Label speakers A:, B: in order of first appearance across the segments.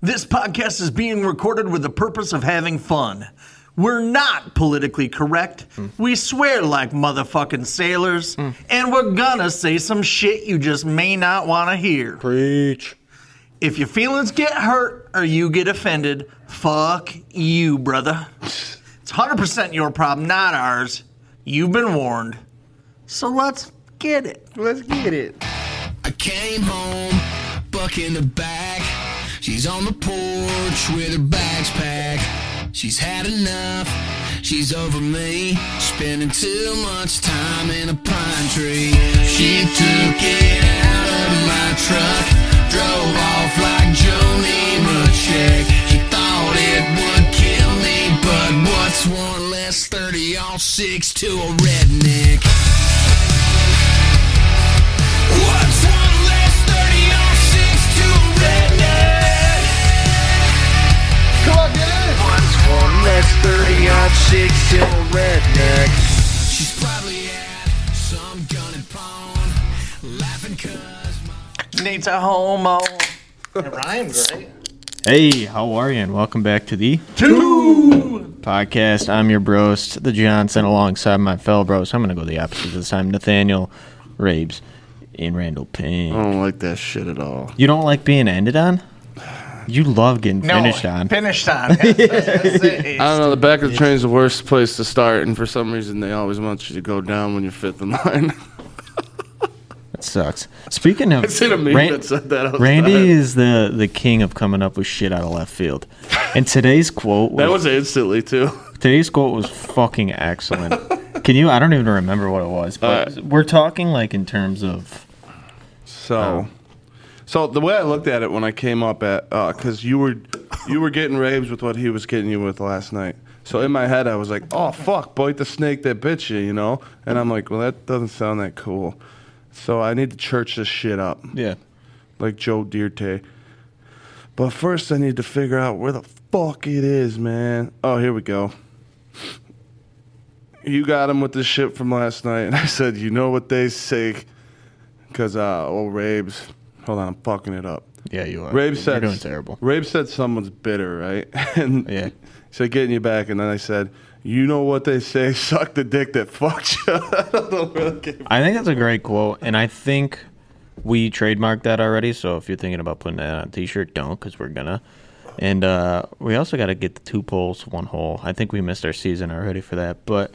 A: This podcast is being recorded with the purpose of having fun. We're not politically correct.
B: Hmm.
A: We swear like motherfucking sailors. And we're gonna say some shit you just may not wanna hear.
B: Preach.
A: If your feelings get hurt or you get offended, fuck you, brother. It's 100% your problem, not ours. You've been warned. So let's get it.
B: Let's get it.
C: I came home, buck in the back. She's on the porch with her bags packed. She's had enough, she's over me. Spending too much time in a pine tree. She took it out of my truck, drove off like Joni Macheck. She thought it would kill me, but what's one less 30 off six to a redneck? What's one less 30 off six to a redneck? What's one less 30 off six to a redneck? She's probably at some gun and pawn, laughing cuz my.
A: Nate's a homo.
D: Hey, how are you? And welcome back to the podcast. I'm your brost, the Johnson, alongside my fellow bros. I'm gonna go the opposite this time. Nathaniel Rabes and Randall Payne.
B: I don't like that shit at all.
D: You don't like being ended on? You love getting finished on.
A: Finished on. Yes, that's what I say.
B: I don't know. The back of the train's the worst place to start, and for some reason they always want you to go down when you're fifth in line.
D: That sucks. Speaking of,
B: It's in a meme
D: Ran-
B: that said that. outside.
D: Randy is the the king of coming up with shit out of left field. And today's quote
B: That
D: was-
B: was instantly too.
D: Today's quote was fucking excellent. Can you? I don't even remember what it was,
B: Uh,
D: but we're talking like in terms of uh,
B: So, so the way I looked at it when I came up at, because you were, you were getting raves with what he was getting you with last night. So in my head I was like, oh fuck, bite the snake that bit you, you know. And I'm like, well that doesn't sound that cool. So I need to church this shit up.
D: yeah.
B: like Joe Dirte. But first, I need to figure out where the fuck it is, man. Oh, here we go. You got him with the shit from last night, and I said, you know what they say, because uh, old Rabes. Hold on, I'm fucking it up.
D: Yeah, you are.
B: Rabe
D: You're
B: said
D: doing terrible.
B: Rabe said someone's bitter, right? and
D: Yeah.
B: he said getting you back, and then I said, you know what they say, suck the dick that fucked you. I don't know where that came.
D: I think that's a great quote, and I think we trademarked that already. So if you're thinking about putting that on a T-shirt, don't, because we're gonna. And uh, we also got to get the two poles, one hole. I think we missed our season already for that. But,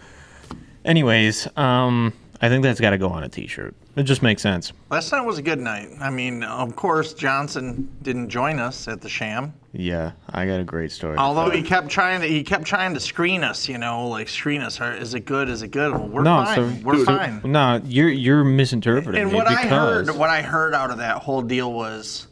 D: anyways, um, I think that's got to go on a T-shirt. It just makes sense.
A: Last night was a good night. I mean, of course, Johnson didn't join us at the sham.
D: Yeah, I got a great story.
A: Although he kept trying to, he kept trying to screen us. You know, like screen us. Are- Is it good? Is it good? Well, we're
D: No,
A: fine.
D: so-
A: we're
D: so-
A: fine.
D: No, you're you're misinterpreting
A: and
D: me
A: what I
D: because
A: heard, what I heard out of that whole deal was,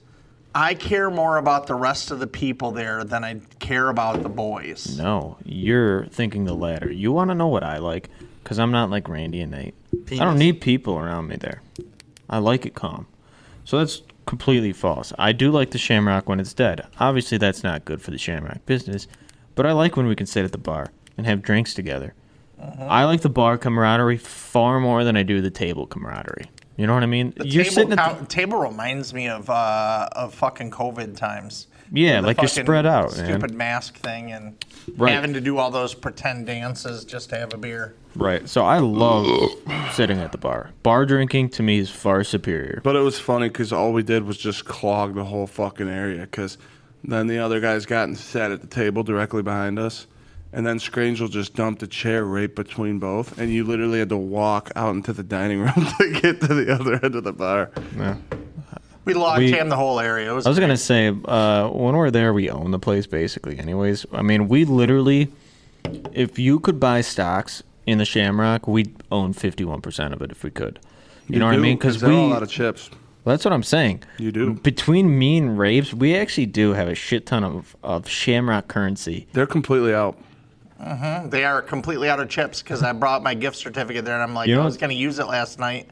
A: I care more about the rest of the people there than I care about the boys.
D: no, you're thinking the latter. You want to know what I like because I'm not like Randy and Nate. I don't need people around me there. I like it calm. So that's completely false. I do like the Shamrock when it's dead. Obviously, that's not good for the Shamrock business, but I like when we can sit at the bar and have drinks together.
A: Uh-huh.
D: I like the bar camaraderie far more than I do the table camaraderie. You know what I mean? you're
A: table,
D: sitting at the,
A: count- table reminds me of uh, of fucking COVID times.
D: Yeah,
A: The
D: like you're
A: fucking
D: spread out, man.
A: Stupid mask thing and
D: Right.
A: having to do all those pretend dances just to have a beer.
D: Right. So I love sitting at the bar. Bar drinking to me is far superior.
B: But it was funny because all we did was just clog the whole fucking area. Because then the other guys got and sat at the table directly behind us, and then Scrangel just dumped a chair right between both, and you literally had to walk out into the dining room to get to the other end of the bar.
A: We log
D: We-
A: jammed the whole area. It was,
D: I was gonna say, uh, when we're there, we own the place basically. Anyways, I mean, we literally, if you could buy stocks in the Shamrock, we'd own fifty-one percent of it if we could. You, know what I
B: do,
D: mean? Because
B: they're
D: we,
B: all out of chips.
D: that's what I'm saying.
B: You do.
D: Between me and Raves, we actually do have a shit ton of, of Shamrock currency.
B: They're completely out.
A: Mm-hmm. they are completely out of chips because I brought my gift certificate there and I'm like,
D: You know
A: I
D: what-
A: was going to use it last night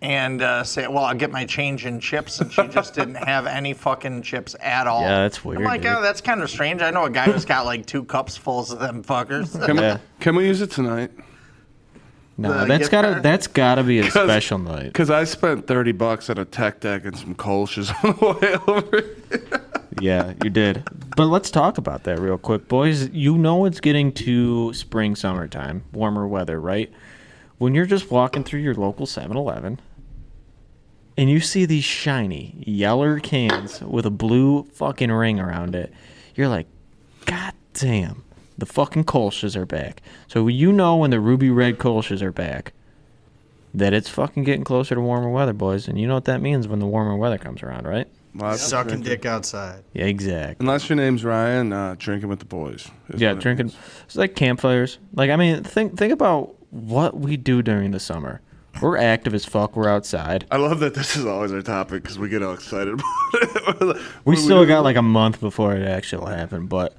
A: and uh, say, well, I'll get my change in chips. And she just didn't have any fucking chips at all.
D: Yeah, that's weird,
A: I'm like,
D: dude.
A: oh, that's kind of strange. I know a guy who's got like two cups fulls of them fuckers.
B: Can,
D: Yeah.
B: we, can we use it tonight?
D: No,
A: The
D: that's
A: gift
D: gotta
A: card?
D: that's gotta be a special
E: Oh,
D: night.
B: Because I spent 30 bucks at a tech deck and some Kolsch's on the way over.
D: Yeah, you did. But let's talk about that real quick, boys. You know it's getting to spring, summertime, warmer weather, right? When you're just walking through your local 7-Eleven and you see these shiny yeller cans with a blue fucking ring around it, you're like, God damn, the fucking Kolsch's are back. So you know when the ruby red Kolsch's are back that it's fucking getting closer to warmer weather, boys. And you know what that means when the warmer weather comes around, right?
B: Lots of
E: Sucking
B: drinking.
E: dick outside.
D: Yeah, exactly.
B: Unless your name's Ryan, uh, drinking with the boys. is
D: Yeah,
B: what it
D: drinking.
B: is.
D: It's like campfires. Like I mean, think think about what we do during the summer. We're active as fuck. We're outside.
B: I love that this is always our topic because we get all excited about it.
D: We still got like a month before it actually happened, but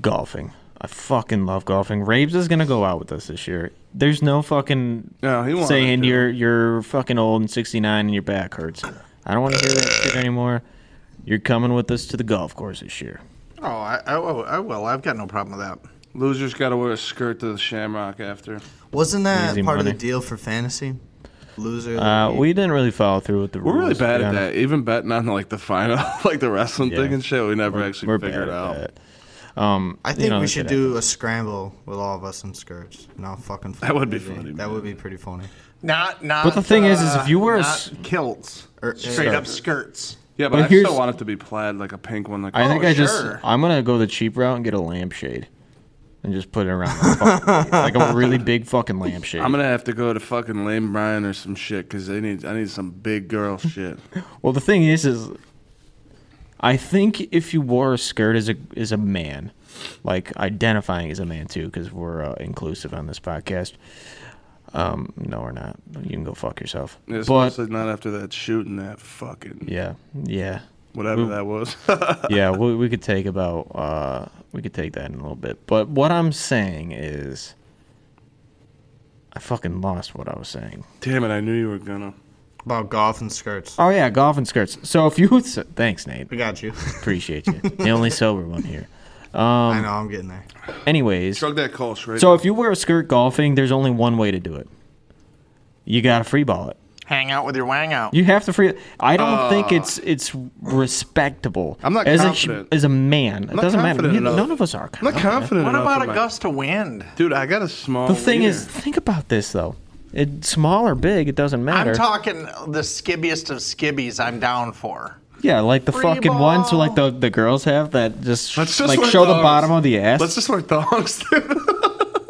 D: golfing. I fucking love golfing. Raves is gonna go out with us this year. There's no fucking
B: Yeah, he wanted
D: saying
B: to.
D: you're you're fucking old and 69 and your back hurts. I don't want to hear that shit anymore. You're coming with us to the golf course this year.
E: Oh, I, I, oh, I will. I've got no problem with that.
B: Losers got to wear a skirt to the shamrock after.
E: Wasn't that
D: Easy
E: part of
D: money.
E: the deal for fantasy? Loser. of the
D: Uh,
E: week?
D: we didn't really follow through with the rules.
B: We're really
D: to
B: bad
D: be
B: at
D: honest.
B: that. Even betting on like the final, like the wrestling
D: Yeah.
B: thing and shit, we never actually
D: We're bad
B: figured it out.
D: at that. Um,
E: I
D: you
E: think
D: know,
E: we
D: that
E: should
D: shit
E: do a scramble with all of us in skirts. No fucking. Funny.
B: would be funny,
E: That
B: man.
E: would be pretty funny.
A: Not, not.
D: But the thing is, is if you were a
A: not
D: s-
A: kilts,
E: Or-
A: straight up
E: er, Skirts.
A: skirts.
B: Yeah, but,
D: But
B: I still
D: here's-
B: want it to be plaid, like a pink one. Like
D: I think
B: oh,
D: I just
A: sure.
D: I'm gonna go the cheap route and get a lampshade, and just put it around my fucking face, like a really big fucking lampshade.
B: I'm gonna have to go to fucking Lame Brian or some shit because they need I need some big girl shit.
D: Well, the thing is, is I think if you wore a skirt as a as a man, like identifying as a man too, because we're uh, inclusive on this podcast. Um, no, we're not. You can go fuck yourself. but
B: Especially not after that shooting that fucking
D: yeah, yeah,
B: whatever that was.
D: yeah. We, we could take about uh, we could take that in a little bit. But what I'm saying is, I fucking lost what I was saying.
B: Damn it! I knew you were gonna.
E: About golf and skirts.
D: Oh yeah, golf and skirts. So if you thanks Nate,
E: We got you.
D: appreciate you. the only sober one here. Um,
E: I know. I'm getting there.
D: Anyways,
B: Shrug that call straight.
D: so if you wear a skirt golfing, there's only one way to do it. You gotta free ball it.
A: Hang out with your wang out.
D: You have to free. I don't think it's it's respectable.
B: Uh, I'm not
D: as
B: confident.
D: a as a man. It
B: not
D: doesn't matter.
B: confident
D: You-
B: enough.
D: None of us are.
B: I'm not confident.
A: what
B: enough
A: about
B: in my-
A: Augusta Wind?
B: dude? I got a small.
D: The thing
B: wiener.
D: is, think about this though. It small or big, it doesn't matter.
A: I'm talking the skibbiest of skibbies. I'm down for.
D: yeah, like the fucking ones
A: ball.
D: like the the girls have that just,
B: Let's just
D: like
B: wear
D: show the
B: thongs.
D: bottom of the ass.
B: let's just wear thongs, dude.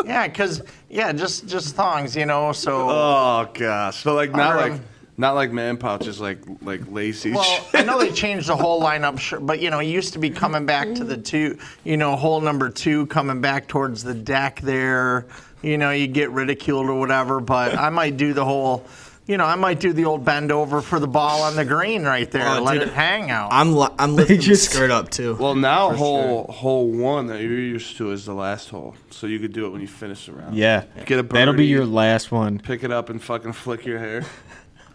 A: Yeah, cause yeah, just just thongs, you know. So
B: oh gosh, but like not
A: Alright.
B: like not like man pouches, like like lacy.
A: Well,
B: shit.
A: I know they changed the whole lineup, sure, but you know, it used to be coming back to the two, you know, hole number two, coming back towards the deck there. You know, you get ridiculed or whatever, but I might do the whole, you know, I might do the old bend over for the ball on the green right there,
D: Uh,
E: Oh,
A: let
E: dude.
A: it hang out.
E: I'm li- I'm lifting
D: just-
E: the skirt up too.
B: Well, now hole hole one that you're used to is the last hole, so you could do it when you finish the round.
D: yeah,
B: Get a
D: that'll be
B: birdie.
D: your last one.
B: Pick it up and fucking flick your hair.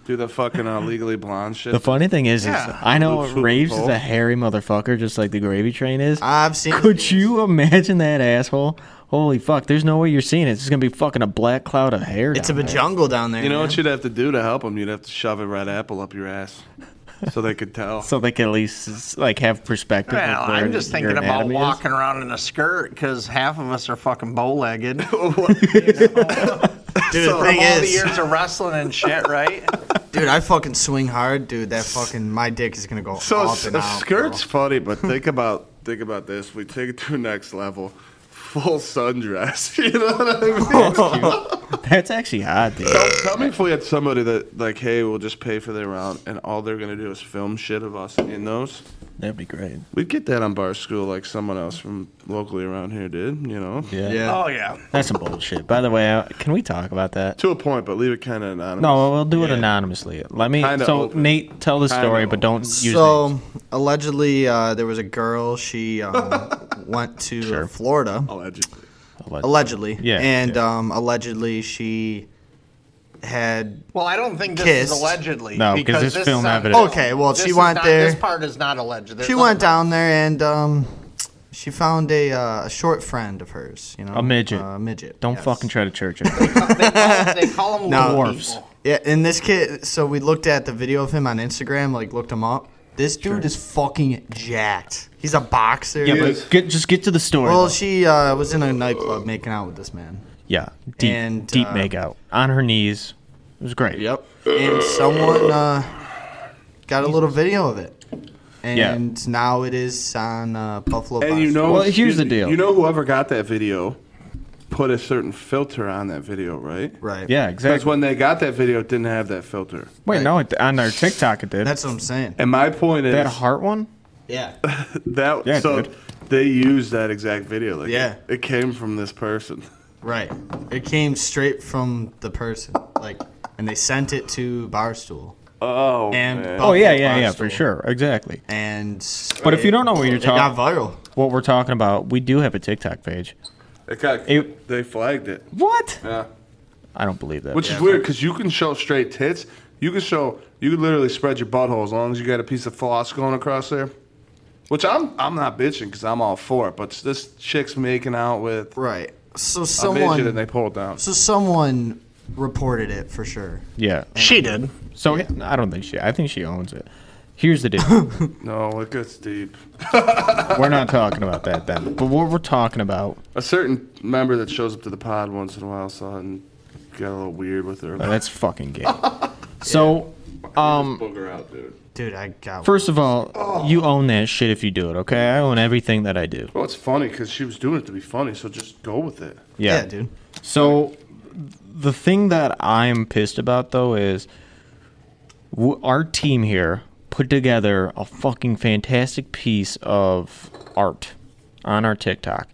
B: do the fucking uh, legally blonde shit.
D: The funny thing is,
A: Yeah.
D: is I know
B: Who's who
D: Raves is
B: involved?
D: a hairy motherfucker, just like the gravy train is.
E: I've seen.
D: Could you imagine that asshole? Holy fuck! There's no way you're seeing it. It's just gonna be fucking a black cloud of hair.
E: It's a
D: down there.
E: jungle down there.
B: you know
E: man.
B: what you'd have to do to help them? You'd have to shove a red apple up your ass, so they could tell.
D: So they can at least like have perspective. of
A: Well,
D: where
A: I'm just
D: your
A: thinking about
D: anatomy is.
A: walking around in a skirt because half of us are fucking bow-legged.
E: dude?
A: From
E: the thing
A: all the
E: is,
A: years of wrestling and shit, right?
E: dude, I fucking swing hard, dude. That fucking my dick is gonna go
B: So
E: up
B: s-
E: and
B: a
E: out.
B: skirt's funny, but think about think about this. We take it to next level. Full sundress. You know what I mean?
D: That's actually hot, dude.
B: tell, tell me if we had somebody that like, hey, we'll just pay for their round, and all they're gonna do is film shit of us in those.
D: That'd be great.
B: We'd get that on bar school like someone else from locally around here did, you know?
D: Yeah.
E: Bro. Yeah.
A: Oh yeah.
D: That's some bullshit. By the way, I- can we talk about that?
B: To a point, but leave it kind of anonymous.
D: No, we'll do it anonymously. Let me.
B: Kinda
D: so
B: open.
D: Nate, tell the
B: Kinda
D: story, but
B: open.
D: don't use
E: so
D: names.
E: allegedly, uh, there was a girl. She um, went to Florida.
B: Allegedly.
E: Allegedly,
D: Yeah,
E: And
D: yeah.
E: Um, allegedly, she had
A: Well, I don't think this
E: Kissed.
A: is allegedly.
D: No, Oh, 'cause
A: because
D: it's
A: this
D: film
A: is on
D: evidence.
A: film.
E: Okay, well,
A: This
E: she
A: is
E: went
A: not-
E: there.
A: This part is not alleged. There's
E: she went
A: other-
E: down there and um, she found a, uh, a short friend of hers. You know,
D: A midget.
E: A midget.
D: Don't
E: yes.
D: fucking try to church it.
A: They call, they call them
E: No.
A: little
D: Dwarfs.
A: people.
E: Yeah, and this kid. So we looked at the video of him on Instagram, like looked him up, This dude is fucking jacked. He's a boxer.
B: Yeah, but-
D: Get just get to the story.
E: well,
D: though.
E: she uh, was in a nightclub making out with this man.
D: yeah, deep
E: and,
D: deep
E: uh,
D: makeout on her knees. It was great.
E: Yep. And someone uh, got a little video of it. And now it is on uh, Buffalo.
B: And
E: Boston.
B: you know,
D: Well, here's the deal.
B: You know, whoever got that video put a certain filter on that video, right?
E: right?
D: Yeah,
B: Because
D: exactly.
B: when they got that video, it didn't have that filter.
D: Wait, no, it, on our TikTok it did.
E: That's what I'm saying.
B: And my point is
D: that heart one.
E: Yeah.
B: that
D: Yeah,
B: so
D: dude.
B: they used that exact video. Like,
E: Yeah.
B: it came from this person.
E: Right. It came straight from the person, like, and they sent it to Barstool.
B: Oh
E: And-
B: man.
E: Oh,
D: Oh yeah,
E: that's
D: yeah, yeah,
E: possible.
D: for sure, exactly.
E: And
D: But if you don't know what you're
E: it got
D: talking,
E: viral.
D: what we're talking about, we do have a TikTok page.
B: It got,
D: It-
B: they flagged it.
D: What?
B: Yeah.
D: I don't believe that.
B: Which is weird because you can show straight tits. You can show. You can literally spread your butthole as long as you got a piece of floss going across there. Which I'm I'm not bitching because I'm all for it. But this chick's making out with
E: Right. So
B: a midget and
E: someone.
B: they pull it down.
E: So someone reported it for sure.
D: Yeah.
A: She did.
D: So yeah, I don't think she. I think she owns it. Here's the deal.
B: No, it gets deep.
D: we're not talking about that then. But what we're talking about,
B: A certain member that shows up to the pod once in a while saw it and got a little weird with her.
D: uh, that's fucking gay. So, um,
B: Booger out, dude.
E: Dude, I got.
D: first of all, you own that shit if you do it. Okay, I own everything that I do.
B: Well, it's funny because she was doing it to be funny, so just go with it.
D: Yeah,
E: yeah, dude.
D: So, the thing that I'm pissed about though is w- our team here put together a fucking fantastic piece of art on our TikTok,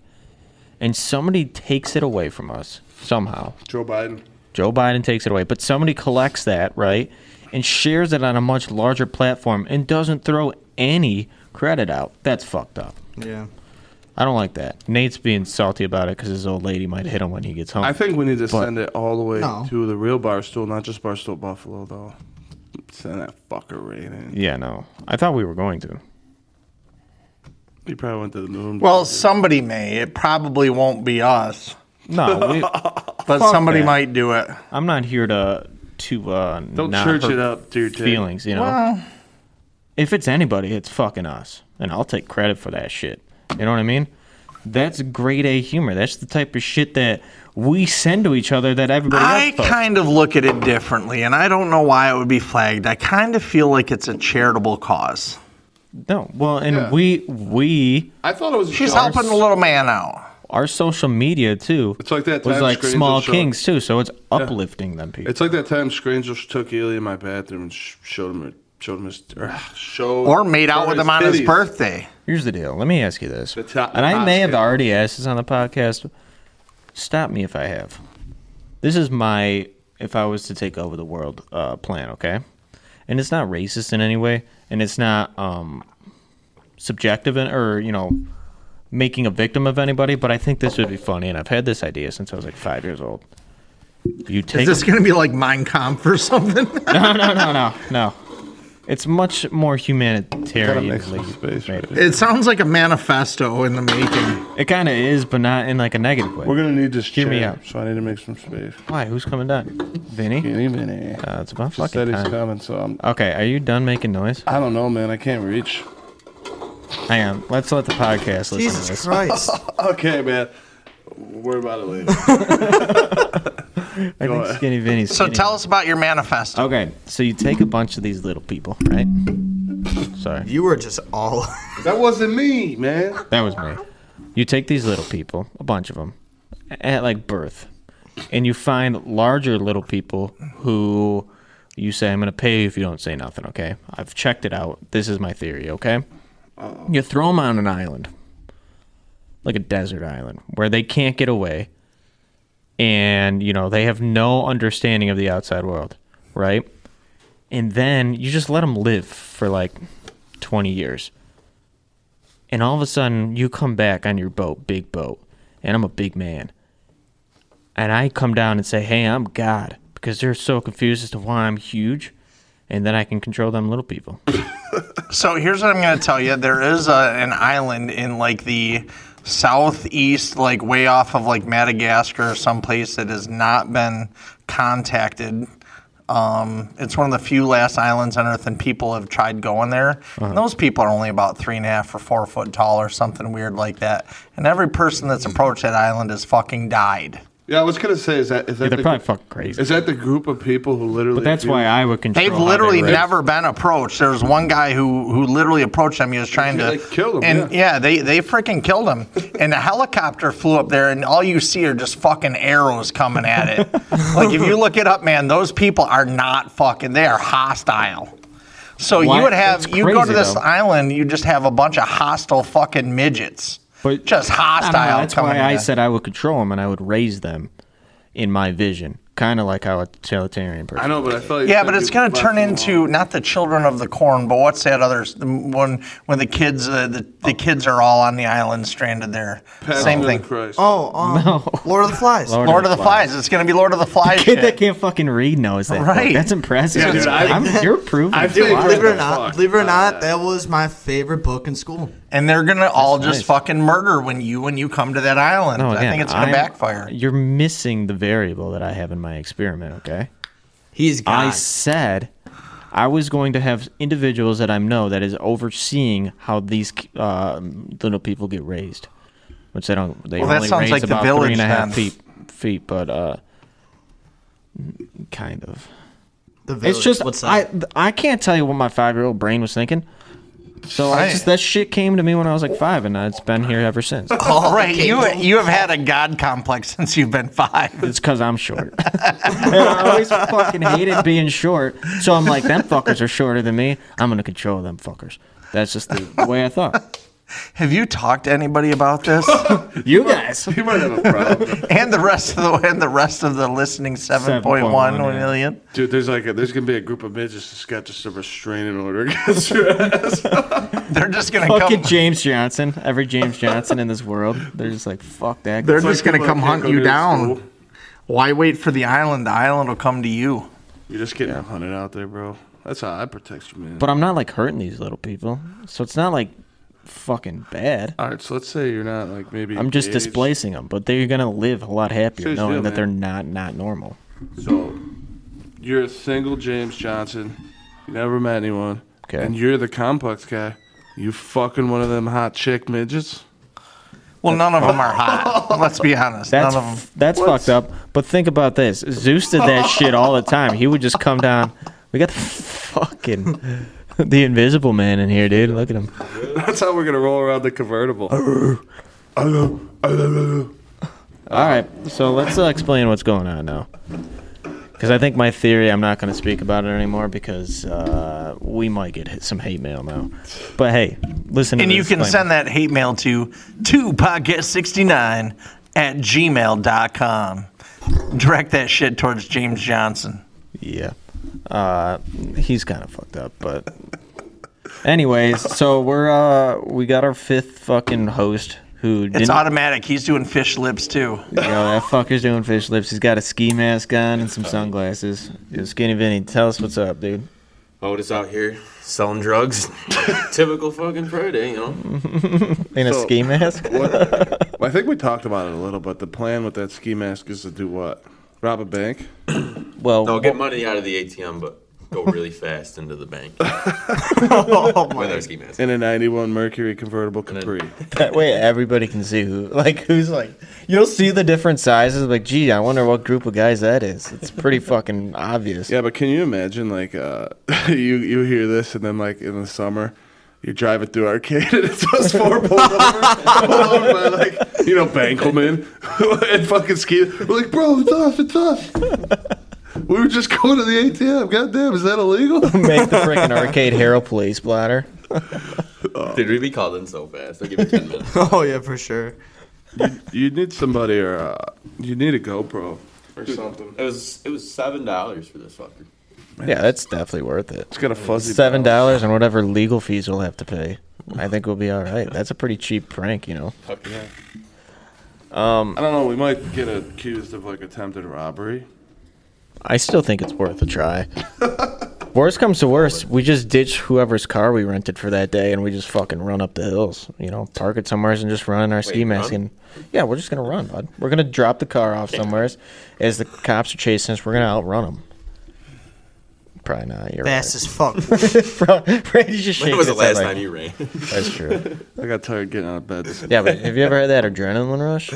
D: and somebody takes it away from us somehow.
B: Joe Biden.
D: Joe Biden takes it away, but somebody collects that, right? And shares it on a much larger platform and doesn't throw any credit out. That's fucked up.
E: Yeah.
D: I don't like that. Nate's being salty about it because his old lady might hit him when he gets home.
B: I think we need to
D: But-
B: send it all the way
E: No.
B: to the real Barstool, not just Barstool Buffalo, though. Send that fucker right in.
D: yeah, no. I thought we were going to.
B: He probably went to the moon.
A: Well, somebody may. It probably won't be us,
D: No, we,
A: but somebody
D: that.
A: might do it.
D: I'm not here to to uh,
B: Don't
D: not
B: church
D: hurt
B: it up, dude.
D: Feelings, you know. if it's anybody, it's fucking us, and I'll take credit for that shit. You know what I mean? That's grade A humor. That's the type of shit that we send to each other that everybody
A: I
D: else does.
A: kind of look at it differently, and I don't know why it would be flagged. I kind of feel like it's a charitable cause.
D: No, well, and
B: Yeah.
D: we we
B: I thought it was.
A: She's helping the little man out.
D: our social media too.
B: It's like that
D: was
B: time
D: like
B: screens
D: small
B: will show-
D: kings too, so it's uplifting them people.
B: It's like that time Scranger took Ely in my bathroom and sh- showed him. Showed him his. Or, showed
A: Or made out with him on his
B: titties.
A: birthday.
D: Here's the deal. Let me ask you this,
B: The top-
D: and I
B: top
D: may have
B: shit.
D: already asked this on the podcast. Stop me if I have. This is my if I was to take over the world uh, plan, okay? And it's not racist in any way, and it's not um, subjective in, or you know making a victim of anybody. But I think this would be funny, and I've had this idea since I was like five years old. You
A: Is
D: take
A: this going to be like Mein Kampf or something?
D: no, no, no, no, no. It's much more
B: Gotta
D: humanitarian.
B: make some space. right?
A: It sounds like a manifesto in the making.
D: It kind of is, but not in like a negative way.
B: We're gonna need this chair,
D: Hear me out.
B: so I need to make some space.
D: Why? Who's coming down? Vinny?
B: Vinny, Vinny.
D: Uh, it's about
B: Just
D: fucking
B: said he's
D: time.
B: coming, so I'm.
D: Okay, are you done making noise?
B: I don't know, man. I can't reach.
D: Hang on. Let's let the podcast listen to
E: Jesus
D: this.
E: Christ.
B: Okay, man. Worry about it later.
D: I think
B: ahead.
D: Skinny Vinny's.
A: So
D: skinny.
A: tell us about your manifesto.
D: Okay, so you take a bunch of these little people, right? Sorry,
E: You were just all.
B: that wasn't me, man.
D: that was me. You take these little people, a bunch of them, at like birth, and you find larger little people who you say, I'm going to pay you if you don't say nothing, okay? I've checked it out. This is my theory, okay? You throw them on an island, like a desert island, where they can't get away. And, you know, they have no understanding of the outside world, right? And then you just let them live for like 20 years. And all of a sudden, you come back on your boat, big boat, and I'm a big man. And I come down and say, hey, I'm God, because they're so confused as to why I'm huge. And then I can control them little people.
A: So here's what I'm going to tell you. There is a, an island in like the southeast, like way off of like Madagascar, someplace that has not been contacted Um, it's one of the few last islands on Earth, and people have tried going there. And those people are only about three and a half or four foot tall, or something weird like that. And every person that's approached that island has fucking died.
B: Yeah, I was gonna say, is that is that
D: They're
B: the,
D: probably fucking crazy.
B: is that the group of people who literally?
D: But that's
B: feel-
D: why Iowa control.
A: They've
D: how they
A: literally
D: raise-
A: never been approached. There's one guy who who literally approached them. He was trying to
B: They killed him,
A: And yeah,
B: yeah.
A: they they freaking killed him. And a helicopter flew up there, and all you see are just fucking arrows coming at it. like if you look it up, man, those people are not fucking. They are hostile. So
D: Why-
A: you would have
D: that's
A: you go to
D: crazy,
A: this
D: though.
A: island, you just have a bunch of hostile fucking midgets,
D: But-
A: just
D: I don't know,
A: hostile.
D: That's
A: coming
D: why
A: at
D: I
A: it.
D: said I would control them and I would raise them in my vision, kind of like how a totalitarian person.
B: I know, but I thought. you
A: Yeah,
B: said
A: but it's
B: you
A: going
B: left
A: to turn
B: them alone.
A: into not the children of the corn, but what's that other s- the one when the kids uh, the,
B: Oh.
A: the kids are all on the island stranded there?
B: Passion
A: Same
B: of
A: thing.
B: the Christ.
E: Oh, um, Lord of the Flies.
D: Lord-
A: Lord of the Flies. It's going to be Lord of the Flies.
D: Kid that
A: shit.
D: can't fucking read knows that. book.
A: Right.
D: That's impressive.
B: Yeah, dude, I-
D: I'm, you're proving.
B: I
D: it.
B: think-
D: Wow.
E: Believe it or
B: Fuck.
E: not, believe it or
B: Uh,
E: not, that was my favorite book in school.
A: And they're going to all just
D: nice.
A: fucking murder when you when you come to that island.
D: No,
A: I
D: again,
A: think it's going to
D: I'm-
A: backfire.
D: You're missing the variable that I have in my experiment. Okay.
F: He's God.
D: I said I was going to have individuals that I know that is overseeing how these uh, little people get raised, which they don't. They
A: Well, that
D: only
A: sounds
D: raise
A: like the
D: about
A: village
D: three and a half
A: then.
D: feet, feet, but uh, kind of.
E: The Village.
D: It's just
F: What's
D: I
F: that?
D: I can't tell you what my five year old brain was thinking. So I
A: Right.
D: just that shit came to me when I was like five, and it's been here ever since.
A: All right, you you have had a god complex since you've been five.
D: It's because I'm short. and I always fucking hated being short. So I'm like, them fuckers are shorter than me. I'm going to control them fuckers. That's just the, the way I thought.
A: Have you talked to anybody about this?
D: You guys.
B: You might have a problem,
A: and the rest of the and the rest of the listening seven point one
D: 7.1, yeah.
A: million.
B: dude. There's like a, there's gonna be a group of midgets that's got just a restraining order against your ass.
A: They're just going to
D: Fucking
A: come.
D: James Johnson. Every James Johnson in this world. They're just like, fuck that. guy.
A: They're just
B: like
A: gonna
B: people
A: come
B: that
A: hunt
B: can't go
A: you
B: to the
A: down.
B: school.
A: Why wait for the island? The island will come to you.
B: You're just getting hunted out there, bro. That's how I protect you, man.
D: But I'm not like hurting these little people. So it's not like fucking bad.
B: all right, so let's say you're not like maybe.
D: I'm just
B: engaged.
D: displacing them, but they're gonna live a lot happier
B: Serious
D: knowing
B: deal,
D: that
B: man.
D: they're not not normal.
B: So you're a single James Johnson. You never met anyone.
D: Okay.
B: And you're the complex guy. You fucking one of them hot chick midgets.
A: Well, none of them are hot. Let's be honest.
D: That's
A: none of them.
D: f- that's fucked up. But think about this: Zeus did that shit all the time. He would just come down. We got the fucking the Invisible Man in here, dude. Look at him.
B: That's how we're gonna roll around the convertible.
D: All right, so let's uh, explain what's going on now. Because I think my theory, I'm not going to speak about it anymore because uh, we might get hit- some hate mail now. But hey, listen.
A: And
D: to
A: you can send that hate mail to to podcast69 at gmail.com. Direct that shit towards James Johnson.
D: Yeah. Uh, he's kind of fucked up, but anyways, so we're uh we got our fifth fucking host who didn't
A: It's automatic. He's doing fish lips too.
D: Yo, that fucker's doing fish lips. He's got a ski mask on and some sunglasses. Yo, Skinny Vinny, tell us what's up, dude.
F: Otis out here selling drugs. Typical fucking Friday, you know.
D: In a
B: So-
D: ski mask?
B: What- well, I think we talked about it a little, but the plan with that ski mask is to do what? Rob a bank?
D: Well,
F: No, get money out of the ATM, but go really fast into the bank
D: Oh
F: with our ski mask.
B: In a 91 Mercury convertible Capri.
D: that way everybody can see who, like, who's like, you'll see the different sizes. Like, gee, I wonder what group of guys that is. It's pretty fucking obvious.
B: Yeah, but can you imagine like uh, you you hear this and then like in the summer you're driving through arcade and it's us four pulled over, pulled over by like you know Bankelman and fucking ski. We're like, bro, it's us, it's us. We were just going to the ATM. Goddamn, is that illegal?
D: Make the freaking arcade hero police bladder.
B: Oh,
F: Dude, we be called in so fast. I'll give you 10 minutes.
E: Oh yeah, for sure.
B: you need somebody or uh, you need a GoPro or something.
F: It was, it was $7 for this fucker.
D: Yeah, that's definitely worth it.
B: It's got a fuzzy.
D: Seven
B: balance.
D: dollars and whatever legal fees we'll have to pay. I think we'll be all right. That's a pretty cheap prank, you know.
F: Fuck yeah.
D: Um,
B: I don't know. We might get accused of like attempted robbery.
D: I still think it's worth a try. worst comes to worst, we just ditch whoever's car we rented for that day, and we just fucking run up the hills. You know, park it somewheres and just run in our ski
F: Wait,
D: mask.
F: run?
D: And yeah, we're just gonna run, bud. We're gonna drop the car off somewheres. As the cops are chasing us, we're gonna outrun them. probably not. You're
E: Fast as fuck.
D: right. Randy's just shaking
F: When was the
D: his head
F: last
D: like,
F: time you ran?
D: That's true.
B: I got tired getting out of bed. this-
D: Yeah, but have you ever had that adrenaline rush?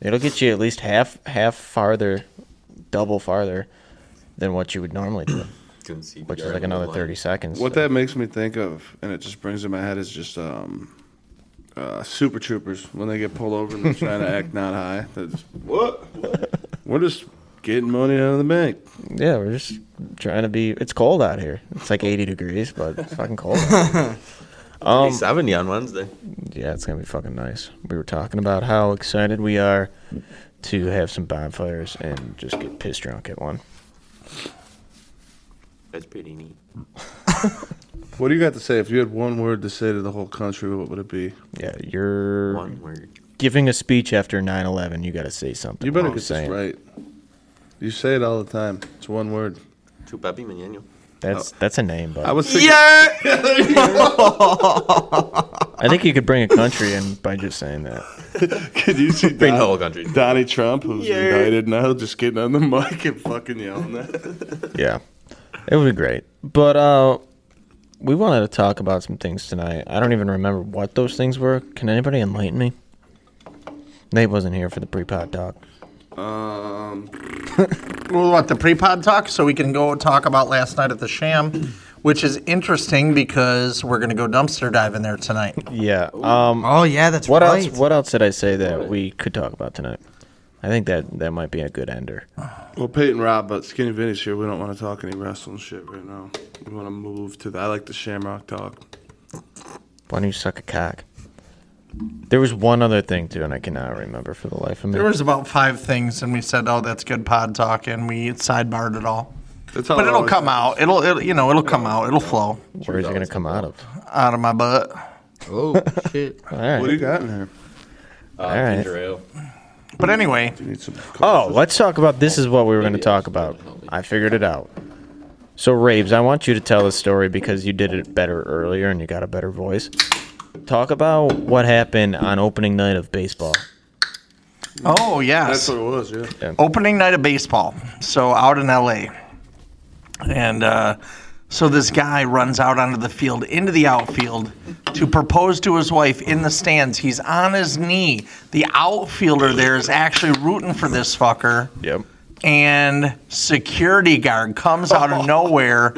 D: It'll get you at least half half farther, double farther than what you would normally do,
F: Couldn't see
D: which is
F: Jared
D: like
F: on the
D: another
F: line.
D: thirty seconds.
B: What
D: so-
B: that makes me think of, and it just brings in my head, is just um, uh, super troopers when they get pulled over and they're trying to act not high. They're just, what? We're just getting money out of the bank.
D: Yeah, we're just trying to be. It's cold out here. It's like eighty degrees, but it's fucking cold. Um, out here.
F: Hey, 70 on Wednesday.
D: Yeah, it's gonna be fucking nice. We were talking about how excited we are to have some bonfires and just get piss drunk at one.
F: That's pretty neat.
B: What do you got to say? If you had one word to say to the whole country, what would it be?
D: Yeah, you're
F: One word.
D: giving a speech after 9/11. You got to say something.
B: You better
D: I'm
B: get this
D: saying.
B: right. You say it all the time. It's one word.
F: Tu papi mañana.
D: That's that's a name, but
B: Oh. I
D: I,
B: was thinking,
D: think you could bring a country in by just saying that.
B: could you see
F: Bring the
B: Don-
F: whole country.
B: Donnie Trump, who's indicted now, just getting on the mic and fucking yelling that?
D: Yeah, it would be great. But uh, we wanted to talk about some things tonight. I don't even remember what those things were. Can anybody enlighten me? Nate wasn't here for the pre-pod talk.
B: Um,
A: Well, what the pre-pod talk, so we can go talk about last night at the Sham, which is interesting because we're gonna go dumpster diving there tonight.
D: Yeah. Um.
E: Oh yeah, that's
D: What
E: right.
D: else? What else did I say that we could talk about tonight? I think that that might be a good ender.
B: well, Peyton Rob, but Skinny Vinny's here. We don't want to talk any wrestling shit right now. We want to move to the. I like the Shamrock talk.
D: Why don't you suck a cock? There was one other thing too, and I cannot remember for the life of me.
A: There was about five things, and we said, "Oh, that's good pod talk," and we sidebarred it all.
B: That's how
A: But
B: it
A: it'll
B: always-
A: come out. It'll, it'll you know, it'll come out. It'll flow
D: Where is it going to come out of?
A: out of my butt.
E: Oh shit.
D: All
B: What do you
D: right.
B: got in there?
F: Uh,
D: right.
F: ginger ale.
A: But anyway,
B: You need some.
D: Oh, let's talk about this. Is what we were going to talk about. I figured it out. So, Raves, I want you to tell the story because you did it better earlier and you got a better voice. Talk about what happened on opening night of baseball.
A: oh yes,
B: That's what it was, yeah.
A: opening night of baseball. So out in LA. And uh, so this guy runs out onto the field, into the outfield, to propose to his wife in the stands. He's on his knee. The outfielder there is actually rooting for this fucker.
D: Yep.
A: And security guard comes out of nowhere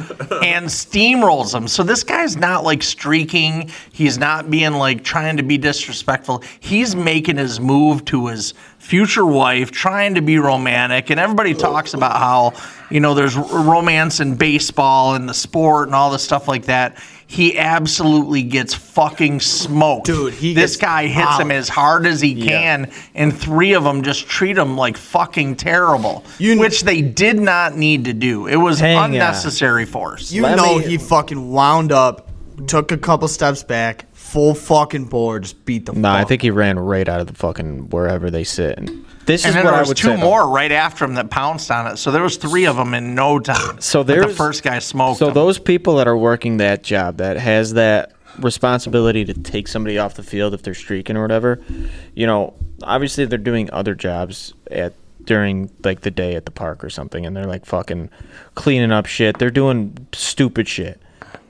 A: and steamrolls him. So this guy's not like streaking. He's not being like trying to be disrespectful. He's making his move to his future wife, trying to be romantic. And everybody talks about how, you know, there's r- romance in baseball and the sport and all this stuff like that. He absolutely gets fucking smoked.
E: Dude, he
A: this
E: gets
A: guy hits him
E: polished.
A: as hard as he can, and three of them just treat him like fucking terrible,
E: You-
A: which they did not need to do. It was
D: Hang on.
A: unnecessary force.
E: You
D: Let
E: know
D: me-
E: he fucking wound up, took a couple steps back, full fucking board, just beat the.
D: No, I
E: fuck.
D: think he ran right out of the fucking wherever they sit. And this
A: and
D: is
A: then
D: what
A: there
D: I
A: was
D: would say.
A: two more right after him that pounced on it. So there was three of them in no time.
D: So
A: But the
D: there's-
A: first guy smoked.
D: So
A: him.
D: those people that are working that job that has that responsibility to take somebody off the field if they're streaking or whatever, you know, obviously they're doing other jobs at during like the day at the park or something and they're like fucking cleaning up shit. They're doing stupid shit.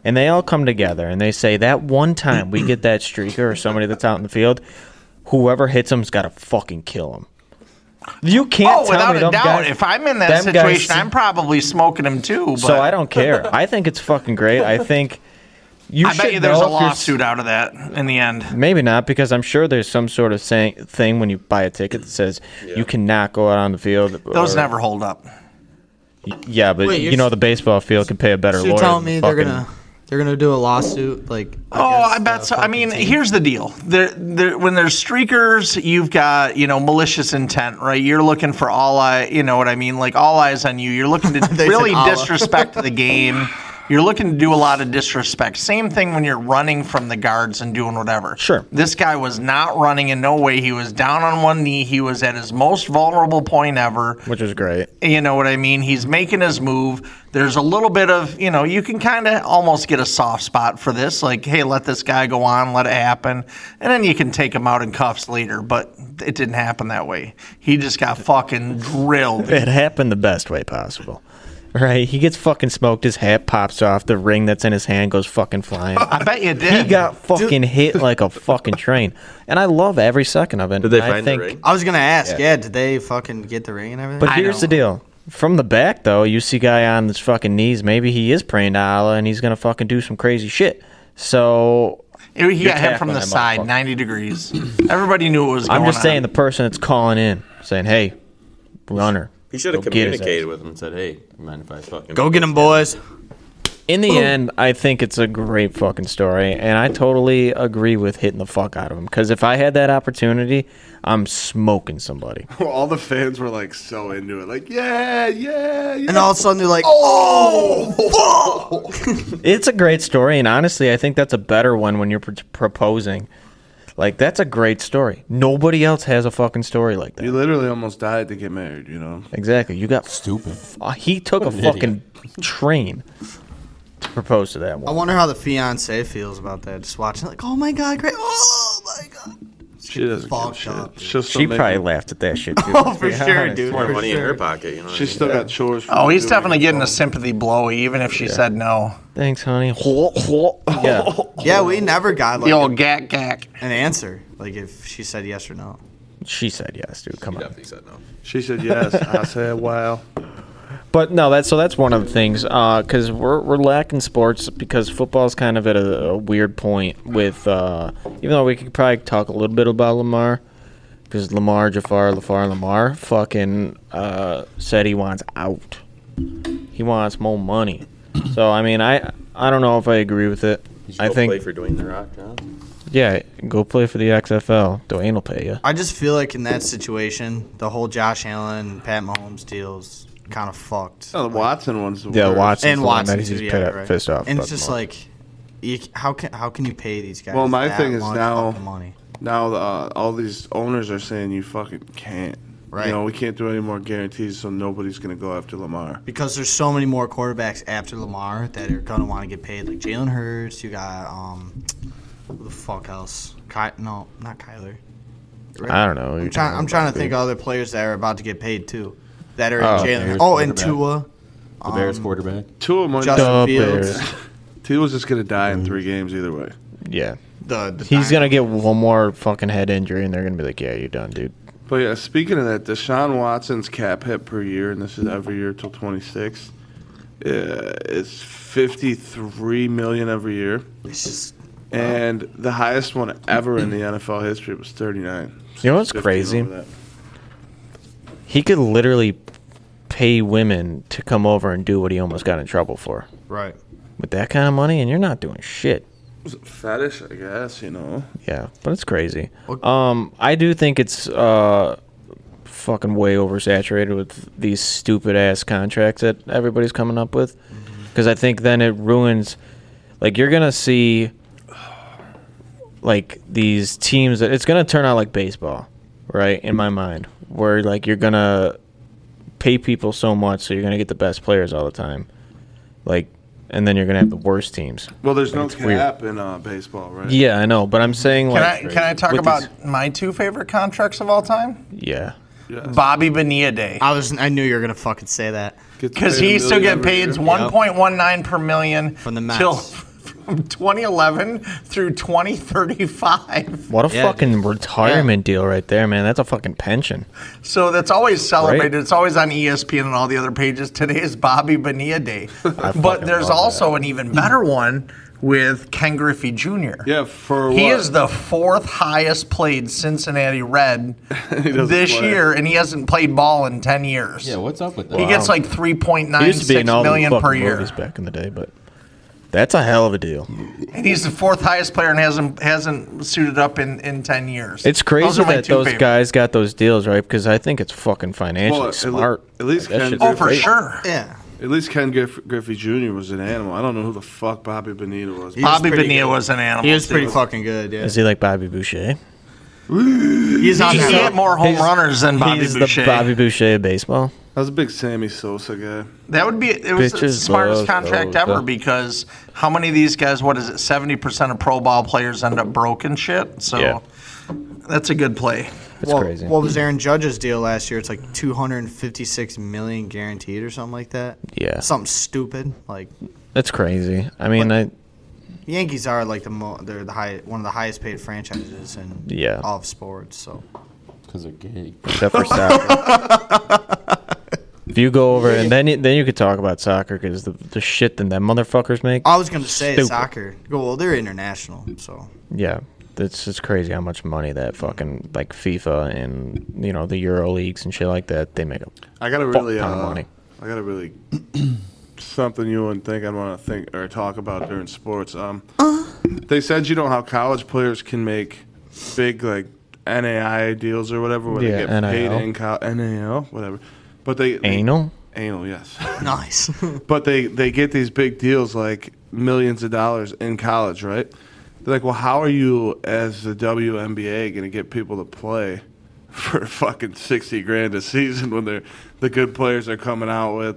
D: And they all come together and they say that one time we get that streaker or somebody that's out in the field, whoever hits him's got to fucking kill him. You can't
A: Oh,
D: tell
A: without
D: me
A: a
D: them
A: doubt.
D: guys-
A: if I'm in that
D: them guys-
A: situation, I'm probably smoking him too. But
D: so I don't care. I think it's fucking great. I think you
A: I
D: should
A: bet you there's
D: know
A: a
D: if you're s-
A: lawsuit out of that in the end.
D: Maybe not because I'm sure there's some sort of saying, thing when you buy a ticket that says you cannot go out on the field.
A: Those
D: or-
A: never hold up.
D: Yeah, but
E: Wait, you're
D: you know
E: s-
D: the baseball field could pay a better
E: So
D: lawyer.
E: you're telling me
D: than
E: they're
D: fucking-
E: gonna they're gonna do a lawsuit like?
A: Oh,
E: against
A: I bet
E: the
A: so. I
E: fucking
A: mean,
E: team?
A: here's the deal. There, there, when there's streakers, you've got, you know, malicious intent, right? You're looking for all eye, you know what I mean? Like all eyes on you. You're looking to
E: said
A: really
E: Allah.
A: disrespect the game. You're looking to do a lot of disrespect. Same thing when you're running from the guards and doing whatever.
D: Sure.
A: This guy was not running in no way. He was down on one knee. He was at his most vulnerable point ever.
D: which is great.
A: You know what I mean? He's making his move. There's a little bit of, you know, you can kind of almost get a soft spot for this. Like, hey, let this guy go on, let it happen. And then you can take him out in cuffs later. But it didn't happen that way. He just got fucking drilled.
D: It happened the best way possible. Right? He gets fucking smoked. His hat pops off. The ring that's in his hand goes fucking flying.
A: I bet you did.
D: he got fucking hit like a fucking train. And I love every second of it.
F: Did they
D: I
F: find the
D: think,
F: ring?
E: I was gonna ask. Yeah. did they fucking get the ring and everything?
D: But
A: I
D: here's the
A: don't-
D: deal. From the back, though, you see guy on his fucking knees. Maybe he is praying to Allah and he's going to fucking do some crazy shit. So
A: He got hit
D: tackling
A: from the
D: that
A: side,
D: motherfucker.
A: 90 degrees. Everybody knew what was going
D: I'm
A: on.
D: just saying the person that's calling in saying, hey, runner.
F: He should have
D: go get his
F: communicated with him and said, "Hey, mind if I fucking
E: Go get him, boys.
D: In the end, I think it's a great fucking story, and I totally agree with hitting the fuck out of him. Because if I had that opportunity, I'm smoking somebody.
B: All the fans were like so into it, like yeah, Oh, yeah, yeah.
E: And all of a sudden they're like, "Oh,
D: It's a great story, and honestly, I think that's a better one when you're pr- proposing. Like, that's a great story. Nobody else has a fucking story like
B: You
D: that.
B: literally almost died to get married, you know.
D: Exactly. You got.
G: Stupid.
D: Uh, he took a fucking train to propose to that
E: I
D: one.
E: wonder how the fiance feels about that. Just watching, like, oh my god, great, oh my god.
B: She doesn't give a
E: fucked
B: shit.
E: up, dude.
B: She'll still
D: She
B: make-
D: probably laughed at that shit too.
E: Oh, for sure, dude.
F: more money in her pocket?" You know, what I
B: She's
F: mean?
B: still got chores. for
A: Oh, he's
B: doing.
A: definitely getting a sympathy blow, even if she said no.
D: Thanks, honey. yeah.
E: Yeah, we never got like
A: The old gack gack.
E: an answer, like if she said yes or no.
D: She said yes, dude. Come on.
F: definitely said no.
B: She said yes. I said wow.
D: But no, that's so that's one of the things because we're we're lacking sports because football's kind of at a, a weird point with uh, even though we could probably talk a little bit about Lamar because Lamar Jafar Lafar Lamar fucking uh, said he wants out. He wants more money. So I mean, I I don't know if I agree with it.
F: You should
D: I
F: go play
D: think
F: for Dwayne the Rock Johnson.
D: yeah, go play for the XFL. Dwayne will pay you.
E: I just feel like in that situation, the whole Josh Allen, Pat Mahomes deals kind of fucked.
B: Oh, the Watson one's the
D: Yeah,
B: worst.
D: Watson.
E: and
D: the one
E: Watson
D: that he's
E: too,
D: pit-
E: yeah, right.
D: pissed off.
E: And
D: about
E: it's just
D: Lamar.
E: like, you, c- how can how can you pay these guys?
B: Well, my
E: that
B: thing is
E: much
B: now-
E: fucking money.
B: Now uh, all these owners are saying you fucking can't.
E: Right.
B: You know we can't do any more guarantees, so nobody's gonna go after Lamar.
E: because there's so many more quarterbacks after Lamar that are gonna want to get paid. Like Jalen Hurts, you got um, who the fuck else? Ky- no, not Kyler.
D: I don't know.
E: I'm, trying. I'm trying to think of other players that are about to get paid too. That are in
D: Oh,
E: Jalen.
G: Bears
E: Oh, and Tua, um,
G: quarterback. The Bears quarterback.
B: Two of them.
E: Justin
D: The
E: Fields.
D: Bears.
B: Two was just gonna die in three games either way.
D: Mm-hmm. yeah.
E: The, the
D: He's
E: Dino-
D: gonna get one more fucking head injury, and they're gonna be like, "Yeah, you're done, dude."
B: But yeah, speaking of that, Deshaun Watson's cap hit per year, and this is every year till 26, uh, is 53 million every year,
E: It's just
B: and the highest one ever in the NFL history was 39.
D: You know what's
B: 15
D: crazy?
B: over that.
D: He could literally pay women to come over and do what he almost got in trouble for
E: right.
D: with that kind of money, and you're not doing shit.
B: It's a fetish, I guess. You know,
D: Yeah, but it's crazy. Um, I do think it's uh, fucking way oversaturated with these stupid ass contracts that everybody's coming up with, because I think then it ruins. Like you're gonna see, like these teams that it's gonna turn out like baseball, right? In my mind, where like you're gonna pay people so much, so you're gonna get the best players all the time, like, and then you're gonna have the worst teams.
B: well, there's no
D: It's weird.
B: cap in uh, baseball, right?
D: Yeah, I know, but I'm saying
A: Can
D: like,
A: I, can I talk
D: with
A: about
D: these-
A: my two favorite contracts of all time?
D: yeah.
B: Yes.
A: Bobby Bonilla Day.
E: I was. I knew you were gonna fucking say that.
B: Gets
A: Because
B: paid a
A: he still
B: million
A: get
B: every
A: paid
B: year.
A: 1.19 per million
E: From the Mets.
A: till from 2011 through 2035.
D: What a
E: Yeah,
D: fucking retirement deal right there, man. That's a fucking pension.
A: So that's always celebrated. It's always on E ESPN and all the other pages. Today is Bobby Bonilla Day, but
D: fucking love
A: there's
D: that.
A: also an even better one with Ken Griffey Jr.
B: Yeah, for
A: He
B: what?
A: is the fourth highest played Cincinnati Red
B: doesn't
A: this
B: play.
A: year, and he hasn't played ball in 10 years.
G: Yeah, what's up with that?
A: He gets like three point
D: He
A: nine
D: used to be
A: six
D: in all the
A: million
D: fucking
A: per year,
D: movies back in the day, but that's a hell of a deal.
A: and he's the fourth highest player and hasn't hasn't suited up in, in ten years.
D: It's crazy
A: Those are my
D: that
A: two
D: those
A: favorites.
D: guys got those deals, right? Because I think it's fucking financially
B: Well, at le-
D: smart.
B: at least
D: Like, that
B: Ken
D: shit's
A: Oh, for
D: great.
A: sure.
E: Yeah.
B: At least Ken Griff- Griffey Jr. was an animal. I don't know who the fuck Bobby Bonilla was.
E: was
A: Bobby
E: pretty
A: Bonilla
E: good.
A: was an animal.
E: He was pretty
A: too.
E: fucking good. Yeah.
D: Is he like Bobby Boucher?
E: He's on
A: He
E: that.
A: hit more home
D: He's-
A: runners than Bobby
D: He's
A: Boucher.
D: the Bobby Boucher of baseball.
B: That was a big Sammy Sosa guy.
A: That would be it was the
D: Bitches oh,
A: smartest
D: love
A: contract
D: those,
A: ever
D: huh?
A: because how many of these guys? What is it? Seventy percent of pro ball players end up broke and shit. So
D: Yeah.
A: that's a good play.
D: It's
E: what,
D: crazy.
E: What was Aaron Judge's deal last year? It's like 256 million guaranteed or something like that.
D: Yeah.
E: Something stupid. Like
D: That's crazy. I mean, I
E: the Yankees are like the mo- they're the high one of the highest paid franchises in
D: Yeah.
E: all of sports. So
G: Because they're gay.
D: except for soccer. if you go over and then you, then you could talk about soccer because the the shit that that motherfuckers make.
E: I was gonna say
D: Stupid.
E: soccer. Go well, they're international. So
D: Yeah, that's just crazy how much money that fucking like FIFA and you know the Euro leagues and shit like that they make. Up.
B: I got a
D: Fuck
B: really,
D: ton of
B: uh,
D: money.
B: I got a really something you wouldn't think I'd want to think or talk about during sports. Um, they said you know how college players can make big like NAI deals or whatever where
D: Yeah,
B: they get
D: NIL.
B: paid in co- NAL whatever, but they they-
D: Anal?
B: anal yes,
E: nice.
B: but they they get these big deals like millions of dollars in college, right? They're like, well, how are you as the WNBA going to get people to play for fucking sixty grand a season when they're the good players are coming out with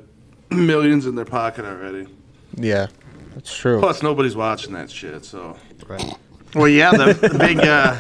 B: millions in their pocket already?
D: Yeah, that's true.
B: Plus, nobody's watching that shit, so
A: Well, yeah, the, the big uh,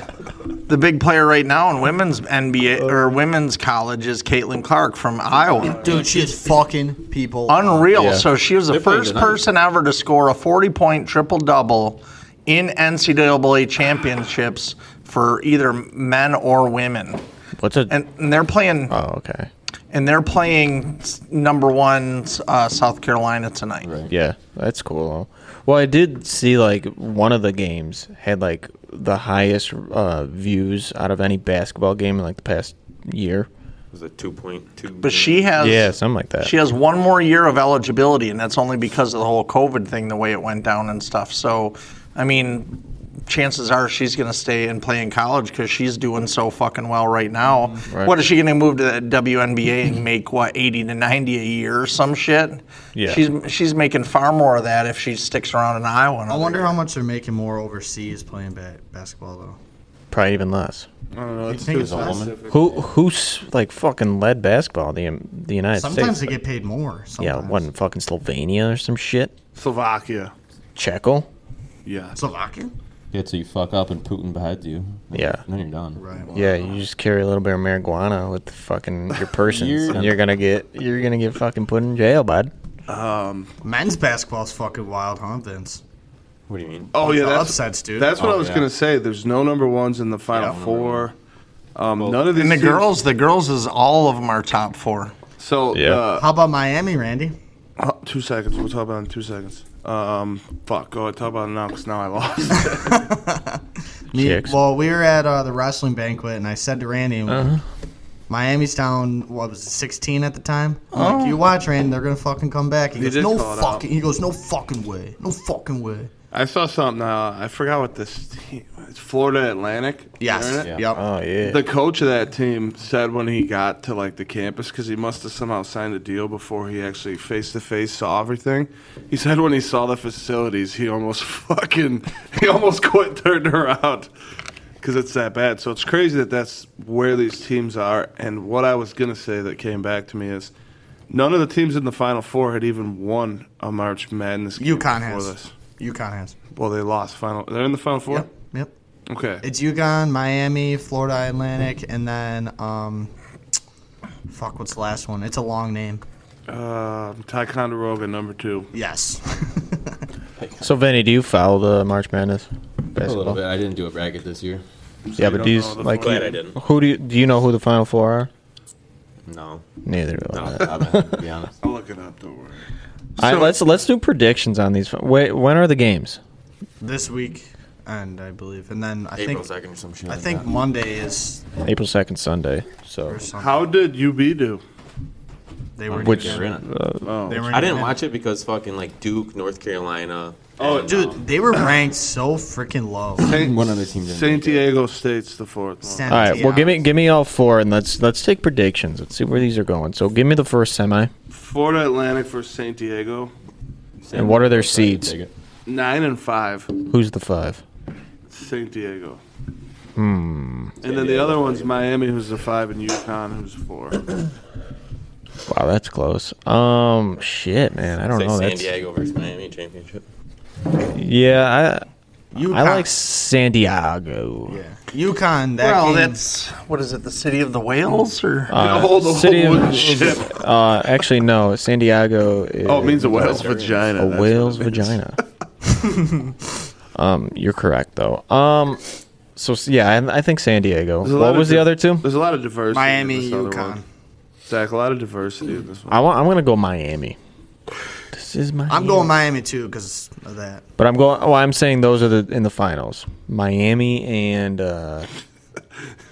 A: the big player right now in women's NBA or women's college is Caitlin Clark from Iowa.
E: Dude, she is fucking people. uh,
A: Unreal. So she was the
G: playing
A: first
G: tonight.
A: person ever to score a 40 point triple double in NCAA championships for either men or women.
D: What's a?
A: And, and they're playing
D: oh, okay.
A: and they're playing s- number one uh, South Carolina tonight.
D: Yeah, that's cool. Well, I did see like one of the games had like the highest uh, views out of any basketball game in like the past year.
F: was a two point two.
A: But she has
D: Yeah, something like that.
A: she has one more year of eligibility, and that's only because of the whole COVID thing, the way it went down and stuff. So, I mean, chances are she's going to stay and play in college because she's doing so fucking well right now. What is she going to move to the WNBA and make what eighty to ninety a year or some shit?
D: Yeah.
A: she's she's making far more of that if she sticks around in Iowa.
E: I wonder how much they're making more overseas playing ba- basketball though.
D: Probably even less.
B: I don't know. It's
E: think
B: too
E: it's a woman?
B: specific.
D: Who who's like fucking led basketball in the um, the United
E: Sometimes they
D: States?
E: get paid more. Sometimes.
D: yeah, what in fucking Slovenia or some shit?
B: Slovakia.
D: Checo?
B: Yeah.
E: Slovakia.
G: Yeah, so you fuck up and Putin behind you.
D: Yeah.
G: And then you're done.
E: Right. well,
D: Yeah, you just carry a little bit of marijuana with the fucking your persons,
G: You're-
D: and you're gonna get you're gonna get fucking put in jail, bud.
E: Um, Men's basketball's fucking wild, huh, Vince?
F: What do you mean?
B: Oh yeah,
E: the
B: that's
E: upsets, dude.
B: That's what
G: Oh,
B: I was
G: yeah.
B: gonna say. There's no number ones in the final
E: Yeah.
B: four. Um, none of these
A: And the
B: teams-
A: girls, the girls is all of them are top four.
B: So
D: Yeah.
B: uh,
E: How about Miami, Randy?
B: Uh, two seconds. We'll talk about it in two seconds. Um, fuck. Go ahead. Talk about it now because now I lost.
E: Me,
D: Chicks.
E: Well, we were at uh, the wrestling banquet, and I said to Randy,
F: Uh-huh.
E: Miami's down, what was it, 16 at the time? I'm like, you watch, Randy, they're going to fucking come back. He
B: Oh. They
E: goes,
B: did
E: no
B: call it out.
E: fucking, he goes, no fucking way. No fucking way.
B: I saw something. Uh, I forgot what this team. It's Florida Atlantic.
E: Yes.
B: Isn't it?
E: Yep.
D: Oh yeah.
B: The coach of that team said when he got to like the campus because he must have somehow signed a deal before he actually face to face saw everything. He said when he saw the facilities, he almost fucking he almost quit, turned around because it's that bad. So it's crazy that that's where these teams are. And what I was gonna say that came back to me is none of the teams in the Final Four had even won a March Madness. game
E: UConn
B: before
E: has.
B: this.
E: UConn has.
B: Well, they lost final. They're in the Final Four.
E: Yep. Yep.
B: Okay.
E: It's UConn, Miami, Florida Atlantic, and then, um, fuck, what's the last one? It's a long name.
B: Uh, Ticonderoga number two.
E: Yes.
D: So Vinny, do you follow the March Madness
G: A little bit.
D: basketball?
G: I didn't do a bracket this year.
D: Yeah, but
B: don't
D: do you
B: know the
D: like
F: Glad I didn't.
D: who do you do you know who the Final Four are?
G: No.
D: Neither. do
G: No,
D: I.
G: I'm not, to be honest.
B: I'll look it up. Don't worry.
D: All right, let's let's do predictions on these. Wait, when are the games?
E: this week, and I believe. And then I
F: April
E: think.
F: second or some shit.
E: I
F: like
E: think
F: that.
E: Monday is
D: April second, Sunday. So
E: or something.
B: How did UB do? Oh.
E: They were
D: Which-
G: They're in it.
E: they were
F: I didn't watch it because fucking like Duke, North Carolina. um,
B: Oh,
E: Dude, they were ranked so freaking low.
B: Saint,
G: One other team didn't
B: San
G: make it.
B: Diego State's the fourth one.
E: San
D: all right, well give me
E: Diego.
D: give me all four and let's let's take predictions. Let's see where these are going. So give me the first semi
B: Florida Atlantic versus San Diego.
D: and what are their seeds?
G: Take it.
B: Nine and five.
D: Who's the five?
B: San Diego. Hmm. And then the other one's Miami, who's the five, and UConn, who's four.
D: Wow, that's close. Um, shit, man, I don't
F: It's
D: know.
F: like San
D: That's,
F: Diego versus Miami championship.
D: yeah, I I
E: UConn.
D: like San Diego.
E: UConn. That
A: Well,
E: game-
A: that's what is it? The city of the whales, or
B: Hold the
D: Uh, City of-
B: whole ship.
D: Uh, actually, no, San Diego. Is
B: Oh, it means a whale's vagina.
D: a
B: that's what
D: whale's
B: it means.
D: vagina. um, you're correct though. Um, so s- yeah, I, I think San Diego.
B: There's a lot
D: What
B: of
D: was
B: di-
D: the other two?
B: There's a lot of diversity.
E: Miami,
B: in this other
E: UConn.
B: one. Zach, a lot of diversity in this one.
D: I want, I'm gonna go Miami. This is Miami.
E: I'm going Miami too because of that.
D: but I'm going. Oh, I'm saying those are the in the finals. Miami and uh,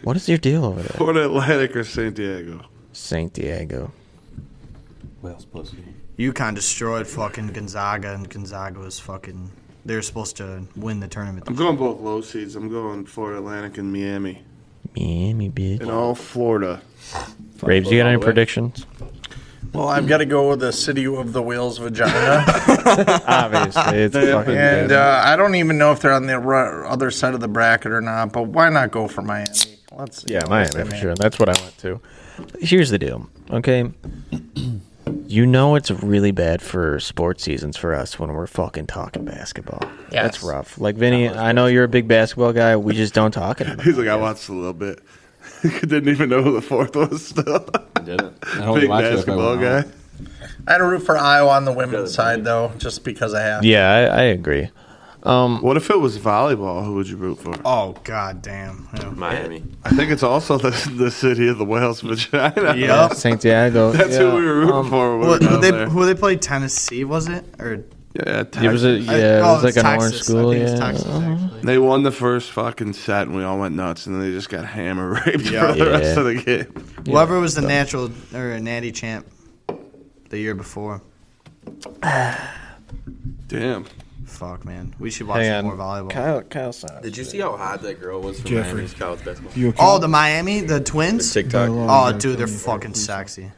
D: what is your deal over there?
B: Port Atlantic or San Diego?
D: San Diego.
G: Wales pussy.
E: UConn destroyed fucking Gonzaga, and Gonzaga was fucking. They were supposed to win the tournament.
B: I'm going both low seeds. I'm going Florida Atlantic and Miami.
D: Miami, bitch.
B: And all Florida.
D: Raves, you got any predictions?
A: well, I've got to go with the city of the whales vagina,
D: Obviously, it's fucking
A: and uh, I don't even know if they're on the ru- other side of the bracket or not. But why not go for Miami? Let's see.
D: Yeah, Miami for sure. That's what I went to. Here's the deal, okay? You know it's really bad for sports seasons for us when we're fucking talking basketball. That's
A: Yes.
D: rough. Like Vinny, I know you're a big basketball guy. We just don't talk it. enough.
B: He's like, I watched a little bit. Didn't even know who the fourth was still.
G: Did it? I
B: Big
G: watch it if I
B: basketball
G: went out.
B: guy.
A: I had to root for Iowa on the women's side though, just because I have.
D: Yeah, I, I agree. Um,
B: What if it was volleyball? Who would you root for?
E: Oh god damn. Yeah.
F: Miami.
B: I think it's also the, the city of the whale's vagina.
E: Yeah.
D: St. Diego. yeah.
B: That's
D: um,
B: who we were rooting for.
E: Um, Who,
B: When we were
E: who
B: down
E: they
B: there.
E: who they played Tennessee was it or
B: Yeah,
D: It was a,
B: Texas.
D: yeah, it
E: oh,
D: was like
E: it's
D: an
E: Texas.
D: orange school.
E: I think
D: Yeah. Uh-huh.
E: it's Texas, actually.
B: They won the first fucking set, and we all went nuts, and then they just got hammer raped for the
D: Yeah.
B: rest of the game.
E: Whoever was the natural or natty champ the year before.
B: Damn.
E: Fuck man, we should watch
D: Hang
E: more
D: on.
E: volleyball.
D: Kyle, Kyle Sachs.
F: Did you see how hot that girl was from Miami's college basketball?
G: You
E: Oh, the Miami, the Twins.
F: TikTok.
E: Oh, dude, they're fucking sexy.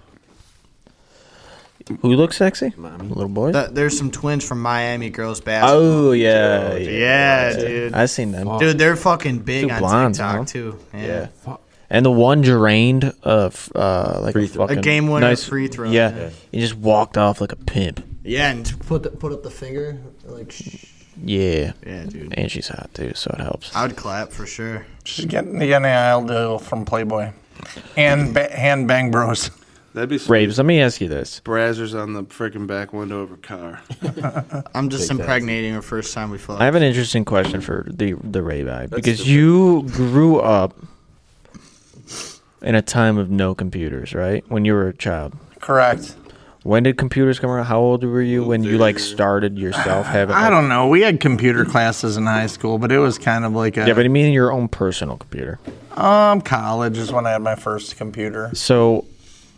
D: Who looks sexy?
F: Miami.
D: Little boy.
E: Th- There's some twins from Miami girls basketball.
D: oh yeah, yeah.
E: yeah, dude.
D: I seen them.
E: Dude, they're fucking big
D: Two
E: on
D: blondes,
E: TikTok
D: huh?
E: too. Yeah.
D: Yeah. And the one drained uh, f- uh like a,
E: A
D: fucking
E: game winner
D: nice,
E: free throw,
D: Yeah.
E: yeah.
D: He just walked off like a pimp.
E: Yeah, and to put the, put up the finger like. Shh.
D: Yeah.
E: Yeah, dude.
D: And she's hot too, so it helps.
E: I would clap for sure.
A: She's getting the NIL deal from Playboy, and ba- hand bang bros.
B: That'd be some
D: Raves, let me ask you this.
B: brazzers on the freaking back window of a car.
E: I'm just impregnating her first time we fuck.
D: I have an interesting question for the the Rave Eye because
F: stupid.
D: you grew up in a time of no computers, right? When you were a child.
A: Correct.
D: When did computers come around? How old were you when you like started yourself having
A: I
D: like-
A: don't know. We had computer classes in high school, but it was kind of like a
D: Yeah, but I mean your own personal computer.
A: um college is when I had my first computer.
D: So,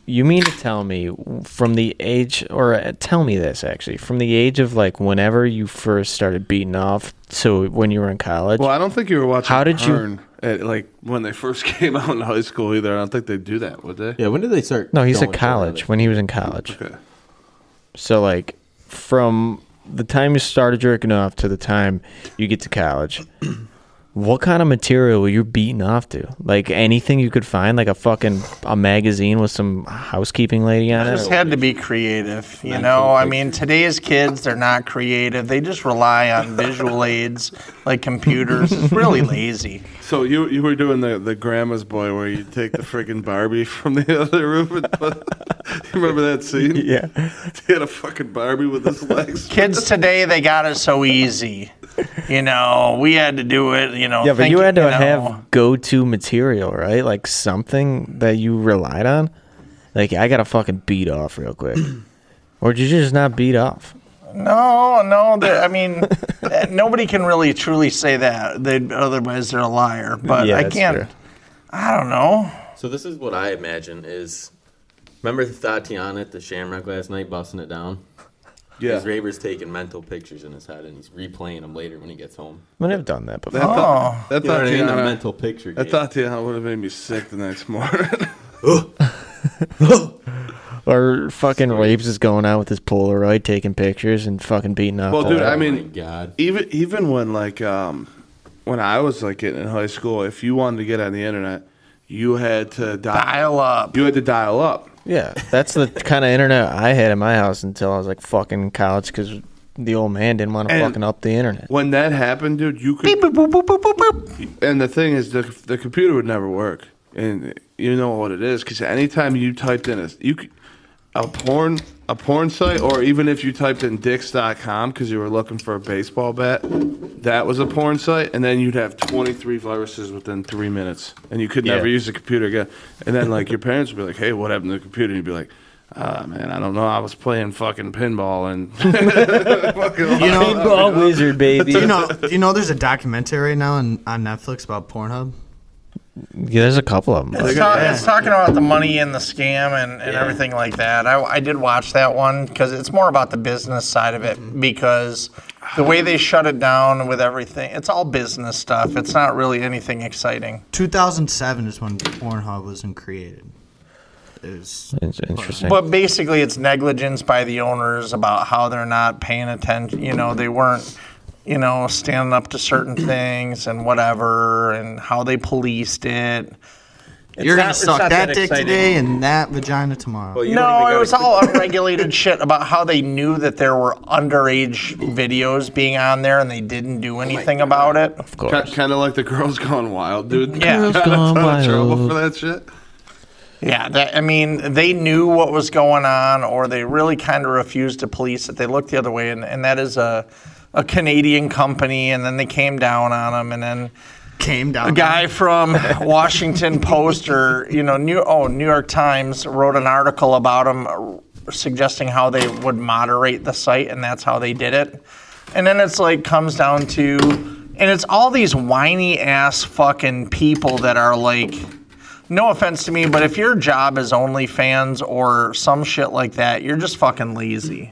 D: you mean to tell me from the age, or uh, tell me this actually, from the age of like whenever you first started beating off to when you were in college?
B: Well, I don't think you were watching.
D: How did you-
B: Pern At, like when they first came out in high school, either. I don't think they do that, would they?
G: Yeah, when did they start?
D: no, he's
G: going
D: at
G: for
D: college
G: it?
D: when he was in college.
B: Okay.
D: So, like from the time you started jerking off to the time you get to college. What kind of material were you beating off to? Like anything you could find, like a fucking a magazine with some housekeeping lady on it.
A: Just had to be creative, you know. I mean, today's kids they're not creative. They just rely on visual aids like computers. It's really lazy.
B: So you you were doing the, the grandma's boy where you take the freaking Barbie from the other room. And put, you remember that scene?
D: Yeah.
B: He had a fucking Barbie with his legs.
A: Kids today they got it so easy. You know, we had to do it. Oh, You know,
D: Yeah, but
A: think-
D: you had to
A: know.
D: have go-to material, right? Like something that you relied on. Like I gotta fucking beat off real quick, or did you just not beat off?
A: No, no. the- I mean, eh, nobody can really truly say that. They'd, otherwise, they're a liar. But I
D: that's
A: can't.
D: fair.
A: I don't know.
F: So this is what I imagine is. Remember Tatiana at the Shamrock last night, busting it down.
B: Yeah.
F: Because Raver's taking mental pictures in his head, and he's replaying them later when he gets home.
D: I mean, I've done that before.
A: Oh,
B: That
F: You know what I mean? The
B: Tatiana,
G: mental picture.
B: that
G: Game.
B: Tatiana would have made me sick the next morning.
D: Or fucking Raves is going out with his Polaroid, taking pictures and fucking beating off.
B: well,
D: to
B: dude,
D: that.
B: I
G: oh
B: mean,
G: my god.
B: even even when like um when I was like in in high school, if you wanted to get on the internet, you had to dial
A: dial up.
B: you had to dial up.
D: Yeah, that's the kind of internet I had in my house until I was like fucking in college because the old man didn't want to
B: And-
D: fucking up the internet.
B: When that happened, dude, you could. And the thing is, the the computer would never work, and you know what it is, because anytime you typed in a you could, a porn a porn site, or even if you typed in dicks.com because you were looking for a baseball bat, that was a porn site, and then you'd have twenty three viruses within three minutes, and you could never use the computer again. And then like your parents would be like, "Hey, what happened to the computer?" And you'd be like. Ah man, I don't know. I was playing fucking pinball and
E: You know,
D: Pinball wizard, baby.
E: you know, you know. There's a documentary right now on, on Netflix about Pornhub.
D: yeah, there's a couple of them.
A: It's, ta- it's talking about the money and the scam and, and everything like that. I, I did watch that one because it's more about the business side of it because the way they shut it down with everything, it's all business stuff. It's not really anything exciting.
E: 2007 is when Pornhub was created. It was
D: It's interesting.
A: But basically, it's negligence by the owners about how they're not paying attention. You know, they weren't, you know, standing up to certain things and whatever and how they policed it.
E: You're
A: not-
E: gonna
A: it's
E: suck
A: not
E: that,
A: that
E: dick
A: exciting.
E: today and that vagina tomorrow.
F: Well, you don't even
A: No, it
F: gotta
A: was
F: click-
A: all unregulated shit about how they knew that there were underage videos being on there and they didn't do anything about it.
D: of course.
B: kind of like the girls gone wild, dude.
A: Yeah. Girls
B: Got a
D: Gone
B: ton of trouble
D: Wild.
B: for that shit.
A: Yeah, that, I mean, they knew what was going on, or they really kind of refused to police it. They looked the other way, and, and that is a, a Canadian company, and then they came down on them, and then
E: Came down.
A: a guy from Washington Post or you know New oh New York Times wrote an article about him suggesting how they would moderate the site and that's how they did it. And then it's like comes down to and it's all these whiny ass fucking people that are like no offense to me, but if your job is OnlyFans or some shit like that, you're just fucking lazy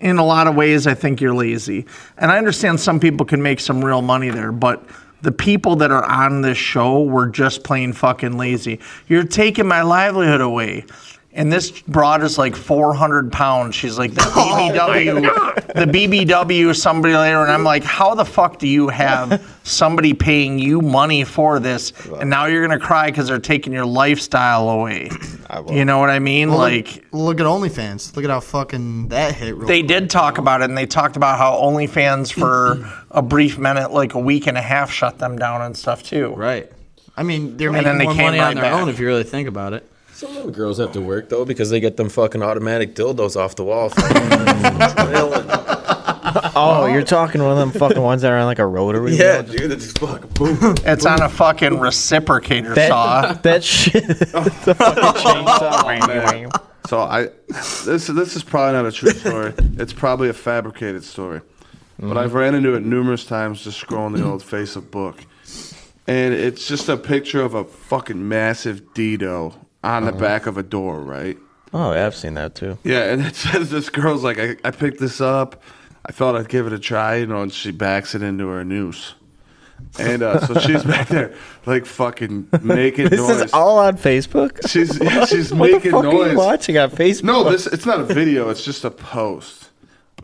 A: in a lot of ways, I think you're lazy. And I understand some people can make some real money there, but the people that are on this show were just plain fucking lazy. You're taking my livelihood away. And this broad is like 400 pounds. She's like E the BBW, the BBW, somebody later. And I'm like, how the fuck do you have somebody paying you money for this? And now you're gonna cry because they're taking your lifestyle away. You know what I mean? like
E: Look at OnlyFans. Look at how fucking that hit. Real
A: they did talk about it, and they talked about how OnlyFans for a brief minute, like a week and a half, shut them down and stuff too.
E: right. I mean, they're
A: And
E: making
A: then they
E: more
A: came
E: money
A: right
E: on their
A: back.
E: own if you really think about it.
F: Some of the girls have to work though because they get them fucking automatic dildos off the wall. Fucking-
D: Oh, you're talking one of them fucking ones that are on like a rotary.
F: yeah, dude, it's just fucking boom.
A: It's on a fucking reciprocator saw.
D: That, that shit. the fucking chainsaw.
B: So I, this this is probably not a true story. it's probably a fabricated story, but I've ran into it numerous times just scrolling the old Facebook book, and it's just a picture of a fucking massive Dido on the
D: Uh-huh.
B: back of a door, right?
D: oh, yeah, I've seen that too.
B: Yeah, and it says this girl's like, I, I picked this up, I thought I'd give it a try, you know, and she backs it into her noose. And uh, so she's back there, like fucking making
D: This
B: noise.
D: is all on Facebook.
B: she's yeah, she's
D: What the
B: making
D: fuck are
B: noise.
D: you watching on Facebook?
B: No, this it's not a video. It's just a post,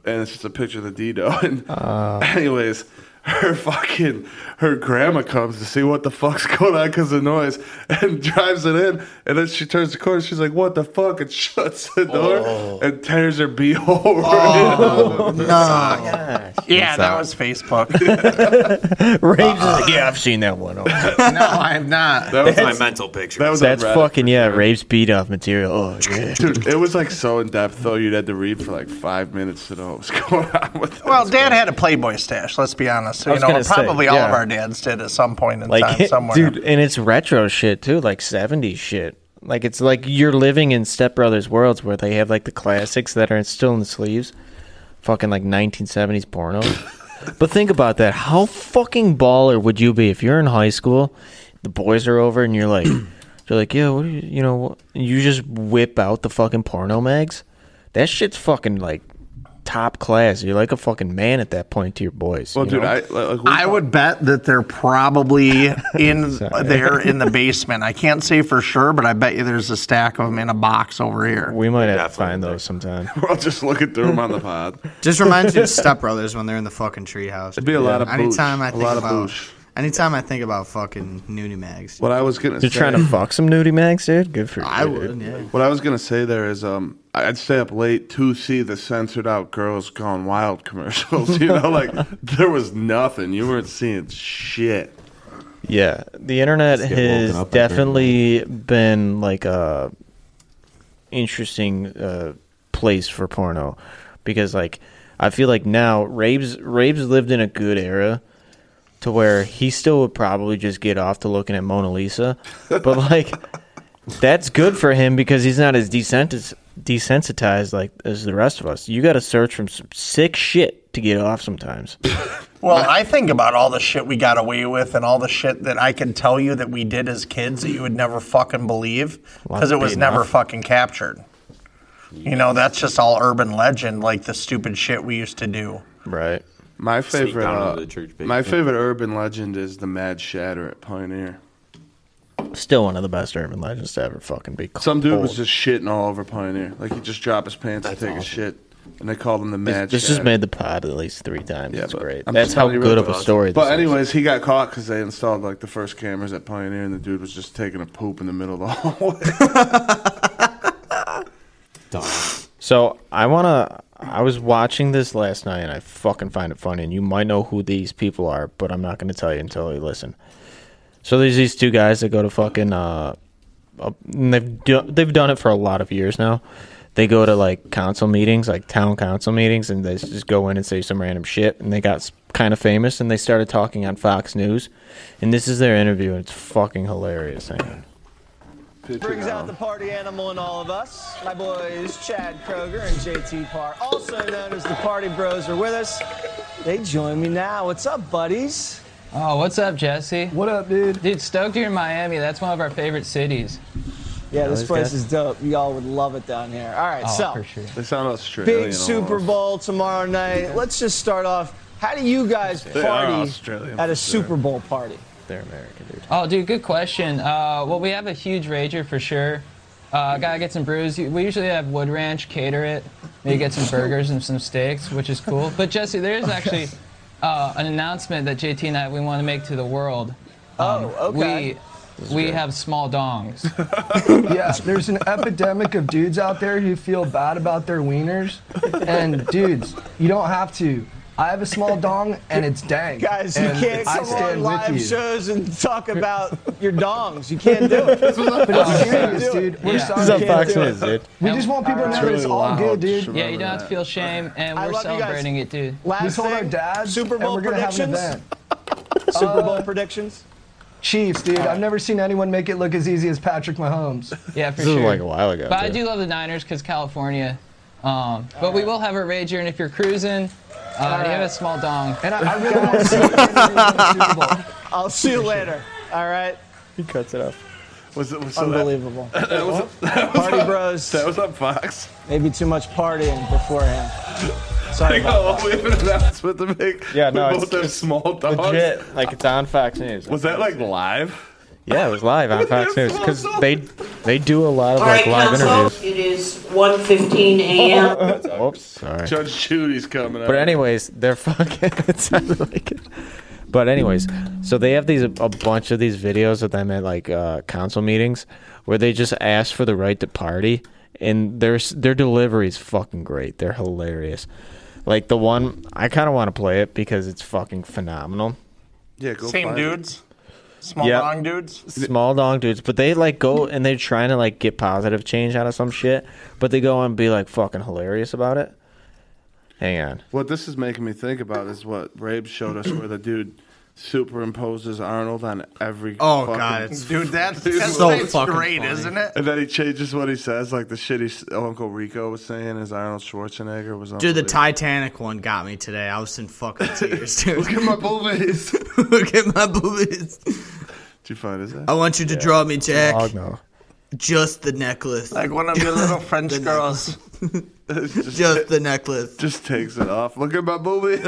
B: and it's just a picture of the Dido. And
D: Ah.
B: anyways, her fucking her grandma comes to see what the fuck's going on because of the noise, and drives it in. And then she turns the corner. She's like, "What the fuck?" And shuts the door
D: Oh.
B: and tears her beehole. Oh,
A: yeah, that was Facebook.
D: Rage is
B: uh,
D: like, yeah, I've seen that one. Oh,
A: no, I have not.
B: that was
F: My
B: like,
F: mental picture.
B: that was on
D: that's
B: Reddit.
D: fucking yeah, Rave's beat off material. Oh, yeah.
B: Dude, it was like so in depth though. You'd had to read for like five minutes to know what was going on with. it.
A: Well, Dad had a Playboy stash. Let's be honest. You
D: was
A: know,
D: gonna say,
A: probably all of
D: yeah.
A: our dads did at some point in
D: like
A: time somewhere.
D: dude and it's retro shit too like 70s shit like it's like you're living in step brothers worlds where they have like the classics that are still in the sleeves fucking like 1970s porno but think about that how fucking baller would you be if you're in high school the boys are over and you're like they're like yeah what do you you know what-" you just whip out the fucking porno mags that shit's fucking like top class you're like a fucking man at that point to your boys
B: well,
D: you
B: dude,
D: know?
B: I like, we
A: I would bet that they're probably in there in the basement. I can't say for sure, but I bet you there's a stack of them in a box over here.
D: we might have to
F: Definitely.
D: find those sometime
B: we're all just looking through them on the pod.
E: Just reminds you of Step Brothers when they're in the fucking treehouse.
B: It'd be a lot of boosh.
E: Anytime I
B: a
E: think
B: lot of
E: about
B: boosh.
E: Anytime I think about fucking nudie mags,
B: What I was gonna
D: You're
B: say,
D: trying to fuck some nudie mags, dude? Good for you.
E: I
D: dude.
E: would. Yeah.
B: what I was gonna say there is, um, I'd stay up late to see the censored out girls gone wild commercials. You know, like there was nothing. You weren't seeing shit.
D: Yeah, the internet
H: get woken
D: has
H: up every
D: definitely been like a interesting uh, place for porno because like I feel like now Rabe's Rabe's lived in a good era to where he still would probably just get off to looking at Mona Lisa, but like that's good for him because he's not as desensitized, desensitized like as the rest of us. You got to search from some sick shit to get off sometimes.
A: Well, I think about all the shit we got away with and all the shit that I can tell you that we did as kids that you would never fucking believe because it was
D: beating
A: never
D: off.
A: fucking captured. You know, that's just all urban legend, like the stupid shit we used to do.
D: Right.
B: My
I: Sneak
B: favorite,
I: down
B: uh,
I: into the church basement.
B: my favorite urban legend is the Mad Shatter at Pioneer.
D: Still one of the best urban legends to ever fucking be called.
B: Some dude was just shitting all over Pioneer. Like he just dropped his pants and take a shit, and they called him the Mad.
D: This has
B: Shatter.
D: made the pod at least three times.
B: Yeah,
D: it's
B: but
D: great.
B: I'm
D: That's
B: just
D: how
B: telling you
D: good
B: real
D: of a
B: fast.
D: story.
B: But
D: this is.
B: anyways, he got caught because they installed like the first cameras at Pioneer, and the dude was just taking a poop in the middle of the hallway.
D: so I wanna. I was watching this last night, and I fucking find it funny. And you might know who these people are, but I'm not gonna tell you until you listen. So there's these two guys that go to fucking. Uh, uh, and they've do, they've done it for a lot of years now. They go to like council meetings, like town council meetings, and they just go in and say some random shit. And they got kind of famous, and they started talking on Fox News. And this is their interview, and it's fucking hilarious. Hang on.
J: Brings out the party animal in all of us. My boys Chad Kroger and JT Parr, also known as the Party Bros, are with us. They join me now. What's up, buddies?
K: Oh, what's up, Jesse?
J: What up, dude?
K: Dude, stoked you're in Miami. That's one of our favorite cities.
J: Yeah, this
K: these
J: place
K: guys?
J: is dope. Y'all would love it down here. All right,
K: Oh,
J: so
K: for sure.
B: they sound Australian.
J: big Super
B: almost.
J: Bowl tomorrow night. Let's just start off. How do you guys
B: They are
J: party
B: Australian
J: at
B: for
J: a
B: sure.
J: Super Bowl party?
D: They're American, dude.
K: Oh, dude, good question. Uh, well, we have a huge rager for sure. Uh, gotta get some brews. We usually have Wood Ranch cater it. Maybe get some burgers and some steaks, which is cool. But Jesse, there is actually uh, an announcement that JT and I we want to make to the world. Um,
J: oh, okay.
K: We we have small dongs.
L: Yeah, there's an epidemic of dudes out there who feel bad about their wieners. And dudes, you don't have to. I have a small dong and it's dank.
J: Guys, you
L: and
J: can't
L: I
J: come on
L: stand with
J: live
L: you.
J: shows and talk about your dongs. You can't do it.
L: But it's serious, dude. We're
K: Yeah.
L: sorry.
D: This is on
J: can't
D: Fox
J: do it.
D: News, dude.
L: We just want people to know that it's all good, dude.
K: yeah, you don't have to feel shame, and
J: I
K: we're
J: love you guys.
K: celebrating it, dude.
J: Last
L: We told our
J: thing,
L: dads
J: Super Bowl
L: and we're gonna have an
J: predictions.
L: event. Uh,
J: Super Bowl predictions.
L: Chiefs, dude. I've never seen anyone make it look as easy as Patrick Mahomes.
K: Yeah, for
D: This
K: sure.
D: was like a while ago.
K: But I
D: too.
K: do love the Niners because California. Um, but we will have a rager, and if you're cruising, uh, you have a small dong.
L: And I, I really want to see it in the Super Bowl.
J: I'll see you later. All right.
D: He cuts it off.
B: Was it was so that,
J: Unbelievable. Party bros.
B: that was on Fox?
J: Maybe too much partying beforehand. Sorry
B: They
J: about
B: got all the way to announce with the big.
D: Yeah, no,
B: with
D: it's-
B: both those small dogs.
D: Legit, like it's on Fox News.
B: Was that like live?
D: Yeah, it was live on Fox News because they they do a lot of like live interviews.
C: It is 1.15 a.m.
D: Oops, sorry.
B: Judge Judy's coming up.
D: But anyways, they're fucking. It sounded like it. But anyways, so they have these a bunch of these videos of them at like uh, council meetings where they just ask for the right to party, and their s- their delivery is fucking great. They're hilarious. Like the one I kind of want to play it because it's fucking phenomenal.
B: yeah, go
A: Same
B: find it.
A: dudes, small
D: Yep.
A: dong dudes.
D: small dong dudes, but they like go and they're trying to like get positive change out of some shit, but they go and be like fucking hilarious about it. Hang on.
B: What this is making me think about is what Rabe showed us, where the dude superimposes Arnold on every.
E: Oh,
B: fucking-
E: God, it's-
A: Dude, that's, that's,
E: so
A: that's
E: fucking
A: great,
E: funny.
A: isn't it?
B: And then he changes what he says, like the shit he, s- Uncle Rico was saying is Arnold Schwarzenegger was.
E: Dude, the
B: unbelievable.
E: Titanic one got me today. I was in fucking tears, dude.
B: Look at my boobies. Did
E: Look at my boobies.
B: you find his?
E: I want you to draw me, Jack.
D: Dog no.
E: Just the necklace.
A: Like one of your little French girls.
B: just,
E: Just the necklace.
B: just takes it off. Look at my boobies.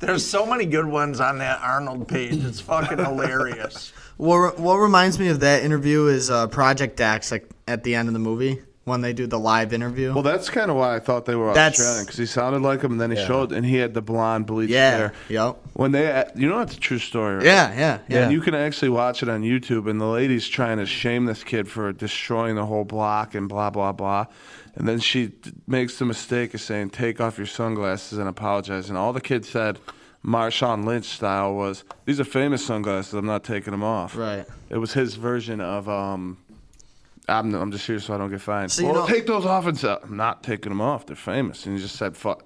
A: There's so many good ones on that Arnold page. It's fucking hilarious.
E: What, what reminds me of that interview is uh, Project Dax, like at the end of the movie. when they do the live interview. Well,
B: that's kind of why I thought they were
E: That's-
B: Australian because he sounded like him, and then he
E: Yeah.
B: showed, and he had the blonde bleached
E: Yeah,
B: hair.
E: Yep.
B: When they, uh, you know, it's a true story. Right?
E: Yeah, yeah, yeah.
B: And you can actually watch it on YouTube, and the lady's trying to shame this kid for destroying the whole block and blah blah blah, and then she d- makes the mistake of saying, "Take off your sunglasses and apologize," and all the kid said. Marshawn Lynch style was these are famous sunglasses. I'm not taking them off.
E: Right.
B: It was his version of um, I'm I'm just here so I don't get fined.
E: So you know-
B: well, take those off and sell. I'm not taking them off. They're famous. And he just said, "Fuck."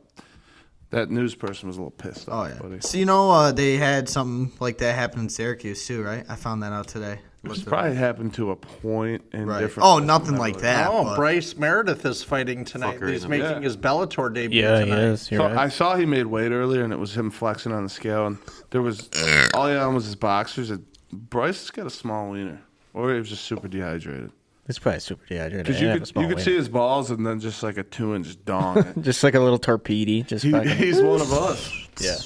B: That news person was a little pissed off. Oh yeah.
E: So you know uh, they had something like that happen in Syracuse too, right? I found that out today.
B: It's
E: Looked it
B: probably
E: up.
B: happened to a point in
E: Right.
B: different.
E: Oh, nothing like that,
A: Oh,
B: but-
A: Bryce Meredith is fighting tonight.
B: Fucker
A: He's
B: in the
A: making
B: middle.
A: his Bellator debut tonight.
B: So I saw he made weight earlier, and it was him flexing on the scale, and there was all he had on was his boxers. And Bryce has got a small wiener, or he was just super dehydrated.
D: It's probably super dehydrated.
B: Because
D: I
B: you
D: have a
B: could
D: small
B: you could
D: wiener.
B: see his balls, and then just like a two inch dong.
D: just like a little torpedo. Just
B: He-
D: fucking-
B: he's one of us.
D: Yeah.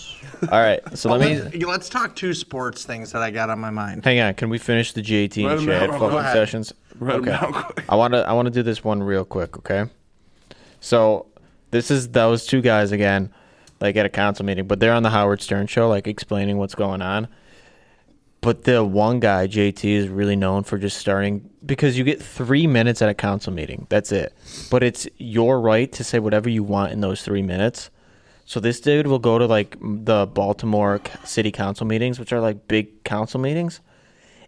D: All right. So
A: Well,
D: let me
A: let's, let's talk two sports things that I got on my mind.
D: Hang on, can we finish the JT
A: Write
D: and
A: 'em
D: Chad
A: down, go
D: fucking
A: ahead.
D: sessions?
A: Write 'em down quick.
D: I want to. I want to do this one real quick. Okay. So this is those two guys again, like at a council meeting, but they're on the Howard Stern show, like explaining what's going on. But the one guy, JT, is really known for just starting because you get three minutes at a council meeting. That's it. But it's your right to say whatever you want in those three minutes. So this dude will go to like the Baltimore c- city council meetings, which are like big council meetings,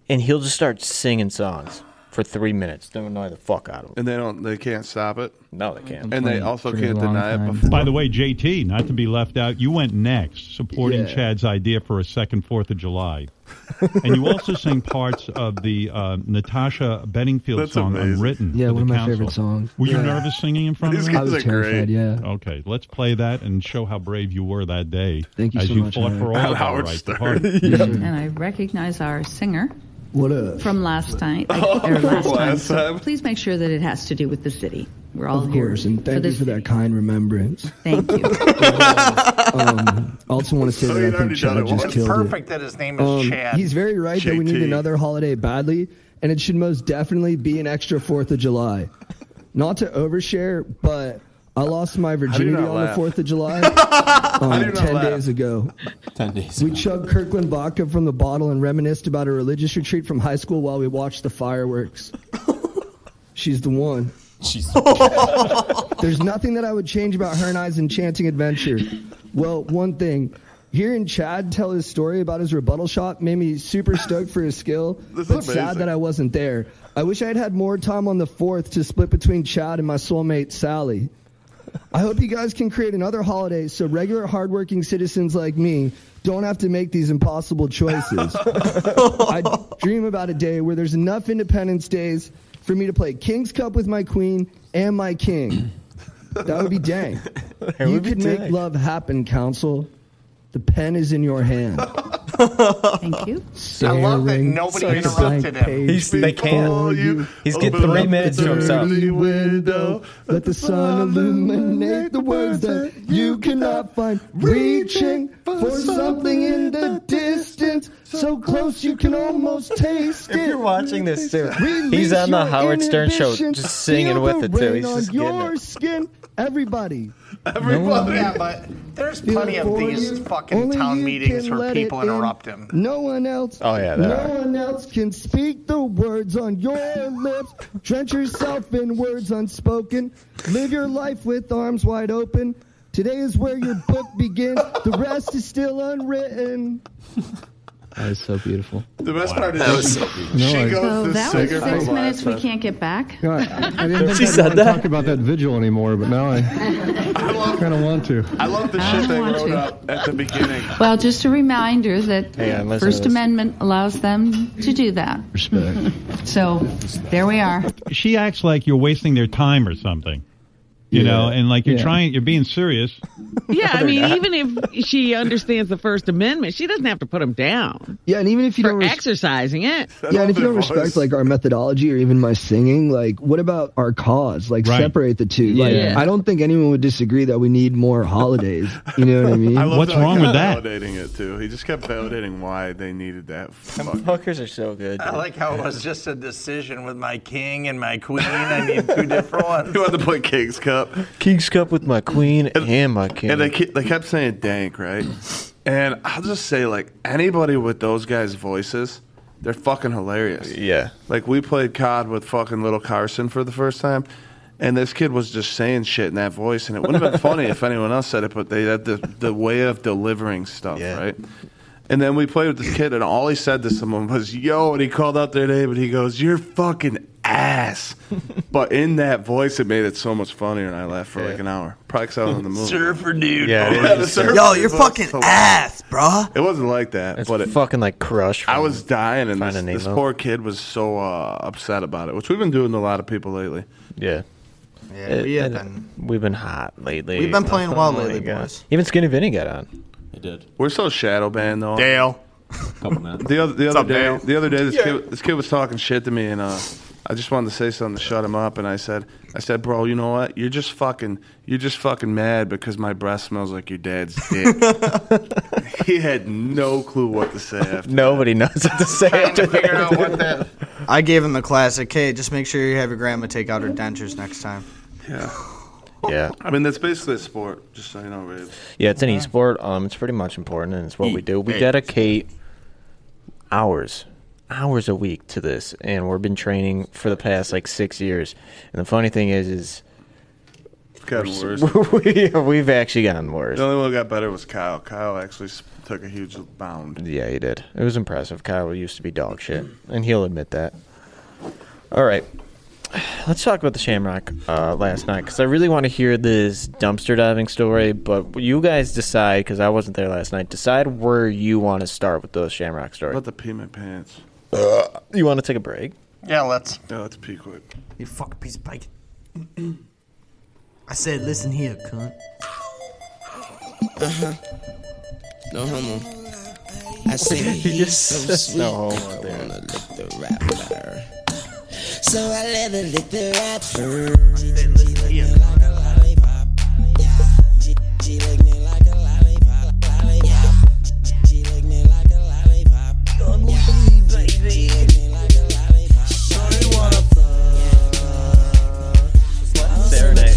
D: and he'll just start singing songs for three minutes. Don't annoy the fuck out of him.
B: And they don't. They can't stop it.
D: No, they can't.
B: And they also can't deny it. Before.
M: By the way, JT, not to be left out, you went next, supporting
B: Yeah.
M: Chad's idea for a second Fourth of July, and you also sang parts of the uh, Natasha Bedingfield
L: That's
M: song
L: amazing.
M: "Unwritten."
L: Yeah,
M: for
L: one
M: the
L: of my
M: council.
L: favorite songs.
M: Were you
L: Yeah.
M: nervous singing in front of
L: These
M: them?
L: guys I was are terrified, great. yeah.
M: Okay, let's play that and show how brave you were that day.
L: Thank you
M: as
L: so
M: you
L: much,
M: fought
L: Howard.
M: for all of our
L: Howard
M: right to
L: Stern.
M: party.
G: Mm-hmm.
N: and I recognize our singer
L: What up?
N: from last night.
L: Oh,
N: or last,
L: from
N: time.
L: last
N: So
L: time.
N: please make sure that it has to do with the city. We're all
L: of
N: here.
L: course, and thank
N: for
L: you
N: this
L: for that kind remembrance.
N: Thank you.
L: um, I also want to say
A: So
L: that
A: you'd
L: I
A: already
L: think
A: done
L: Chad
A: it
L: just
A: once.
L: killed
A: Perfect
L: it. Um,
A: that his name is Chad.
L: He's very right that we need
A: JT.
L: another holiday badly, and it should most definitely be an extra Fourth of July. Not to overshare, but I lost my virginity
B: not
L: on
B: laugh?
L: the Fourth of July
B: How
L: um,
B: do you not
L: ten
B: laugh?
L: days ago. Ten days. We chugged Kirkland vodka from the bottle and reminisced about a religious retreat from high school while we watched the fireworks. She's the one. She's There's nothing that I would change about her and I's enchanting adventure. Well, one thing. Hearing Chad tell his story about his rebuttal shot made me super stoked for his skill,
B: This is
L: but
B: amazing.
L: sad that I wasn't there. I wish I had had more time on the fourth to split between Chad and my soulmate Sally. I hope you guys can create another holiday so regular hardworking citizens like me don't have to make these impossible choices. I dream about a day where there's enough Independence Days for me to play King's Cup with my queen and my king. That would be dang. you
D: would be
L: could
D: dank.
L: make love happen, Council. The pen is in your hand.
N: Thank you.
L: I love that nobody
A: interrupted him.
D: He's- they can't. He's getting three minutes to himself.
L: Window, let the sun illuminate the words that you cannot find. Reaching for something in the distance, so close you can almost taste it.
D: If you're watching this too, he's on the Howard Stern show, just singing with it too. He's just getting it.
L: your skin, everybody.
A: Well, yeah, but there's plenty of these fucking town meetings where people interrupt him.
L: No one else.
D: Oh, yeah,
L: No
D: there are.
L: one else can speak the words on your lips. Drench yourself in words unspoken. Live your life with arms wide open. Today is where your book begins. The rest is still unwritten.
G: That is so beautiful.
B: The best part is
G: That was so beautiful.
B: she,
G: No, Oh, I-
N: So
B: goes to
N: that was
B: singer for
N: six
B: the last
N: minutes we
B: time.
N: can't get back.
G: Yeah, I, I didn't think I'd want to talk about that vigil anymore, but now I, kind of want to. Uh,
B: I love the
N: Oh, I
B: shit
N: don't
B: they
N: want
B: wrote
N: to.
B: up at the beginning.
N: Well, just a reminder that
B: Hang on,
N: the
B: listen to
N: First
B: this.
N: Amendment allows them to do that.
G: Respect.
N: So there we are.
M: She acts like you're wasting their time or something. You
O: Yeah.
M: know, and like you're
O: Yeah.
M: trying, you're being serious.
O: Yeah, I
M: They're
O: mean,
M: not.
O: even if she understands the First Amendment, she doesn't have to put him down.
L: Yeah, and even if you
O: for
L: don't res-
O: exercising it.
L: Yeah, and if you don't respect like our methodology or even my singing, like what about our cause? Like
O: Right.
L: separate the two. Like
O: Yeah.
L: I don't think anyone would disagree that we need more holidays. You know what I mean?
B: I love how he kept Validating it too. He just kept validating why they needed that. Fuckers
D: are so good.
A: I like how it was just a decision with my king and my queen. I mean, two different ones.
B: You wanted to play King's Cup,
D: King's Cup with my queen and, my king.
B: and they ke- they kept saying "dank," right? And I'll just say, like anybody with those guys' voices, they're fucking hilarious.
D: Yeah.
B: Like we played COD with fucking little Carson for the first time, and this kid was just saying shit in that voice, and it wouldn't have been funny if anyone else said it, but they had the the way of delivering stuff, right? And then we played with this kid, and all he said to someone was "Yo," and he called out their name, and he goes, "You're fucking ass," but in that voice, it made it so much funnier, and I laughed for like an hour. Probably 'cause I was on Oh, the movie.
A: Surfer dude.
B: the surfer
E: Yo,
B: dude
E: you're
B: was
E: fucking
B: hilarious.
E: ass, bro.
B: It wasn't like that, but it
D: fucking like crush.
B: I was dying, and this,
D: Finding
B: this
D: Nemo.
B: poor kid was so uh, upset about it, which we've been doing to a lot of people lately.
D: Yeah.
E: Yeah, we have
D: It-
E: been.
D: We've been hot lately.
E: We've been playing well lately,
D: Oh my God.
E: boys.
D: Even Skinny Vinny got on.
F: He did.
B: We're so shadow banned though. Dale. The other the other
F: up,
B: day,
F: Dale?
B: the other day, this
F: Yeah.
B: kid this kid was talking shit to me, and uh, I just wanted to say something to shut him up, and I said, I said, bro, you know what? You're just fucking, you're just fucking mad because my breath smells like your dad's dick. he had no clue what to say. After.
D: Nobody knows what to say. after that.
E: I gave him the classic. Hey, just make sure you have your grandma take out her dentures next time.
B: Yeah.
D: Yeah.
B: I mean, that's basically a sport. Just so you know, Rabe.
D: Yeah, it's an e-sport. Um, it's pretty much important, and it's what we do. We
B: E- Hey.
D: dedicate hours, hours a week to this, and we've been training for the past like six years. And the funny thing is, is
B: gotten
D: we're s-
B: worse.
D: we, we've actually gotten worse.
B: The only one who got better was Kyle. Kyle actually s- took a huge bound.
D: Yeah, he did. It was impressive. Kyle used to be dog shit, and he'll admit that. All right, let's talk about the Shamrock uh, last night because I really want to hear this dumpster diving story. But you guys decide because I wasn't there last night. Decide where you want to start with the Shamrock story.
B: About to pee my pants.
D: you want to take a break?
A: Yeah, let's.
B: Yeah, let's pee quick.
E: You fuck piece of bacon. I said, listen here, cunt.
C: Uh-huh. No homo. I say
D: You just
C: so
D: said
C: sweet.
D: no homo
C: I
D: there.
C: wanna lick the rapper. So I let her lick the rapper. She lick me like a lollipop. She- She lick me like a lollipop. Lollipop. She- She lick me like a lollipop. She- She lick me like a lollipop.
D: Serenade.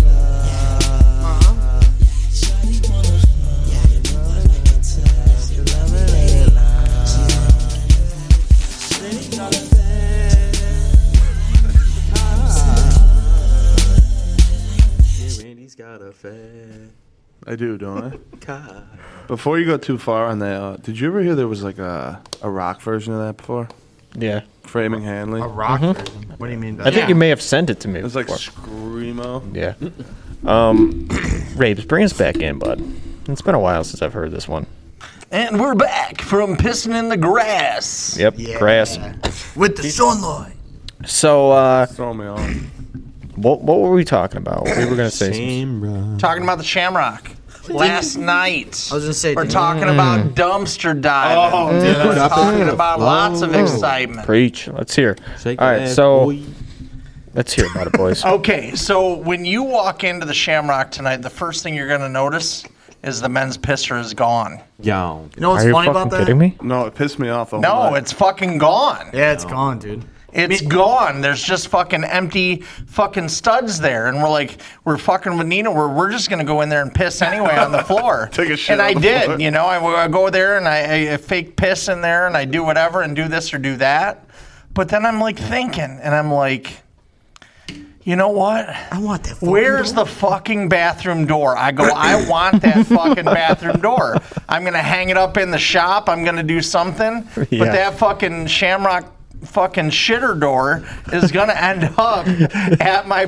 F: Yeah, Randy's got a fat
B: I do, don't I?
F: cock.
B: Before you go too far on that, uh, did you ever hear there was like a, a rock version of that before?
D: Yeah.
B: Framing Hanley. A
E: rock version? What do you mean?
D: Mm-hmm. I think you may have sent it to me.
B: It was like
D: before.
B: Screamo.
D: Yeah. Um, Rapes, bring us back in, bud. It's been a while since I've heard this one.
A: And we're back from pissing in the grass.
D: Yep, grass.
A: With the sunlight.
D: So, uh,
B: throw me on.
D: What what were we talking about? We were gonna say
A: Talking about the Shamrock. Last night, I was
E: gonna say
A: we're talking about dumpster diving.
D: Oh, dude,
A: we're
D: that's
A: talking
D: beautiful.
A: about lots of
D: Oh.
A: excitement.
D: preach. Let's hear.
A: Shake
D: All
A: your
D: right,
A: ass,
D: so let's hear about it, boys.
A: Okay, so when you walk into the Shamrock tonight, the first thing you're gonna notice is the men's pisser is gone.
F: Yo.
A: You know what's
D: Are you
A: funny about
D: fucking
A: that?
D: kidding me?
B: No, it pissed me off. The whole
A: No,
B: night.
A: it's fucking gone.
E: Yeah, it's gone, dude.
A: It's gone. There's just fucking empty fucking studs there. And we're like, we're fucking with Nina. We're, we're just going to go in there and piss anyway on the floor.
B: Take a shit
A: And
B: on
A: I
B: the
A: did.
B: floor.
A: You know, I, I go there and I, I fake piss in there and I do whatever and do this or do that. But then I'm like thinking and I'm like, you know what? I
E: want that.
A: Where's the fucking bathroom door? I go. I want that fucking bathroom door. I'm gonna hang it up in the shop. I'm gonna do something.
D: Yeah.
A: But that fucking Shamrock fucking shitter door is gonna end up at my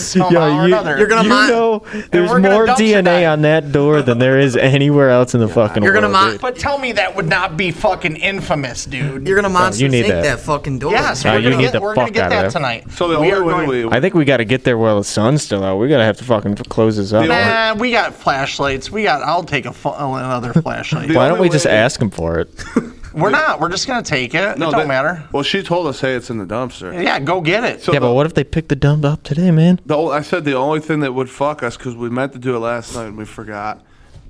A: somehow or another.
D: you know there's
A: we're gonna
D: more
A: dumpster
D: DNA on that door than there is anywhere else in the fucking
A: You're gonna
D: world.
A: mon-
D: dude.
A: but tell me that would not be fucking infamous, dude. You're
E: gonna
D: No, monster you need sink that. that
E: fucking door.
A: Yes,
D: No,
A: we're
D: you
A: gonna
D: need
A: get,
D: the
A: we're gonna
D: fuck
A: get
D: out of
A: that
D: there.
A: tonight.
B: So the
A: we
B: only
A: are
B: way
A: going.
B: we-
D: I think we got to get there while the sun's still out. We got to have to fucking close this up. Why
A: Man, we got flashlights. We got. I'll take a fu- oh, another flashlight.
D: don't we just ask him for it?
A: We're not. We're just gonna take it. it don't
B: that-
A: matter.
B: Well, she told us, hey, it's in the dumpster.
A: Yeah, go get it.
D: yeah, but what if they pick the dump up today, man?
B: The ol- I said the only thing that would fuck us because we meant to do it last night and we forgot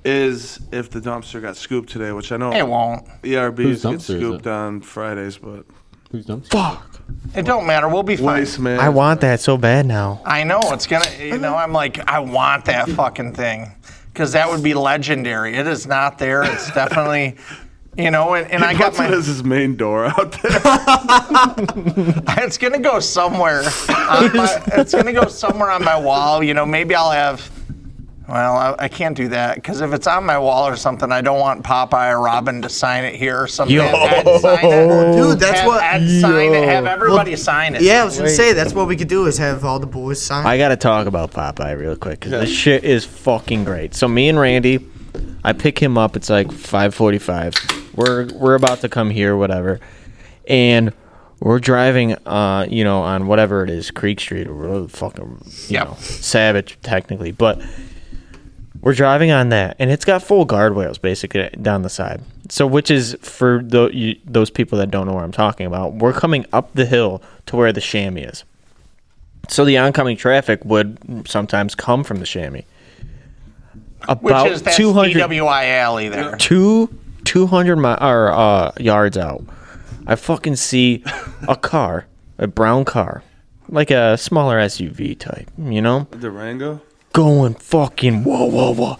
B: is if the dumpster got scooped today, which I know
A: It won't.
B: ERBs
A: Whose dumpster
B: get
A: is it?
B: scooped on Fridays, but
M: who's dumpster?
D: Fuck.
A: It don't matter. We'll be fine.
B: Waste man.
D: I want that so bad now.
A: I know it's gonna. You know, I'm like, I want that fucking thing because that would be legendary. It is not there. It's definitely, you know, and, and
B: He
A: I got
B: puts
A: my.
B: it as his main door out there.
A: It's gonna go somewhere. on my- it's gonna go somewhere on my wall. You know, maybe I'll have. Well, I, I can't do that because if it's on my wall or something, I don't want Popeye or Robin to sign it here or something.
D: Yo.
A: Have Ed sign
D: Oh.
A: it.
E: Dude, that's
A: have
E: what-
A: Ed sign it. Have
E: Yo.
A: everybody sign it.
E: Yeah, I was gonna say that's what we could do is have all the boys sign.
D: I gotta talk about Popeye real quick because this shit is fucking great. So me and Randy, I pick him up. It's like 5:45. We're we're about to come here, whatever, and we're driving, uh, you know, on whatever it is, Creek Street or whatever the fucking, you know, Savage technically, but we're driving on that, and it's got full guardrails basically down the side. So, which is for tho- you, those people that don't know what I'm talking about, we're coming up the hill to where the chamois is. So the oncoming traffic would sometimes come from the chamois.
A: Which
D: About
A: is that
D: 200
A: DWI alley there.
D: two 200 mi- or, uh, yards out i fucking see a car a brown car like a smaller suv type you know
B: Durango?
D: going fucking whoa whoa whoa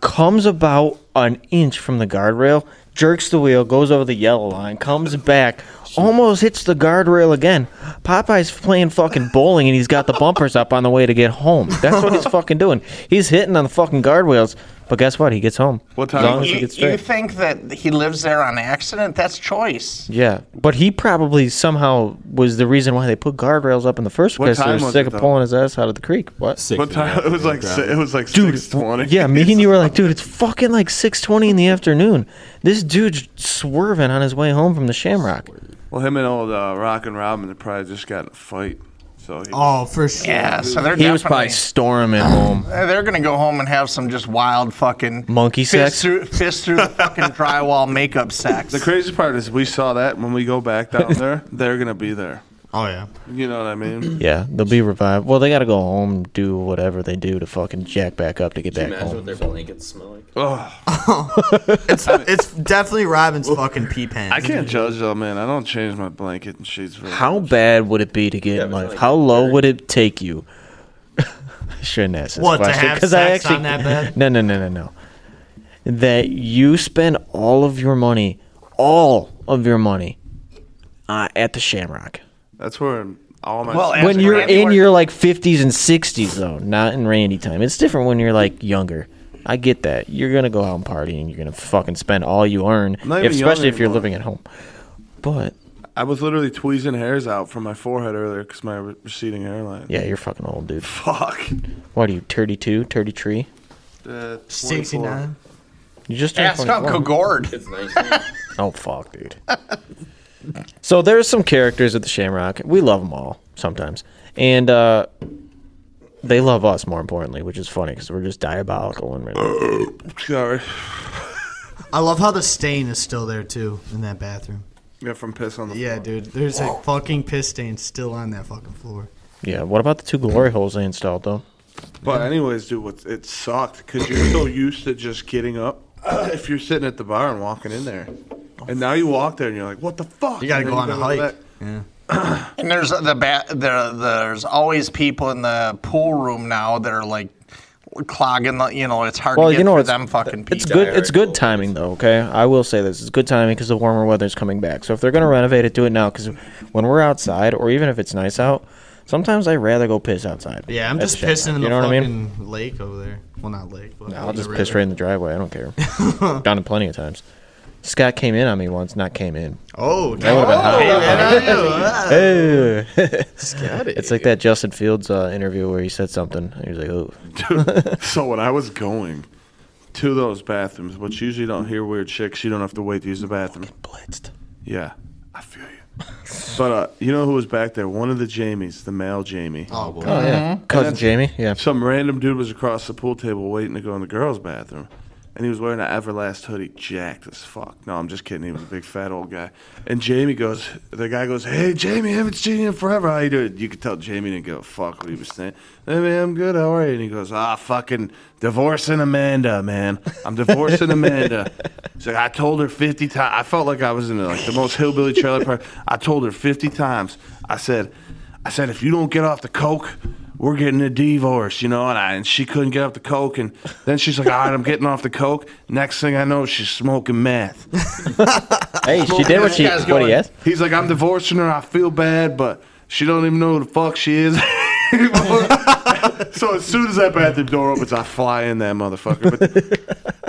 D: comes about an inch from the guardrail jerks the wheel goes over the yellow line comes back almost hits the guardrail again popeye's playing fucking bowling and he's got the bumpers up on the way to get home that's what he's fucking doing he's hitting on the fucking guardrails but guess what he gets home what as long as he
A: You,
D: gets
A: you
D: straight.
A: think that he lives there on accident? That's choice.
D: yeah but he probably somehow was the reason why they put guardrails up in the first
B: What
D: place
B: time
D: they were
B: was
D: sick
B: it,
D: of
B: though?
D: pulling his ass out of the creek what
B: What time? It was like si- it was like six twenty.
D: Yeah, me and you were like, dude, it's fucking like six twenty in the afternoon. This dude's swerving on his way home from the Shamrock.
B: Well, him and old uh, Rock and Robin had probably just got in a fight. So he
E: Oh, for sure.
A: Yeah, so they're
D: He was
A: definitely-
D: probably storming home.
A: Eh, They're gonna go home and have some just wild fucking
D: Monkey
A: fist
D: sex?
A: through, fist through the fucking drywall makeup sex.
B: The crazy part is we saw that when we go back down there, they're gonna be there.
E: Oh yeah.
B: You know what I mean?
D: Yeah, they'll be revived. Well, they gotta go home, do whatever they do to fucking jack back up to get back
F: Imagine what
D: home.
F: their blankets smell like.
E: it's it's definitely Robin's fucking pee pants.
B: I can't judge though, man. I don't change my blanket and sheets. For
D: How bad would it be to get in life? How low would it take you? I shouldn't ask this
E: What, to
D: question
E: have
D: I
E: sex
D: actually
E: on that bed?
D: no no no no no that you spend all of your money, all of your money, uh, at the Shamrock.
B: That's where all my
A: Well,
D: when you're in your like 50s and 60s though not in randy time it's different when you're like younger i get that you're gonna go out and party and you're gonna fucking spend all you earn
B: I'm not
D: if-
B: even young
D: especially if you're
B: anymore.
D: living at home but
B: I was literally tweezing hairs out from my forehead earlier because my re- receding hairline.
D: yeah you're fucking old dude
B: Fuck.
D: what are you 32 33
B: Uh,
E: 69.
D: you just turned
A: Ask Uncle
D: 24.
A: Gord.
F: It's nice.
D: oh fuck dude so there's some characters at the shamrock we love them all sometimes and uh they love us more importantly which is funny because we're just diabolical and we're
B: Sorry.
E: I love how the stain is still there too in that bathroom.
B: Yeah, from piss on the
E: Yeah, dude. There's a fucking piss stain still on that fucking floor.
D: yeah what about the two glory holes they installed though
B: But anyways, dude, what, it sucked because you're so used to just getting up. if you're sitting at the bar and walking in there, and now you walk there and you're like, "What the fuck?"
E: You gotta
B: And
E: go on
B: then
E: a
B: you
E: hike.
B: back.
E: Yeah.
A: And there's the ba- there, there's always people in the pool room now that are like clogging the. You know, it's hard to get through
D: it's-
A: them fucking people.
D: It's good. It's good timing though. Okay, I will say this: it's good timing because the warmer weather is coming back. So if they're gonna renovate it, do it now. Because when we're outside, or even if it's nice out, sometimes I'd rather go piss outside.
E: Yeah, I'm
D: That's
E: just
D: a shame.
E: pissing in the
D: You know what I mean?
E: fucking lake over there. Well, not lake, but
D: I'll
E: the
D: just
E: river.
D: piss right in the driveway. I don't care. Done it plenty of times. Scott came in on me once, not came in.
E: Oh,
D: that would have been hot.
E: Came
D: Hey. It's like that Justin Fields uh, interview where he said something. And he was like, "Oh,
B: Dude, so when I was going to those bathrooms, which usually don't hear weird shit, 'cause you don't have to wait to use the bathroom. blitzed. Yeah, I feel you. but uh, you know who was back there? One of the Jamies, the male Jamie.
E: Oh, boy.
D: Oh, yeah. Cousin Jamie, yeah.
B: Some random dude was across the pool table waiting to go in the girls' bathroom. And he was wearing an Everlast hoodie, jacked as fuck. No, I'm just kidding. He was a big fat old guy. And Jamie goes, the guy goes, "Hey, Jamie, haven't seen you in forever. How you doing?" You could tell Jamie didn't give a fuck what he was saying. Hey man, I'm good. How are you? And he goes, "Ah, fucking divorcing Amanda, man. I'm divorcing Amanda." He's like, "I told her 50 times. I felt like I was in like the most hillbilly trailer park. I told her 50 times. I said, I said, if you don't get off the coke." We're getting a divorce, you know, and I and she couldn't get off the coke, and then she's like, "All right, I'm getting off the coke." Next thing I know, she's smoking meth.
D: hey, she did what she
B: This guy's
D: what he
B: going-
D: asked."
B: He's like, I'm divorcing her. I feel bad, but she don't even know who the fuck she is. so as soon as that bathroom door opens, I fly in that motherfucker. But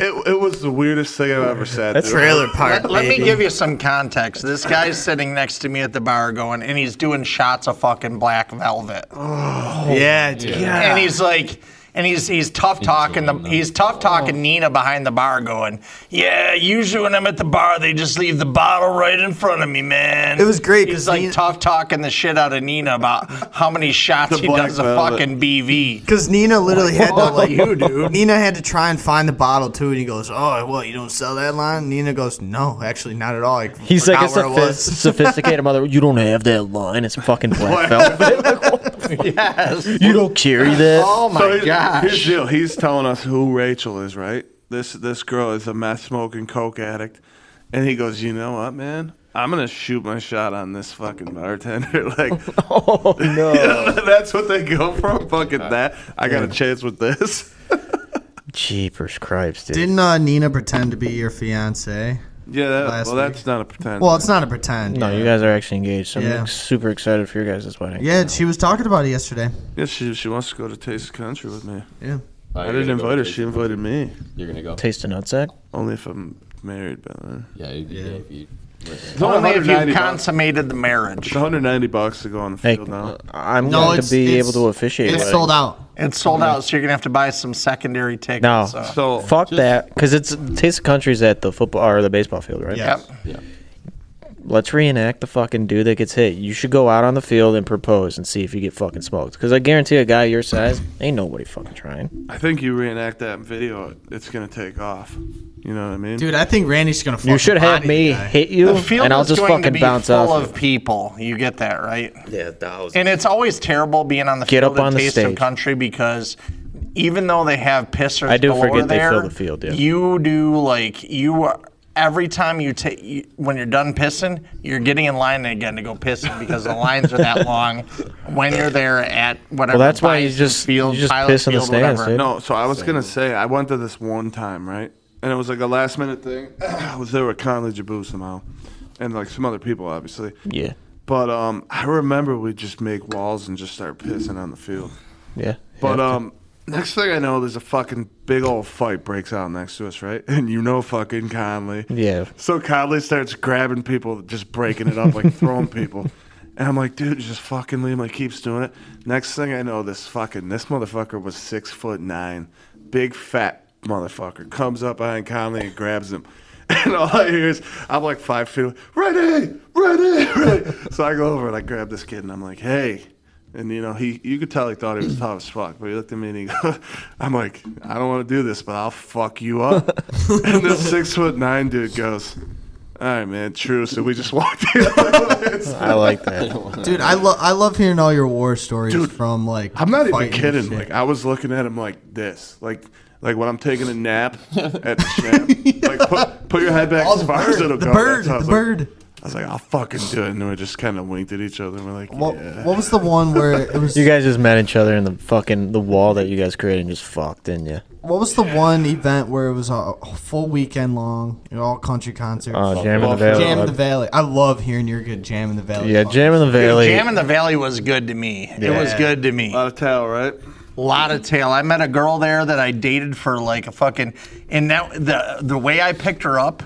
B: it, it was the weirdest thing I've ever sat. through.
A: Let, let me give you some context. This guy's sitting next to me at the bar, going, and he's doing shots of fucking black velvet. Oh,
E: Yeah, dude. Yeah.
A: And he's like. And he's he's tough talking the he's tough talking
E: Oh.
A: Nina behind the bar going yeah usually when I'm at the bar they just leave the bottle right in front of me man
E: It was great
A: he's like tough talking the shit out of Nina about how many shots
E: The
A: he
E: black
A: does a
E: velvet.
A: fucking BV
E: Because Nina literally had to
A: Fuck
E: like
A: you, dude.
E: Nina had to try and find the bottle too, and he goes, "Oh, what? You don't sell that line?" Nina goes, "No, actually, not at all." I
D: He's like
E: forgot
D: a
E: where it
D: sophi-
E: was."
D: sophisticated mother. You don't have that line. It's fucking black velvet.
A: yes
D: You don't carry that.
E: Oh
B: So here's- Here's the deal. He's telling us who Rachel is, right? This this girl is a meth smoking coke addict, and he goes, you know what, man? I'm gonna shoot my shot on this fucking bartender. like,
D: oh no,
B: that's what they go from. Fucking that. I got a chance with this.
D: Jeepers Cripes, dude.
E: Didn't uh, Nina pretend to be your fiance?
B: Yeah, that,
E: Last
B: well,
E: week.
B: that's not a pretend.
E: Well, it's not a pretend.
D: No, you guys are actually engaged. So
E: uh, Yeah.
D: I'm super excited for your guys' wedding.
E: Yeah, she was talking about it yesterday.
B: Yeah, she she wants to go to Taste of Country with me.
E: Yeah.
F: Oh,
B: I didn't
F: you're gonna go to
B: invite her.
F: Taste
B: She invited me.
F: You're gonna go.
D: Taste of nutsack.
B: Only if I'm married, but uh,
F: yeah, you, yeah. If you,
A: only if you
B: 190 bucks.
A: consummated the marriage
B: it's 190 bucks to go on the
A: Hey,
B: field now.
D: uh, I'm No, going to it's- be it's- able to officiate it's weddings. sold out.
A: it's sold out so you're gonna have to buy some secondary tickets
D: No,
E: uh,
A: so.
D: fuck that. Because it's Taste of Country's at the football or the baseball field, right?
A: Yes.
F: Yep.
D: Let's reenact the fucking dude that gets hit. You should go out on the field and propose and see if you get fucking smoked. Because I guarantee a guy your size ain't nobody fucking trying.
B: I think you reenact that video. It's gonna take off. You know what I mean,
E: Dude, I think Randy's gonna.
D: You should have me hit you,
A: The field
D: and I'll
A: is
D: just
A: going to
D: fucking
A: be
D: bounce
A: full
D: off.
A: of people. You get that right?
F: Yeah, thousands.
A: And it's always terrible being on the
D: Get
A: field
D: up
A: at
D: on the
A: Taste of
D: stage.
A: Country because even though they have pissers,
D: I do
A: galore
D: forget they
A: there,
D: fill the field, yeah.
A: you do like you are. Every time you take, when you're done pissing, you're getting in line again to go pissing because the lines are that long. When you're there at whatever,
D: Well, that's why you
A: Bison
D: just-
A: field,
D: you just
A: Pilot
D: piss in the
A: Field,
D: stands, dude.
A: whatever.
B: No, so I was gonna say I went to this one time, right? And it was like a last minute thing. I was there with Conley Jabu somehow, and like some other people, obviously.
D: Yeah.
B: But um, I remember we just make walls and just start pissing on the field.
D: Yeah.
B: But um, next thing I know, there's a fucking big old fight breaks out next to us, right? And you know, fucking Conley.
D: Yeah.
B: So Conley starts grabbing people, just breaking it up, like throwing people. And I'm like, dude, just fucking leave him. Like, keeps doing it. Next thing I know, this fucking this motherfucker was six foot nine, big fat motherfucker comes up behind Conley and grabs him. And all I hear is, I'm like five feet, away, ready, ready, ready. So I go over and I grab this kid and I'm like, hey. And you know, he you could tell he thought he was tough as fuck, but he looked at me and he goes, I'm like, I don't want to do this, but I'll fuck you up. and this six foot nine dude goes, All right, man, true. So we just walked in. I
D: like that.
E: Dude, I love I love hearing all your war stories
B: Dude,
E: from like.
B: I'm not even
E: fighting and
B: kidding.
E: shit.
B: Like I was looking at him like this, like like when I'm taking a nap at the champ. Like put, put your head back
E: Oh,
B: as
E: the
B: far as
E: bird,
B: it'll
E: the
B: go.
E: bird,
B: That's how I was
E: the
B: like-
E: bird.
B: I was like, I'll fucking do it, and we just kind of winked at each other. and We're like,
E: What,
B: yeah.
E: what was the one where it was?
D: You guys just met each other in the fucking the wall that you guys created and just fucked, didn't you?
E: What was the one event where it was a full weekend long, you know, all country concerts?
D: Oh, Jam in the Valley.
E: Jam in the Valley. I love hearing your good Jam in the Valley.
D: Yeah,
E: songs.
D: Jam in the Valley.
A: Dude, Jam in the Valley was good to me. It was
E: Yeah.
A: good to me. A lot
B: of tail, right?
A: A lot of tail. I met a girl there that I dated for like a fucking, and now the the way I picked her up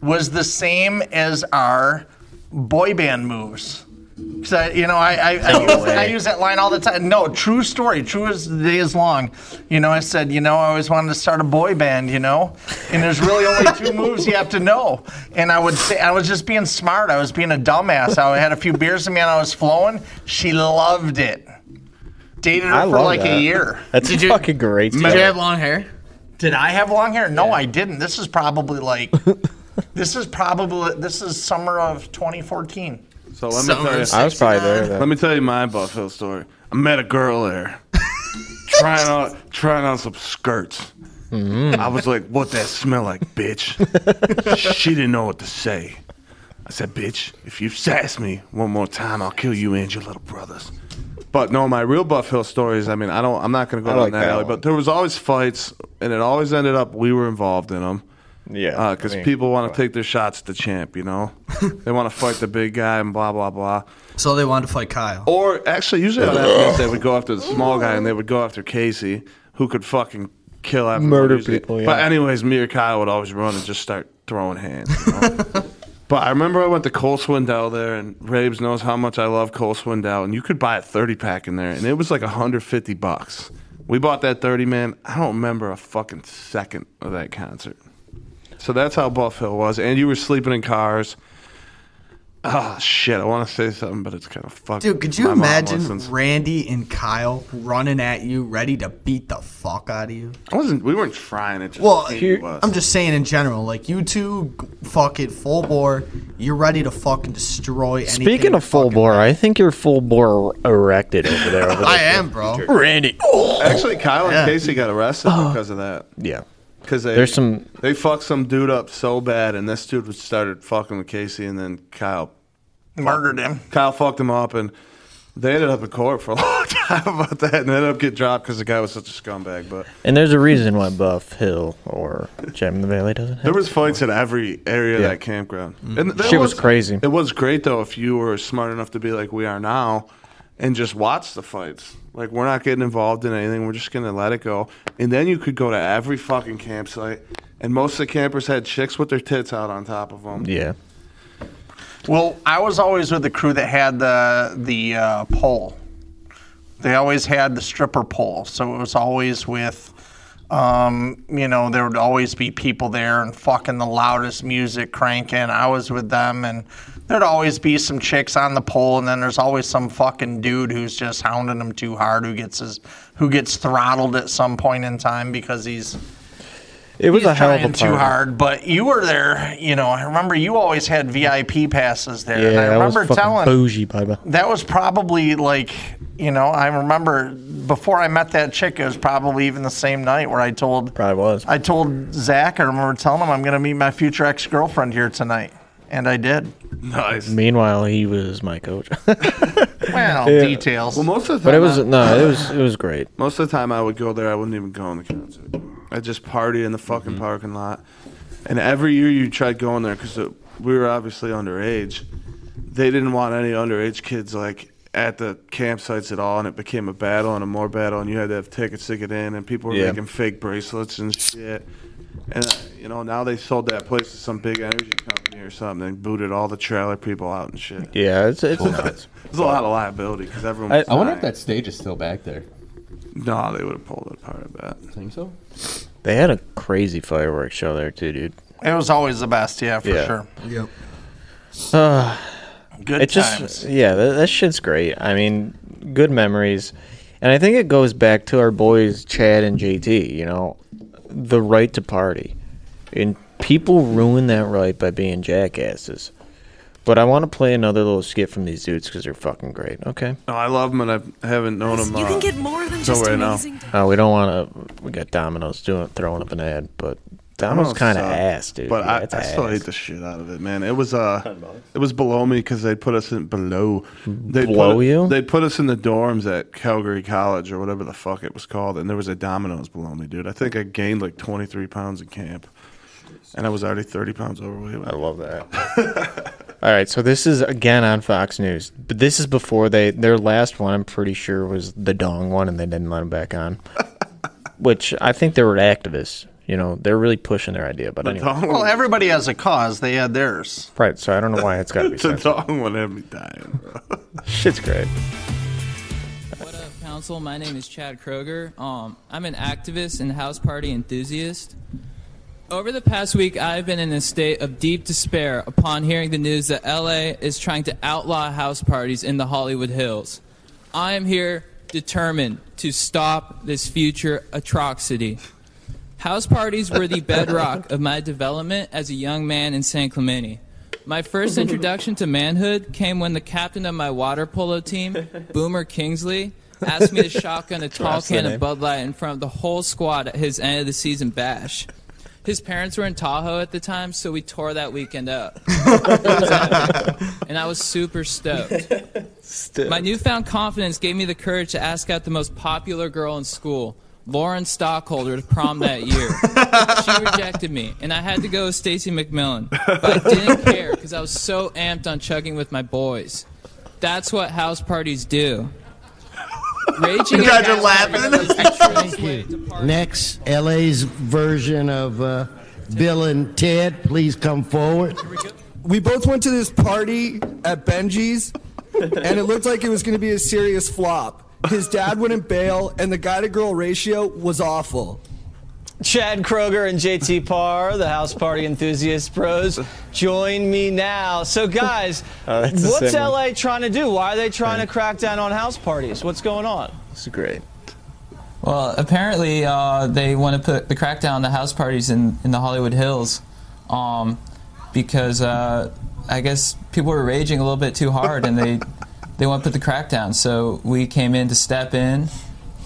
A: was the same as our boy band moves. Cause I, you know, I I, I,
E: No
A: use,
E: way.
A: I use that line all the time. No, true story, true as the day is long. You know, I said, you know, I always wanted to start a boy band. You know, and there's really only two moves you have to know. And I would say I was just being smart. I was being a dumbass. I had a few beers in me and I was flowing. She loved it. Dated her
D: I
A: for
D: love
A: like
D: that.
A: a year.
D: That's a fucking great.
A: Did you
D: story.
A: have long hair? Did I have long hair? No, I didn't. This is probably like, this is probably this is summer of 2014.
B: So let me
A: Summer
B: tell you,
A: of I was probably there 69. then.
B: Let me tell you my Buffalo story. I met a girl there, trying on trying on some skirts.
A: Mm-hmm.
B: I was like, "What that smell like, bitch?" she didn't know what to say. I said, "Bitch, if you sass me one more time, I'll kill you and your little brothers." But no, my real Buff Hill stories. I mean, I don't. I'm not going to go
D: I
B: down
D: like
B: that,
D: that
B: alley.
D: one.
B: But there was always fights, and it always ended up we were involved in them. Yeah, because
D: I mean,
B: people want to take their shots at the champ. You know, they want to fight the big guy and blah blah blah.
E: So they wanted to fight Kyle.
B: Or actually, usually what happens is they would go after the small guy and they would go after Casey, who could fucking kill everyone.
D: Murder
B: usually.
D: people,
B: But
D: yeah.
B: anyways, me or Kyle would always run and just start throwing hands. you know? but I remember I went to Cole Swindell there, and Rabes knows how much I love Cole Swindell, and you could buy a thirty pack in there, and it was like hundred fifty bucks. We bought that thirty man. I don't remember a fucking second of that concert. So that's how Buff Hill was, and you were sleeping in cars. Ah, shit! I want to say something, but it's kind of fucked.
E: Dude, could you
B: My mom
E: imagine
B: listens.
E: Randy and Kyle running at you, ready to beat the fuck out of you?
B: I wasn't. We weren't trying it. Just
E: Well,
B: it was.
E: I'm just saying in general, like you two, g- fuck it, full bore. You're ready to fucking destroy anything.
D: Speaking of full bore, I think you're full bore erected over there. Over
E: I
D: there.
E: am, bro.
D: Randy.
B: Actually, Kyle and
D: Yeah.
B: Casey got arrested because of that.
D: Yeah.
B: Because they
D: There's some-
B: they fucked some dude up so bad, and this dude was started fucking with Casey, and then Kyle
A: murdered him.
B: Kyle fucked him up, and they ended up in court for a long time about that, and ended up getting dropped because the guy was such a scumbag. But
D: And there's a reason why Buff Hill or Gem in the Valley doesn't have.
B: There was fights in every area of
D: Yeah.
B: that campground.
D: Mhm.
B: And that
D: Shit was crazy.
B: It was great though if you were smart enough to be like we are now and just watch the fights. Like we're not getting involved in anything. We're just gonna let it go. And then you could go to every fucking campsite. And most of the campers had chicks with their tits out on top of them.
D: Yeah.
A: Well, I was always with the crew that had the the uh, pole. They always had the stripper pole, so it was always with, um, you know, there would always be people there and fucking the loudest music cranking. I was with them, and there'd always be some chicks on the pole, and then there's always some fucking dude who's just hounding them too hard, who gets his, who gets throttled at some point in time because he's
D: It was
A: He's
D: a hell of a
A: trying too
D: party.
A: hard, but you were there. You know, I remember you always had VIP passes there, and I
D: Yeah, that was
A: remember
D: fucking
A: telling
D: bougie, baby.
A: that was probably like you know I remember before I met that chick. It was probably even the same night where I told
D: probably was
A: I told Zach. I remember telling him I'm going to meet my future ex girlfriend here tonight, and I did.
B: Nice.
D: Meanwhile, he was my coach.
A: Well,
D: Yeah.
A: details.
B: Well, most of the
D: But
B: time
D: it was
B: I-
D: no, it was it was great.
B: Most of the time I would go there, I wouldn't even go on the concert. I just party in the fucking
D: Mm-hmm.
B: parking lot. And every year you tried going there because we were obviously underage. They didn't want any underage kids like at the campsites at all, and it became a battle and a more battle. And you had to have tickets to get in, and people were
D: Yeah.
B: making fake bracelets and shit. And uh, you know now they sold that place to some big energy company or something, and booted all the trailer people out and shit.
D: Yeah, it's it's
B: There's a lot of liability because everyone.
K: I,
B: was
K: I wonder if
B: dying.
K: that stage is still back there.
B: No, they would have pulled it apart. I bet.
K: Think so?
D: They had a crazy fireworks show there too, dude.
A: It was always the best, yeah, for
D: Yeah.
A: sure.
E: Yep.
D: Uh,
A: Good
D: it just,
A: times.
D: Yeah, that, that shit's great. I mean, good memories. And I think it goes back to our boys, Chad and JT, you know, the right to party. And people ruin that right by being jackasses. But I want to play another little skit from these dudes because they're fucking great. Okay.
B: No, I love them, and I haven't known uh, them.
D: You can
B: get
P: more than
D: just amazing Uh, we don't want to. We got Domino's doing throwing up an ad, but Domino's kind of ass, dude.
B: But
D: Yeah,
B: I,
D: it's
B: I still
D: ass.
B: hate the shit out of it, man. It was uh, it was below me because they put us in below. They
D: Below
B: put,
D: you?
B: They put us in the dorms at Calgary College or whatever the fuck it was called, and there was a Domino's below me, dude. I think I gained like 23 pounds in camp, and I was already 30 pounds overweight. I
D: love that. All right, so this is again on Fox News, but this is before they their last one. I'm pretty sure was the dong one, and they didn't let him back on, which I think they were activists. You know, they're really pushing their idea. But anyway,
B: Well, everybody has a cause. They had theirs.
D: right. So I don't know why it's got to be.
B: The
C: dog would have me dying.
D: Shit's great.
K: Council. My name is Chad Kroger. Um, I'm an activist and house party enthusiast. Over the past week, I've been in a state of deep despair upon hearing the news that LA is trying to outlaw house parties in the Hollywood Hills. I am here determined to stop this future atrocity. House parties were the bedrock of my development as a young man in San Clemente. My first introduction to manhood came when the captain of my water polo team, Boomer Kingsley, asked me to shotgun a tall
D: That's the
K: can
D: name.
K: of Bud Light in front of the whole squad at his end of the season bash. His parents were in Tahoe at the time, so we tore that weekend up. and I was super stoked. My newfound confidence gave me the courage to ask out the most popular girl in school, Lauren Stockholder, to prom that year. she rejected me, and I had to go with Stacy McMillan. But I didn't care because I was so amped on chugging with my boys. That's what house parties do. Raging
B: You guys
K: at
B: are
K: house
B: laughing.
K: parties is the truest way to
P: Next, LA's version of uh, Bill and Ted, please come forward.
L: We both went to this party at Benji's, and it looked like it was going to be a serious flop. His dad wouldn't bail, and the guy to girl ratio was awful.
J: Chad Kroger and JT Parr, the house party enthusiast pros, join me now. So, guys,
D: Oh, that's the
J: what's
D: same
J: LA
D: one.
J: trying to do? Why are they trying to crack down on house parties? What's going on?
D: This is great.
K: Well, apparently uh, they want to put the crackdown on the house parties in, in the Hollywood Hills, um, because uh, I guess people were raging a little bit too hard, and they they want to put the crackdown. So we came in to step in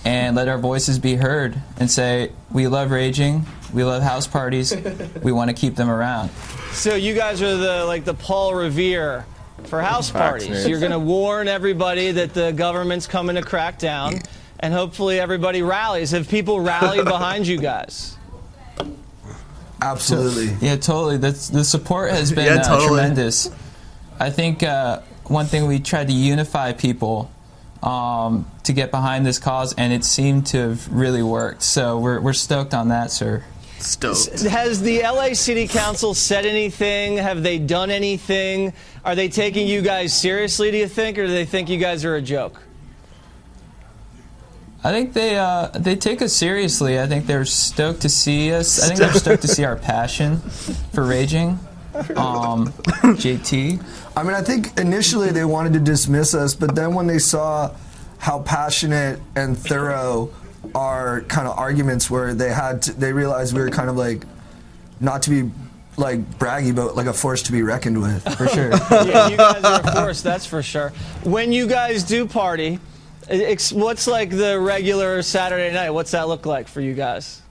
K: and let our voices be heard and say we love raging, we love house parties, we want to keep them around.
J: So, you guys are the like the Paul Revere for house
K: Fox
J: parties.
K: News.
J: You're going to warn everybody that the government's coming to crack down, and hopefully everybody rallies. Have people rallied behind you guys?
K: Absolutely. Yeah, totally. That's the support has been
J: Yeah,
K: uh,
J: totally.
K: tremendous. I think uh, one thing we tried to unify people um, to get behind this cause, and it seemed to have really worked. So we're we're stoked on that, sir. Stoked.
J: Has the LA City Council said anything? Have they done anything? Are they taking you guys seriously, do you think, or do they think you guys are a joke?
K: I think they uh, they take us seriously. I think they're stoked to see us. I think they're stoked to see our passion for raging. Um, JT.
L: I mean, I think initially they wanted to dismiss us, but then when they saw how passionate and thorough our kind of arguments were, they had to, they realized we were kind of like not to be like braggy, but like a force to be reckoned with
K: for sure.
J: yeah, you guys are a force, that's for sure. When you guys do party, it's, what's like the regular Saturday night? What's that look like for you guys?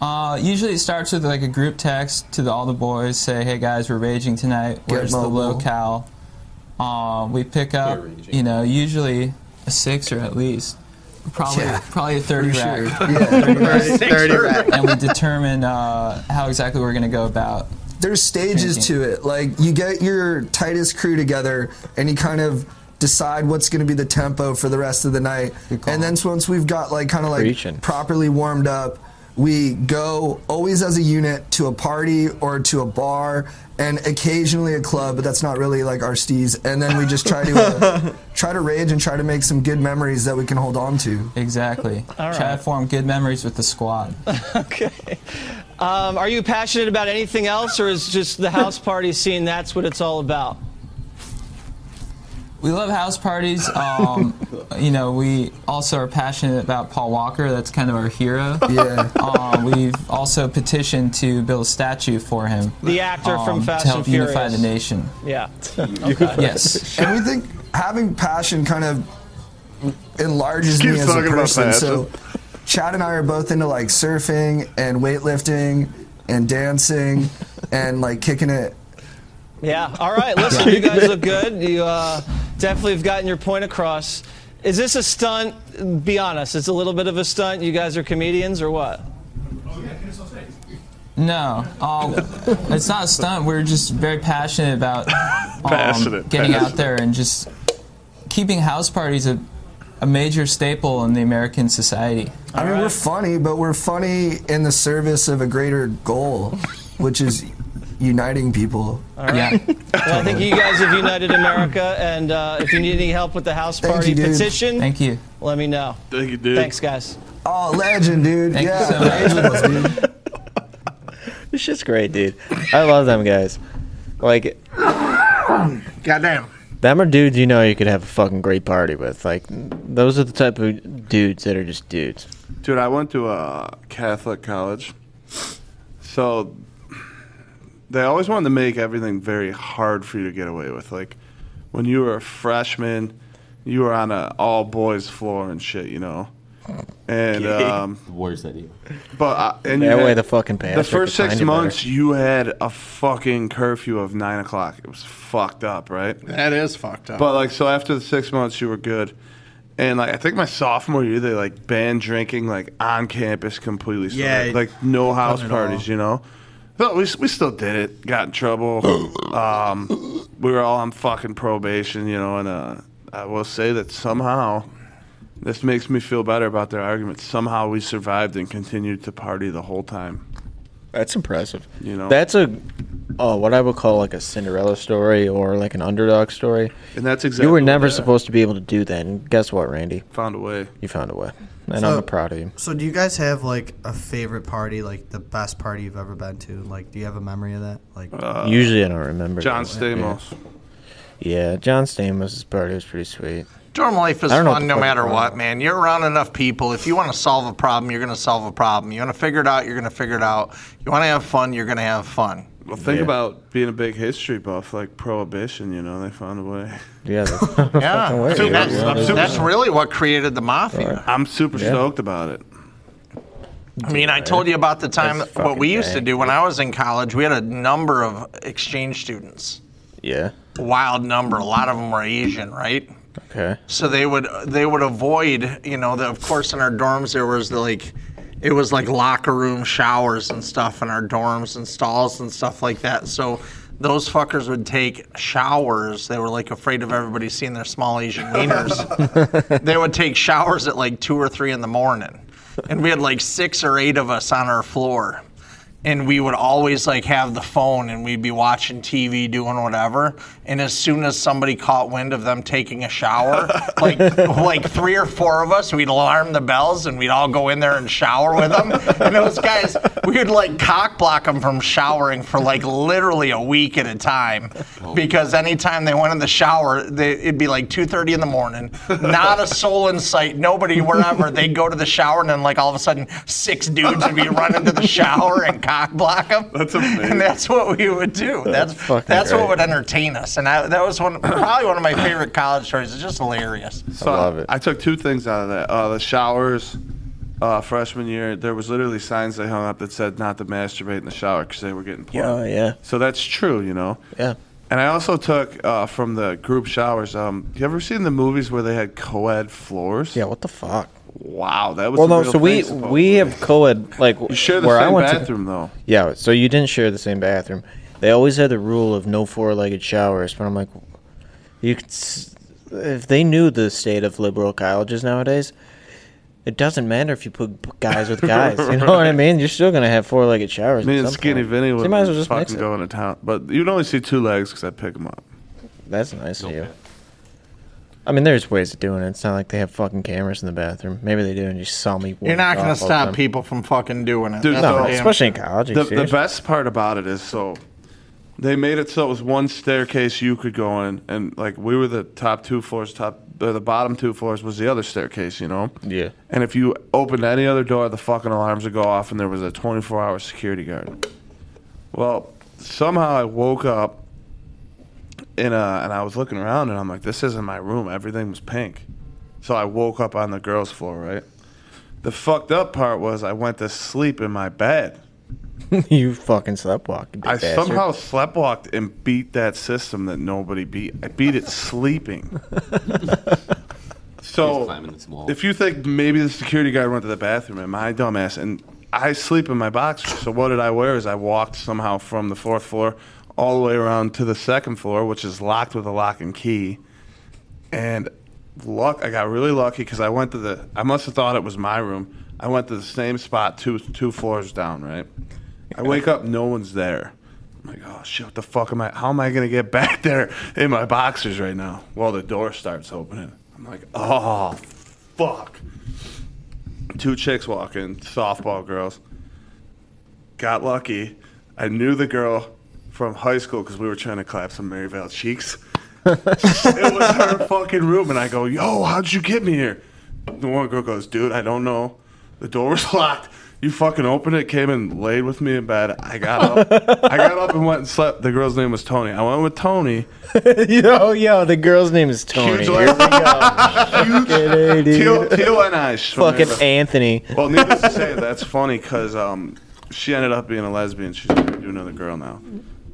K: Uh, usually it starts with like a group text to the, all the boys, say, "Hey guys, we're raging tonight. Where's the
L: mobile."
K: locale?" Uh, we pick up, you know, usually a six or at least, probably
L: Yeah.
K: probably a thirty
L: For
K: rack,
L: sure. Yeah. 30, 30 rack.
K: and we determine uh, how exactly we're gonna go about.
L: there's stages to it. Like you get your tightest crew together and you kind of decide what's going to be the tempo for the rest of the night. And then so once we've got like kind of like
D: Preaching.
L: properly warmed up, we go always as a unit to a party or to a bar and occasionally a club, but that's not really like our steez. And then we just try to uh, try to rage and try to make some good memories that we can hold on to.
K: Exactly.
J: right.
K: Try to form good memories with the squad.
J: Um, are you passionate about anything else, or is just the house party scene that's what it's all about?
K: We love house parties. Um, you know, we also are passionate about Paul Walker. That's kind of our hero.
L: Yeah.
K: Uh, we've also petitioned to build a statue for him. um,
J: The actor from Fast
K: to help
J: and Furious.
K: unify the nation.
J: Yeah.
K: Yes.
L: And we think having passion kind of enlarges
K: Keep
L: me as a
K: talking about
L: person.
K: passion.
L: So Chad and I are both into like surfing and weightlifting and dancing and like kicking it.
J: Yeah. All right. Listen, you guys look good. You uh, definitely have gotten your point across. Is this a stunt? Be honest. It's a little bit of a stunt. You guys are comedians or what?
Q: Mm-hmm.
K: No, uh, it's not a stunt. We're just very passionate about um,
C: Passionate,
K: getting
C: passionate.
K: out there and just keeping house parties a, a major staple in the American society.
R: I mean, we're funny, but we're funny in the service of a greater goal, which is uniting people.
K: Yeah.
J: Well, I think you guys have united America, and uh, if you need any help with the House
R: Thank
J: Party
R: you, dude.
J: petition,
R: Thank
K: you.
J: Let me know.
B: Thank you,
R: dude.
J: Thanks, guys.
R: Oh, legend, dude.
J: Thank you
R: yeah,
J: so
R: legend.
D: This shit's great, dude. I love them guys. Like,
A: Goddamn.
D: them are dudes you know you could have a fucking great party with. Like, those are the type of dudes that are just dudes.
B: Dude, I went to a Catholic college. So they always wanted to make everything very hard for you to get away with. Like when you were a freshman, you were on a all boys floor and shit, you know. And
D: Okay.
B: um
F: worse idea.
B: But I, and
D: That
B: you
D: way
B: had-
D: the fucking
B: The
D: pastor
B: first
D: could find
B: six
D: you better.
B: months, you had a fucking curfew of nine o'clock. It was fucked up, right?
A: That is fucked up.
B: But like, so after the six months, you were good. And like, I think my sophomore year, they like banned drinking like on campus completely. So
A: Yeah,
B: like, like, no house
A: done it
B: parties, you know. But we we still did it. Got in trouble. um, we were all on fucking probation, you know. And uh, I will say that somehow. This makes me feel better about their argument. Somehow we survived and continued to party the whole time.
D: That's impressive.
B: You know,
D: That's a, uh, what I would call like a Cinderella story or like an underdog story.
B: And that's
D: You
B: exactly
D: were
B: what
D: never
B: they are.
D: supposed to be able to do that. And guess what, Randy?
B: Found a way.
D: You found a way. And
E: So-
D: I'm proud of you.
E: So, do you guys have like a favorite party, like the best party you've ever been to? Like, do you have a memory of that? Like,
B: uh,
D: Usually I don't remember.
E: John
D: that one, yeah.
E: Stamos.
D: Yeah, John Stamos' party was pretty sweet.
A: Dorm life is
D: I don't know what
A: fun
D: the
A: no
D: fuck
A: matter
D: is wrong
A: what, man. You're around enough people. If you want to solve a problem, you're going to solve a problem. You want to figure it out, you're going to figure it out. You want to have fun, you're going to have fun.
B: Well, think about being a big history buff, like Prohibition. You know, they found a way.
D: Yeah,
A: Yeah. See, that's, that's really what created the mafia.
B: I'm super
A: Yeah.
B: stoked about it.
A: I mean, I told you about the time
B: That's
A: what we
B: fucking
A: used to
B: bad.
A: do when I was in college. We had a number of exchange students,
D: Yeah.
A: wild number. A lot of them were Asian, right?
D: Okay.
A: So they would they would avoid, you know, the, of course in our dorms there was the, like it was like locker room showers and stuff in our dorms and stalls and stuff like that. So those fuckers would take showers. They were like afraid of everybody seeing their small Asian
B: Uh,
A: wieners. they would take showers at like two or three in the morning. And we had like six or eight of us on our floor and we would always like have the phone and we'd be watching TV doing whatever and as soon as somebody caught wind of them taking a shower like like three or four of us we'd alarm the bells and we'd all go in there and shower with them and those guys we would like cock block them from showering for like literally a week at a time because anytime they went in the shower they, it'd be like 2:30 in the morning not a soul in sight nobody wherever they'd go to the shower and then like all of a sudden six dudes would be running to the shower and cock block them that's amazing and that's what we would do that's
D: That's fucking
A: that's, what
D: great.
A: would entertain us and I, that was one probably one of my favorite college stories it's just hilarious
B: So I love it. I took two things out of that: uh, the showers. Uh, freshman year, there was literally signs they hung up that said not to masturbate in the shower because they were getting plugged.
D: Yeah, yeah.
B: So that's true, you know.
D: Yeah.
B: And I also took uh, from the group showers. Um, you ever seen the movies where they had co-ed floors? Yeah.
D: What the fuck?
B: Wow, that was
D: Well,
B: a
D: no.
B: real
D: So we
B: thing, supposedly.
D: we have co-ed like
B: You share the
D: where I
B: same
D: went
B: bathroom,
D: to,
B: though.
D: Yeah. So you didn't share the same bathroom. They always had the rule of no four-legged showers, but I'm like, you could, s- if they knew the state of liberal colleges nowadays, it doesn't matter if you put guys with guys. You know what I
B: Right.
D: mean? You're still gonna have four-legged showers.
B: Me
D: at
B: and
D: some
B: Skinny
D: point.
B: Vinny
D: So
B: would
D: you might as well just mix
B: fucking
D: it.
B: go into town. But you'd only see two legs because I'd pick them up.
D: That's nice of you. I mean, there's ways of doing it. It's not like they have fucking cameras in the bathroom. Maybe they do, and you saw me.
A: you're not
D: walk
A: going to
D: off of
A: stop
D: them.
A: people from fucking doing it
B: Dude,
A: That's
B: so-
A: for damn
D: especially in
A: sure.
D: college.
B: The, the
D: seriously.
B: best part about it is so they made it so it was one staircase you could go in, and like we were the top two floors, top or the bottom two floors was the other staircase, you know.
D: Yeah.
B: And if you opened any other door, the fucking alarms would go off, and there was a 24-hour security guard. Well, somehow I woke up, and uh, and I was looking around, and I'm like, this isn't my room. Everything was pink, so I woke up on the girls' floor, right. The fucked up part was I went to sleep in my bed.
D: you fucking sleptwalk. you big
B: I
D: bastard.
B: somehow sleptwalked and beat that system that nobody beat. I beat it sleeping. so, if you think maybe the security guard went to the bathroom and my dumbass, and I sleep in my boxers. So what did I wear? Is I walked somehow from the fourth floor all the way around to the second floor, which is locked with a lock and key, and luck. I got really lucky because I went to the. I must have thought it was my room. I went to the same spot two two floors down. Right. I wake up, no one's there. I'm like, oh shit, what the fuck am I? How am I gonna get back there in my boxers right now? Well, the door starts opening. I'm like, oh fuck. Two chicks walk in, softball girls. Got lucky. I knew the girl from high school because we were trying to clap some Maryvale cheeks. it was her fucking room, and I go, "Yo, how'd you get me here?" The one girl goes, "Dude, I don't know. The door was locked. You fucking opened it, came and laid with me in bed. I got up. I got up and went and slept. The girl's name was Tony. I went with Tony.
D: yo, yo, the girl's name is Tony.
B: Huge Huge teal, teal and eyes. from
D: Fucking
B: Maryvale.
D: Anthony.
B: Well, needless to say, that's funny because um, she ended up being a lesbian. She's married to another girl now.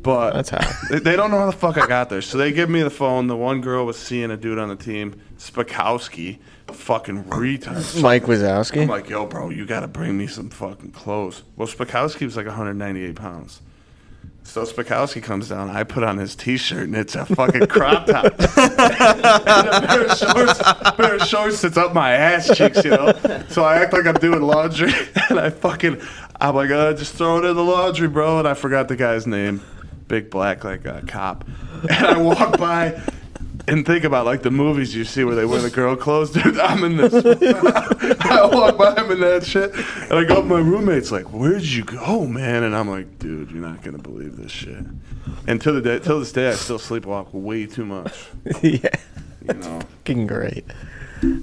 B: But that's
D: how.
B: They, they don't know how the fuck I got there. So they give me the phone. The one girl was seeing a dude on the team, Spakowski, fucking retard.
D: Mike Wazowski?
B: I'm like, yo, bro, you got to bring me some fucking clothes. Well, Spakowski was like 198 pounds. So Spakowski comes down. I put on his T-shirt, and it's a fucking crop top. and a pair of shorts, pair of shorts that's up my ass cheeks, you know. So I act like I'm doing laundry, and I fucking, I'm like, uh, just throw it in the laundry, bro. And I forgot the guy's name, big black like a cop. And I walk by. And think about like the movies you see where they wear the girl clothes, dude. I'm in this. I walk by him in that shit, and I go. My roommate's like, "Where'd you go, man?" And I'm like, "Dude, you're not gonna believe this shit." And to the day, till this day, I still sleepwalk way too much.
D: yeah.
B: You know.
D: Fucking great.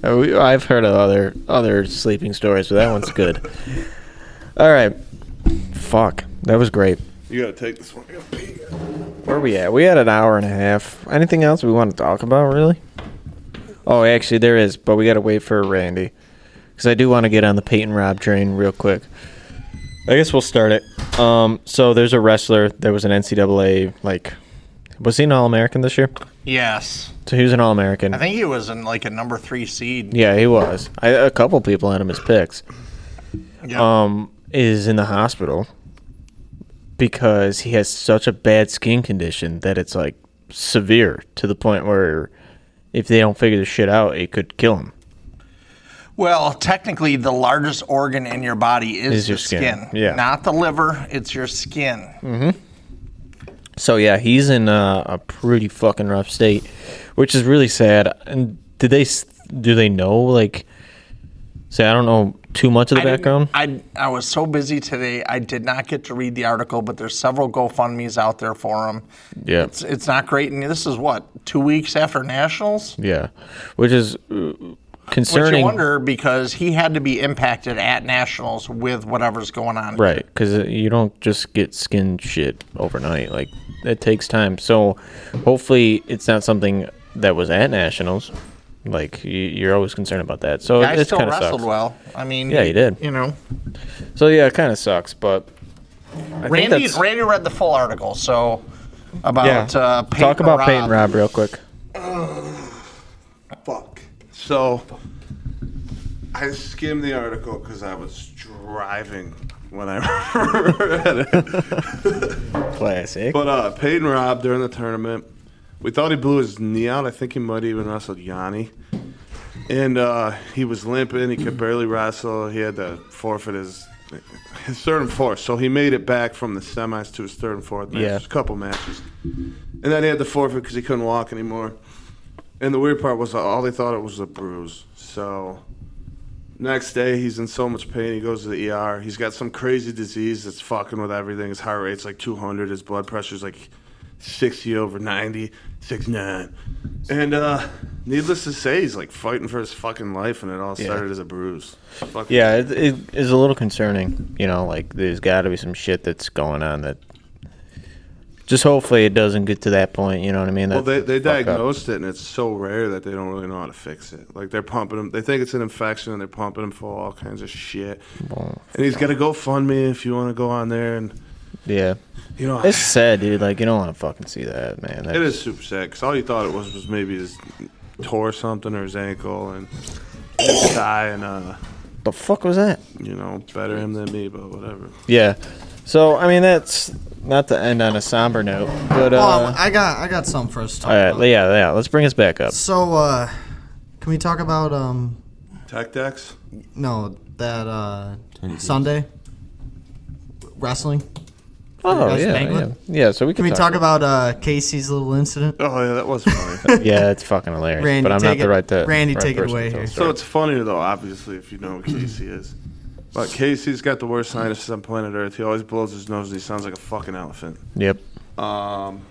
D: Uh, we- I've heard of other other sleeping stories, but that one's good. All right. Fuck. That was great.
B: You gotta take this one. I gotta pee.
D: Where are we at? We had an hour and a half. Anything else we want to talk about, really? Oh, actually, there is, but we got to wait for Randy. Because I do want to get on the Peyton Rob train real quick. I guess we'll start it. Um, so there's a wrestler. There was an NCAA, like, was he an All American this year?
A: Yes.
D: So he was an All American.
A: I think he was in like a number three seed.
D: Yeah, he was. I, a couple people had him as picks. Um, is in the hospital because he has such a bad skin condition that it's like severe to the point where if they don't figure this shit out, it could kill him.
A: Well, technically, the largest organ in your body is,
D: Is your
A: the
D: skin, yeah.
A: Not the liver, it's your skin.
D: Mm-hmm. So yeah, he's in uh, a pretty fucking rough state, which is really sad. And did they s- do they know like? Say I don't know too much of the
A: I didn't-
D: background.
A: I, I was so busy today, I did not get to read the article, but there's several GoFundMe's out there for him.
D: Yeah.
A: It's, it's not great. And this is what, two weeks after Nationals?
D: Yeah, which is uh,
A: Which you
D: concerning.
A: wonder because he had to be impacted at Nationals with whatever's going on.
D: Right, because you don't just get skin shit overnight. Like it takes time. So hopefully it's not something that was at nationals. Like y- you're always concerned about that. So
A: Guy
D: it's
A: still
D: kind of
A: wrestled
D: sucks.
A: well. I mean,
D: yeah, he did.
A: You know,
D: So yeah, it kind of sucks. But I think
A: Randy,
D: that's-
A: Randy read the full article, so about
D: yeah.
A: uh, Peyton
D: talk about
A: Rob.
D: Peyton Rob real quick.
B: Ah, So I skimmed the article because I was driving when I read it.
D: Classic.
B: But uh, Peyton Rob during the tournament, we thought he blew his knee out. I think he might even wrestled Yanni. And uh, he was limping. He could barely wrestle. He had to forfeit his his third and fourth. So he made it back from the semis to his third and fourth matches,
D: Yeah.
B: a couple matches. And then he had to forfeit because he couldn't walk anymore. And the weird part was uh, all they thought it was a bruise. So next day he's in so much pain he goes to the ER. He's got some crazy disease that's fucking with everything. His heart rate's like 200. His blood pressure's like 60 over 90, 69. And uh needless to say he's like fighting for his fucking life and it all
D: Yeah.
B: started as a bruise. Fucking
D: Yeah, it, it is a little concerning. You know, like there's got to be some shit that's going on that. Just hopefully it doesn't get to that point. You know what I mean?
B: Well, they,
D: That's
B: they
D: fucked up.
B: diagnosed it, and it's so rare that they don't really know how to fix it. Like they're pumping him, they think it's an infection, and they're pumping him for all kinds of shit. and he's got a GoFundMe if you want to go on there. And
D: Yeah.
B: You know-
D: it's sad, dude. Like you don't want to fucking see that, man. That's,
B: it is super sad because all you thought it was was maybe his tore something or his ankle and his thigh, and uh,
D: the fuck was that?
B: you know, better him than me, but whatever.
D: Yeah. So I mean, that's not to end on a somber note, but uh,
E: oh, I got I got some for us to talk
D: all right, yeah, yeah. Let's bring us back up.
E: So, uh, Can we talk about um?
B: Tech decks.
E: No, that uh Sunday wrestling.
D: Oh,
E: Wrestling
D: yeah,
E: banquet?
D: yeah. Yeah, so we
E: can
D: can
E: we
D: talk
E: talk about uh Casey's little incident?
B: Oh yeah, that was funny.
D: yeah, it's fucking hilarious.
E: Randy,
D: but I'm not
E: take it-
D: the right to.
E: Randy,
D: right
E: take it
D: person to
E: away
D: tell
E: here.
D: the
B: So it's funnier though, obviously, if you know who Casey is. But Casey's got the worst sinuses on planet Earth. He always blows his nose and he sounds like a fucking elephant.
D: Yep.
B: Um.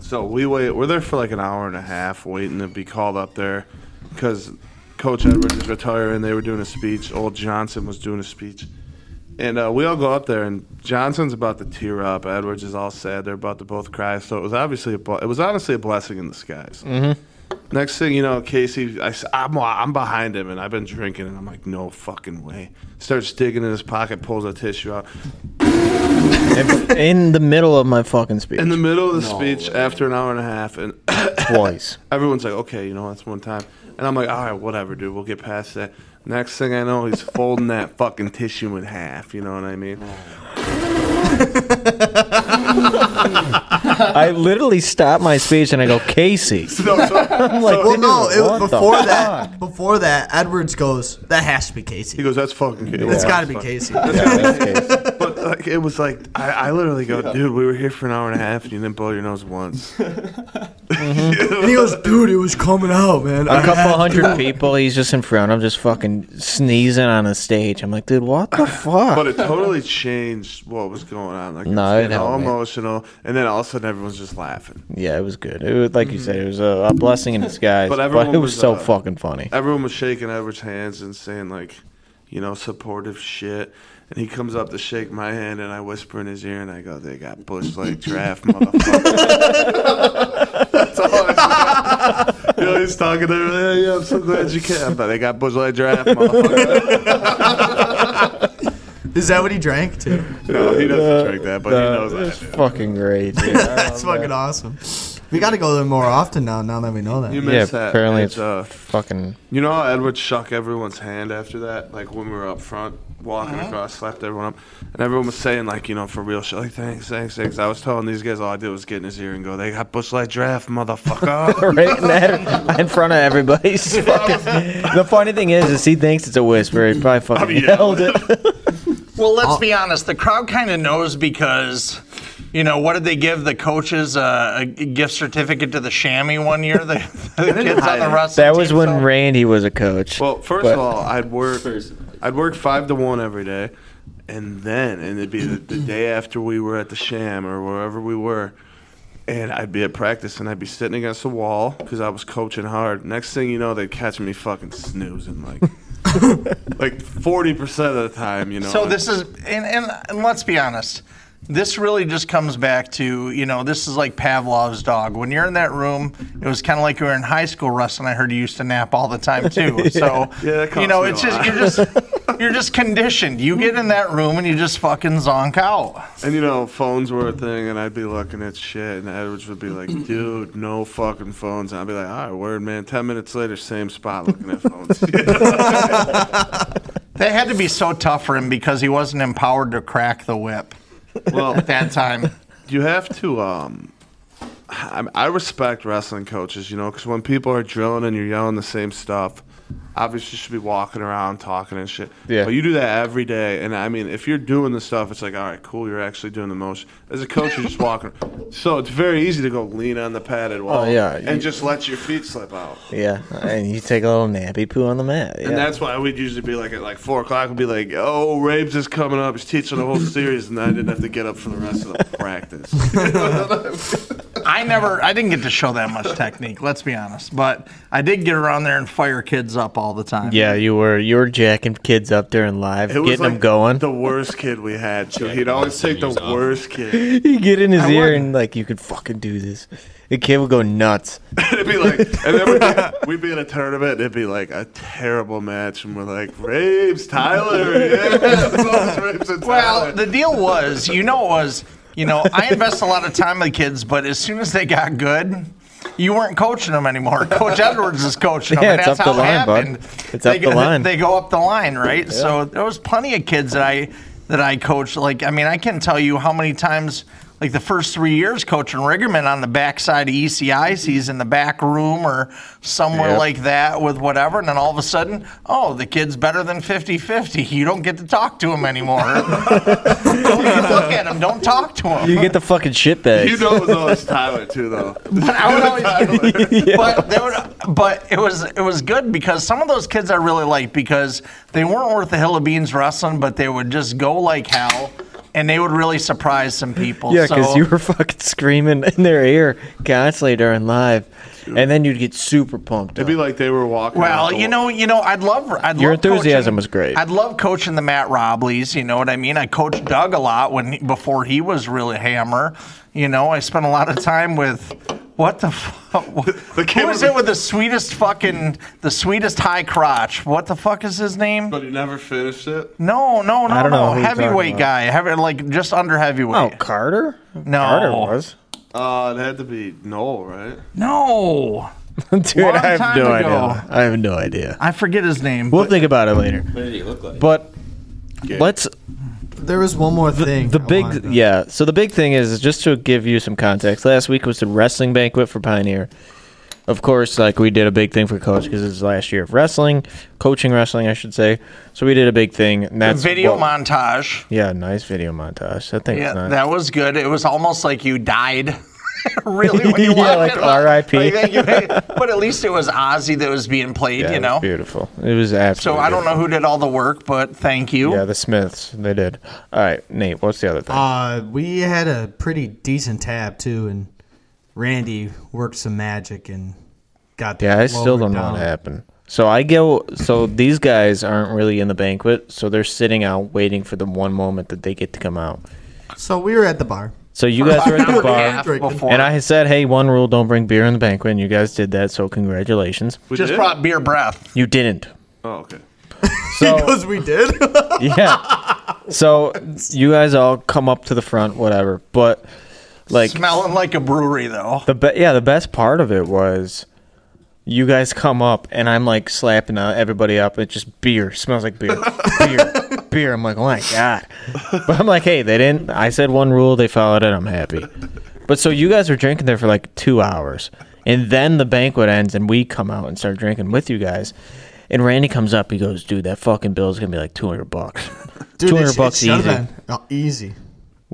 B: So we wait. We're there for like an hour and a half waiting to be called up there because Coach Edwards is retiring. They were doing a speech. Old Johnson was doing a speech, and uh, we all go up there. And Johnson's about to tear up. Edwards is all sad. They're about to both cry. So it was obviously a. bl- It was honestly a blessing in disguise.
D: Mhm.
B: Next thing you know, Casey, I, am I'm behind him, and I've been drinking, and I'm like, no fucking way. Starts digging in his pocket, pulls a tissue out.
D: story. In the middle of my fucking speech.
B: In the middle of the speech, after an hour and a half, and
D: Twice.
B: everyone's like, okay, you know, that's one time. And I'm like, all right, whatever, dude, we'll get past that. Next thing I know, he's folding that fucking tissue in half, you know what I mean?
D: I literally stopped my speech and I go, Casey. I'm like,
E: well,
D: dude,
E: no, it was
D: what the
E: before
D: fuck?
E: that. Before that, Edwards goes, "That has to be Casey." He
B: goes, "That's fucking Casey.
E: That's
B: Yeah.
E: got to be
B: Fuck.
E: Casey."
D: Oh,
B: but like, it was like, I, I literally go,
E: Yeah.
B: dude, we were here for an hour and a half, and you didn't blow your nose once.
E: and he goes, "Dude, it was coming out, man." I
D: A couple
E: had
D: hundred
E: to."
D: people, he's just in front. I'm just fucking sneezing on a stage. I'm like, dude, what the fuck?
B: But it totally changed what was going on. Like,
D: No,
B: it
D: it
B: was all
D: helped me.
B: emotional, and then all of a sudden, everyone's just laughing.
D: Yeah, it was good. It was like you said, it was a, a blessing in disguise. But, it was, so
B: uh,
D: fucking funny.
B: Everyone was shaking Edward's hands and saying like, you know, supportive shit. And he comes up to shake my hand, and I whisper in his ear, and I go, "They got bush like draft, motherfucker." That's all I said. You know, he's talking to me. Yeah, yeah, I'm so glad you came. But they got bush like draft, motherfucker.
E: Is that what he drank too?
B: No, he doesn't
D: Uh,
B: drink that, but he knows I
D: It's fucking great. dude.
E: That's fucking awesome. We got to go there more often now. Now that we know that,
B: You
D: yeah,
B: miss that.
D: apparently
B: It's,
D: it's,
B: uh,
D: fucking.
B: You know how Edward shook everyone's hand after that? Like when we were up front walking
E: Mhm.
B: across, slapped everyone up. And everyone was saying, like, you know, for real shit, like, thanks, thanks, thanks. I was telling these guys all I did was get in his ear and go, they got Bushlight Draft, motherfucker.
D: right in, that, in front of everybody's fucking. The funny thing is, is he thinks it's a whisper. He probably
B: Oh,
D: fucking yelled it.
A: Well, let's be honest. The crowd kind of knows because, you know, what did they give the coaches uh, a gift certificate to the chamois one year? The, the kids on the wrestling
D: That was when Randy was a coach.
B: well, first
D: But-
B: of all, I'd work, I'd work five to one every day. And then, and it'd be the, the day after we were at the sham or wherever we were. And I'd be at practice and I'd be sitting against the wall because I was coaching hard. Next thing you know, they'd catch me fucking snoozing like like 40% of the time, you know.
A: So this is, and, and and let's be honest, this really just comes back to you know this is like Pavlov's dog. When you're in that room, it was kind of like you were in high school, Russ, and I heard you used to nap all the time too.
B: Yeah.
A: So
B: Yeah, that
A: you
B: costs
A: know
B: me a
A: it's just
B: lot.
A: you're just you're just conditioned. You get in that room and you just fucking zonk out.
B: And you know, phones were a thing, and I'd be looking at shit, and Edwards would be like, "Dude, no fucking phones." And I'd be like, "All right, word, man." Ten minutes later, same spot looking at phones.
A: They had to be so tough for him because he wasn't empowered to crack the whip.
B: Well,
A: at that time,
B: you have to. Um, I, I respect wrestling coaches, you know, because when people are drilling and you're yelling the same stuff, obviously you should be walking around talking and shit.
D: Yeah.
B: But you do that every day, and I mean, if you're doing the stuff, it's like, all right, cool, you're actually doing the motion. As a coach, you're just walking. So it's very easy to go lean on the padded wall.
D: Oh, yeah.
B: And just let your feet slip out.
D: Yeah, and you take a little nappy poo on the mat. Yeah.
B: And that's why we'd usually be like at like four o'clock. We'd be like, "Oh, Raves is coming up. He's teaching the whole series, and I didn't have to get up for the rest of the practice."
A: I never, I didn't get to show that much technique. Let's be honest, but I did get around there and fire kids up all the time.
D: yeah, you were you were jacking kids up during live,
A: It
D: getting
A: was
D: them
A: like
D: going.
B: The worst kid we had. too. He'd always take the worst kid.
D: You get in his ear and like, you could fucking do this. The kid would go nuts.
B: It'd be like, and then we'd be, we'd be in a tournament, and it'd be like a terrible match, and we're like, "Raves, Tyler, yeah, those Raves and
A: Well, the deal was, you know, it was, you know, I invest a lot of time with kids, but as soon as they got good, you weren't coaching them anymore. Coach Edwards is coaching them.
D: Yeah,
A: and
D: it's
A: that's
D: up the
A: how it
D: line, bud.
A: happened.
D: It's
A: they,
D: up the line.
A: They go up the line, right?
D: Yeah.
A: So there was plenty of kids that I that I coached. Like, I mean, I can't tell you how many times. like the first three years coaching Riggerman on the backside of E ECIs. He's in the back room or somewhere
B: Yep.
A: like that with whatever. And then all of a sudden, oh, the kid's better than 50 50. You don't get to talk to him anymore. don't even look at him. Don't talk to him.
D: You get the fucking shit bag.
B: You know it was always Tyler too, though.
A: But I would always, but, they would, but it was it was good because some of those kids I really liked because they weren't worth a hill of beans wrestling, but they would just go like hell, and they would really surprise some people.
D: Yeah,
A: so,
D: because you were fucking screaming in their ear constantly during live, and then you'd get super pumped.
B: It'd be like they were walking. out
A: Well,
B: the
A: you know, you know, I'd love, I'd
D: Your
A: love coaching-
D: enthusiasm was great.
A: I'd love coaching the Matt Robleys. You know what I mean? I coached Doug a lot when before he was really hammer. You know, I spent a lot of time with what the fuck? The
B: kid
A: Who is
B: with
A: it with the sweetest fucking the sweetest high crotch? What the fuck is his name?
B: But he never finished it.
A: No, no, no,
B: I don't
A: no.
B: know who you're talking
A: Heavyweight
B: about.
A: guy, heavy, like just under heavyweight. Oh,
D: Carter?
A: No,
D: Carter was.
B: Uh, it had to be Noel, right?
A: No.
D: Dude,
A: Long
D: I have
A: time
D: no
A: ago.
D: idea. I have no idea.
A: I forget his name.
D: We'll think about it later.
F: What did he look like?
D: But let's.
E: There was one more thing.
D: The big, yeah. So the big thing is just to give you some context. Last week was the wrestling banquet for Pioneer. Of course, like we did a big thing for Coach because it's last year of wrestling, coaching wrestling, I should say. So we did a big thing. And that's
A: video
D: what-
A: montage.
D: Yeah, nice video montage. That thing's
A: Yeah,
D: nice.
A: that was good. It was almost like you died. really, when you
D: Yeah, like
A: watched it,
D: R.I.P..
A: like, thank you. but at least it was Ozzy that was being played.
D: Yeah, it
A: you
D: was
A: know.
D: beautiful. It was absolutely.
A: So I don't know who did all the work, but thank you.
D: Yeah, the Smiths. They did. All right, Nate. What's the other thing?
E: Uh, we had a pretty decent tab too, and Randy worked some magic and got.
D: Yeah, I
E: that
D: still
E: lower
D: don't know
E: down.
D: what happened. So I go. So these guys aren't really in the banquet, so they're sitting out waiting for the one moment that they get to come out.
E: So we were at the bar.
D: So you guys were at the bar,
E: before.
D: and I had said, "Hey, one rule: don't bring beer in the banquet." And you guys did that, so congratulations.
A: Just brought beer breath.
D: You didn't.
B: Oh, okay.
E: because we did.
D: Yeah. So you guys all come up to the front, whatever. But like
A: smelling like a brewery though.
D: The be- yeah, the best part of it was you guys come up and I'm like slapping uh, everybody up. It just beer smells like beer, beer, beer. I'm like, oh my god. But I'm like, hey, they didn't. I said one rule, they followed it. I'm happy. But so you guys were drinking there for like two hours, and then the banquet ends, and we come out and start drinking with you guys. And Randy comes up, he goes, dude, that fucking bill is gonna be like 200 bucks.
E: Dude,
D: 200
E: it's- it
D: bucks
E: should've
D: easy.
E: been. Oh, easy.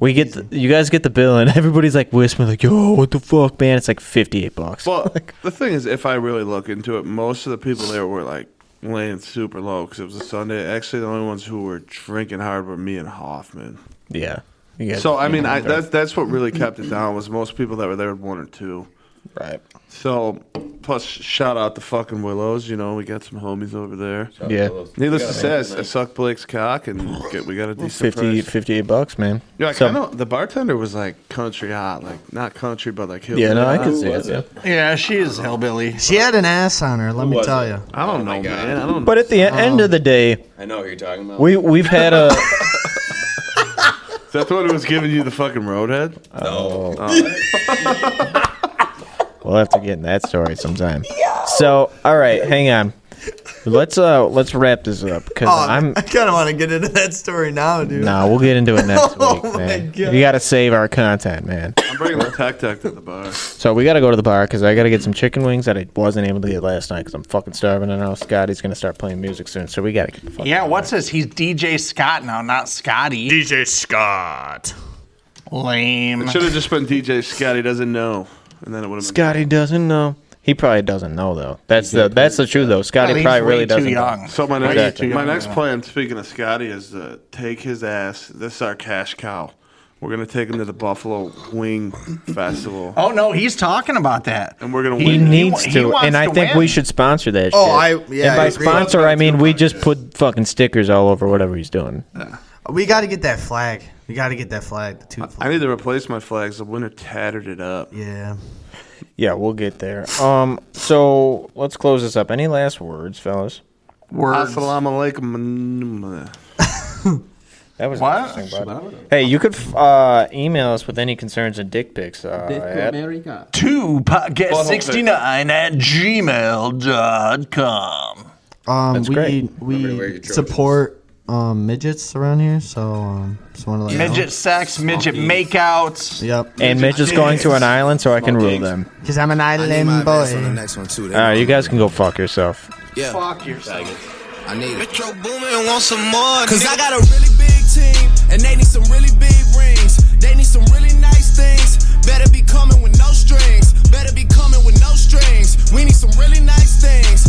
D: We get the, you guys get the bill and everybody's like whispering like yo what the fuck man it's like fifty eight bucks.
B: Well, the thing is, if I really look into it, most of the people there were like laying super low because it was a Sunday. Actually, the only ones who were drinking hard were me and Hoffman.
D: Yeah. You guys-
B: so I mean, I,
D: you guys-
B: that, that's what really kept it down was most people that were there had one or two.
D: Right.
B: So, plus shout out the fucking Willows. You know, we got some homies over there.
D: out Yeah. to Willows.
B: Needless
D: We
B: to
D: got a
B: say, I
D: man
B: s- I sucked Blake's cock and get, we got a decent
D: 50,
B: price.
D: 58 bucks man.
B: Yeah, I
D: So-
B: kinda, the bartender was like country hot, like not country, but like
D: Yeah, no, I can see it, yeah.
A: Yeah, she is hillbilly.
E: She had an ass on her. Let me
B: was
E: tell Um,
B: it?
E: you.
B: I don't know, man. I don't.
D: But at the e- end of the day,
F: Oh I know what you're talking about.
D: we we've had a
B: That's what it was giving you the fucking roadhead.
D: No. Oh. we'll have to get in that story sometime. So all right, hang on. Let's uh let's wrap this up because
E: Oh,
D: I'm
E: I kind of want to get into that story now, dude.
D: nah we'll get into it next
E: Oh
D: week
E: my
D: man.
E: God.
D: You got to save our content man.
B: I'm bringing the tech tech to the bar.
D: So we got to go to the bar because I got to get some chicken wings that I wasn't able to get last night because I'm fucking starving. And I know Scotty's gonna start playing music soon, so we got to get the fuck.
A: Yeah, what's this? He's DJ Scott now, not Scotty.
B: DJ Scott.
A: Lame.
B: It should have just been DJ Scotty doesn't know, and then it would have.
D: Scotty doesn't know. He probably doesn't know though. That's the that's the truth though.
B: Well,
D: Scotty
B: he's
D: probably
B: way
D: really
B: too
D: doesn't.
B: young.
D: Know.
B: So my next,
D: Exactly.
B: my next plan, speaking of Scotty, is to take his ass. This is our cash cow. We're gonna take him to the Buffalo Wing Festival.
A: Oh no, he's talking about that.
B: And we're gonna
D: He needs to, and I think we should sponsor that.
E: Oh,
D: shit.
E: I- yeah,
D: And
E: I
D: by
E: agree.
D: sponsor, I mean we just put fucking stickers all over whatever he's doing.
E: We got to get that flag. We got to get that flag. The two flag.
B: I need to replace my flags. The winter tattered it up.
E: Yeah.
D: Yeah, we'll get there. Um, so let's close this up. Any last words, fellas?
B: Words. Assalamu alaikum.
D: That was
B: What?
D: interesting, bud. Hey, you could f- uh, email us with any concerns and dick pics. Uh, at-
A: Two podcast
D: Butthole pic.
A: 69 at gmail.com.
E: Um, we
A: great.
E: we support um, midgets around here, so um, just want to let you know.
A: Midget sex, midget makeouts.
E: Yep.
D: And Mitch is going to an island so I can rule them.
E: Because I'm an island
D: boy.
E: boy.
D: next one too. All right, you guys can go fuck yourself.
C: Yeah. Fuck yourself. I need it. Metro booming want some more.
Q: Cause
C: Cause
Q: I
C: I
Q: got a really big team, and they need some really big rings. They need some really nice things. Better be coming with no strings. Better be coming with no strings. We need some really nice things.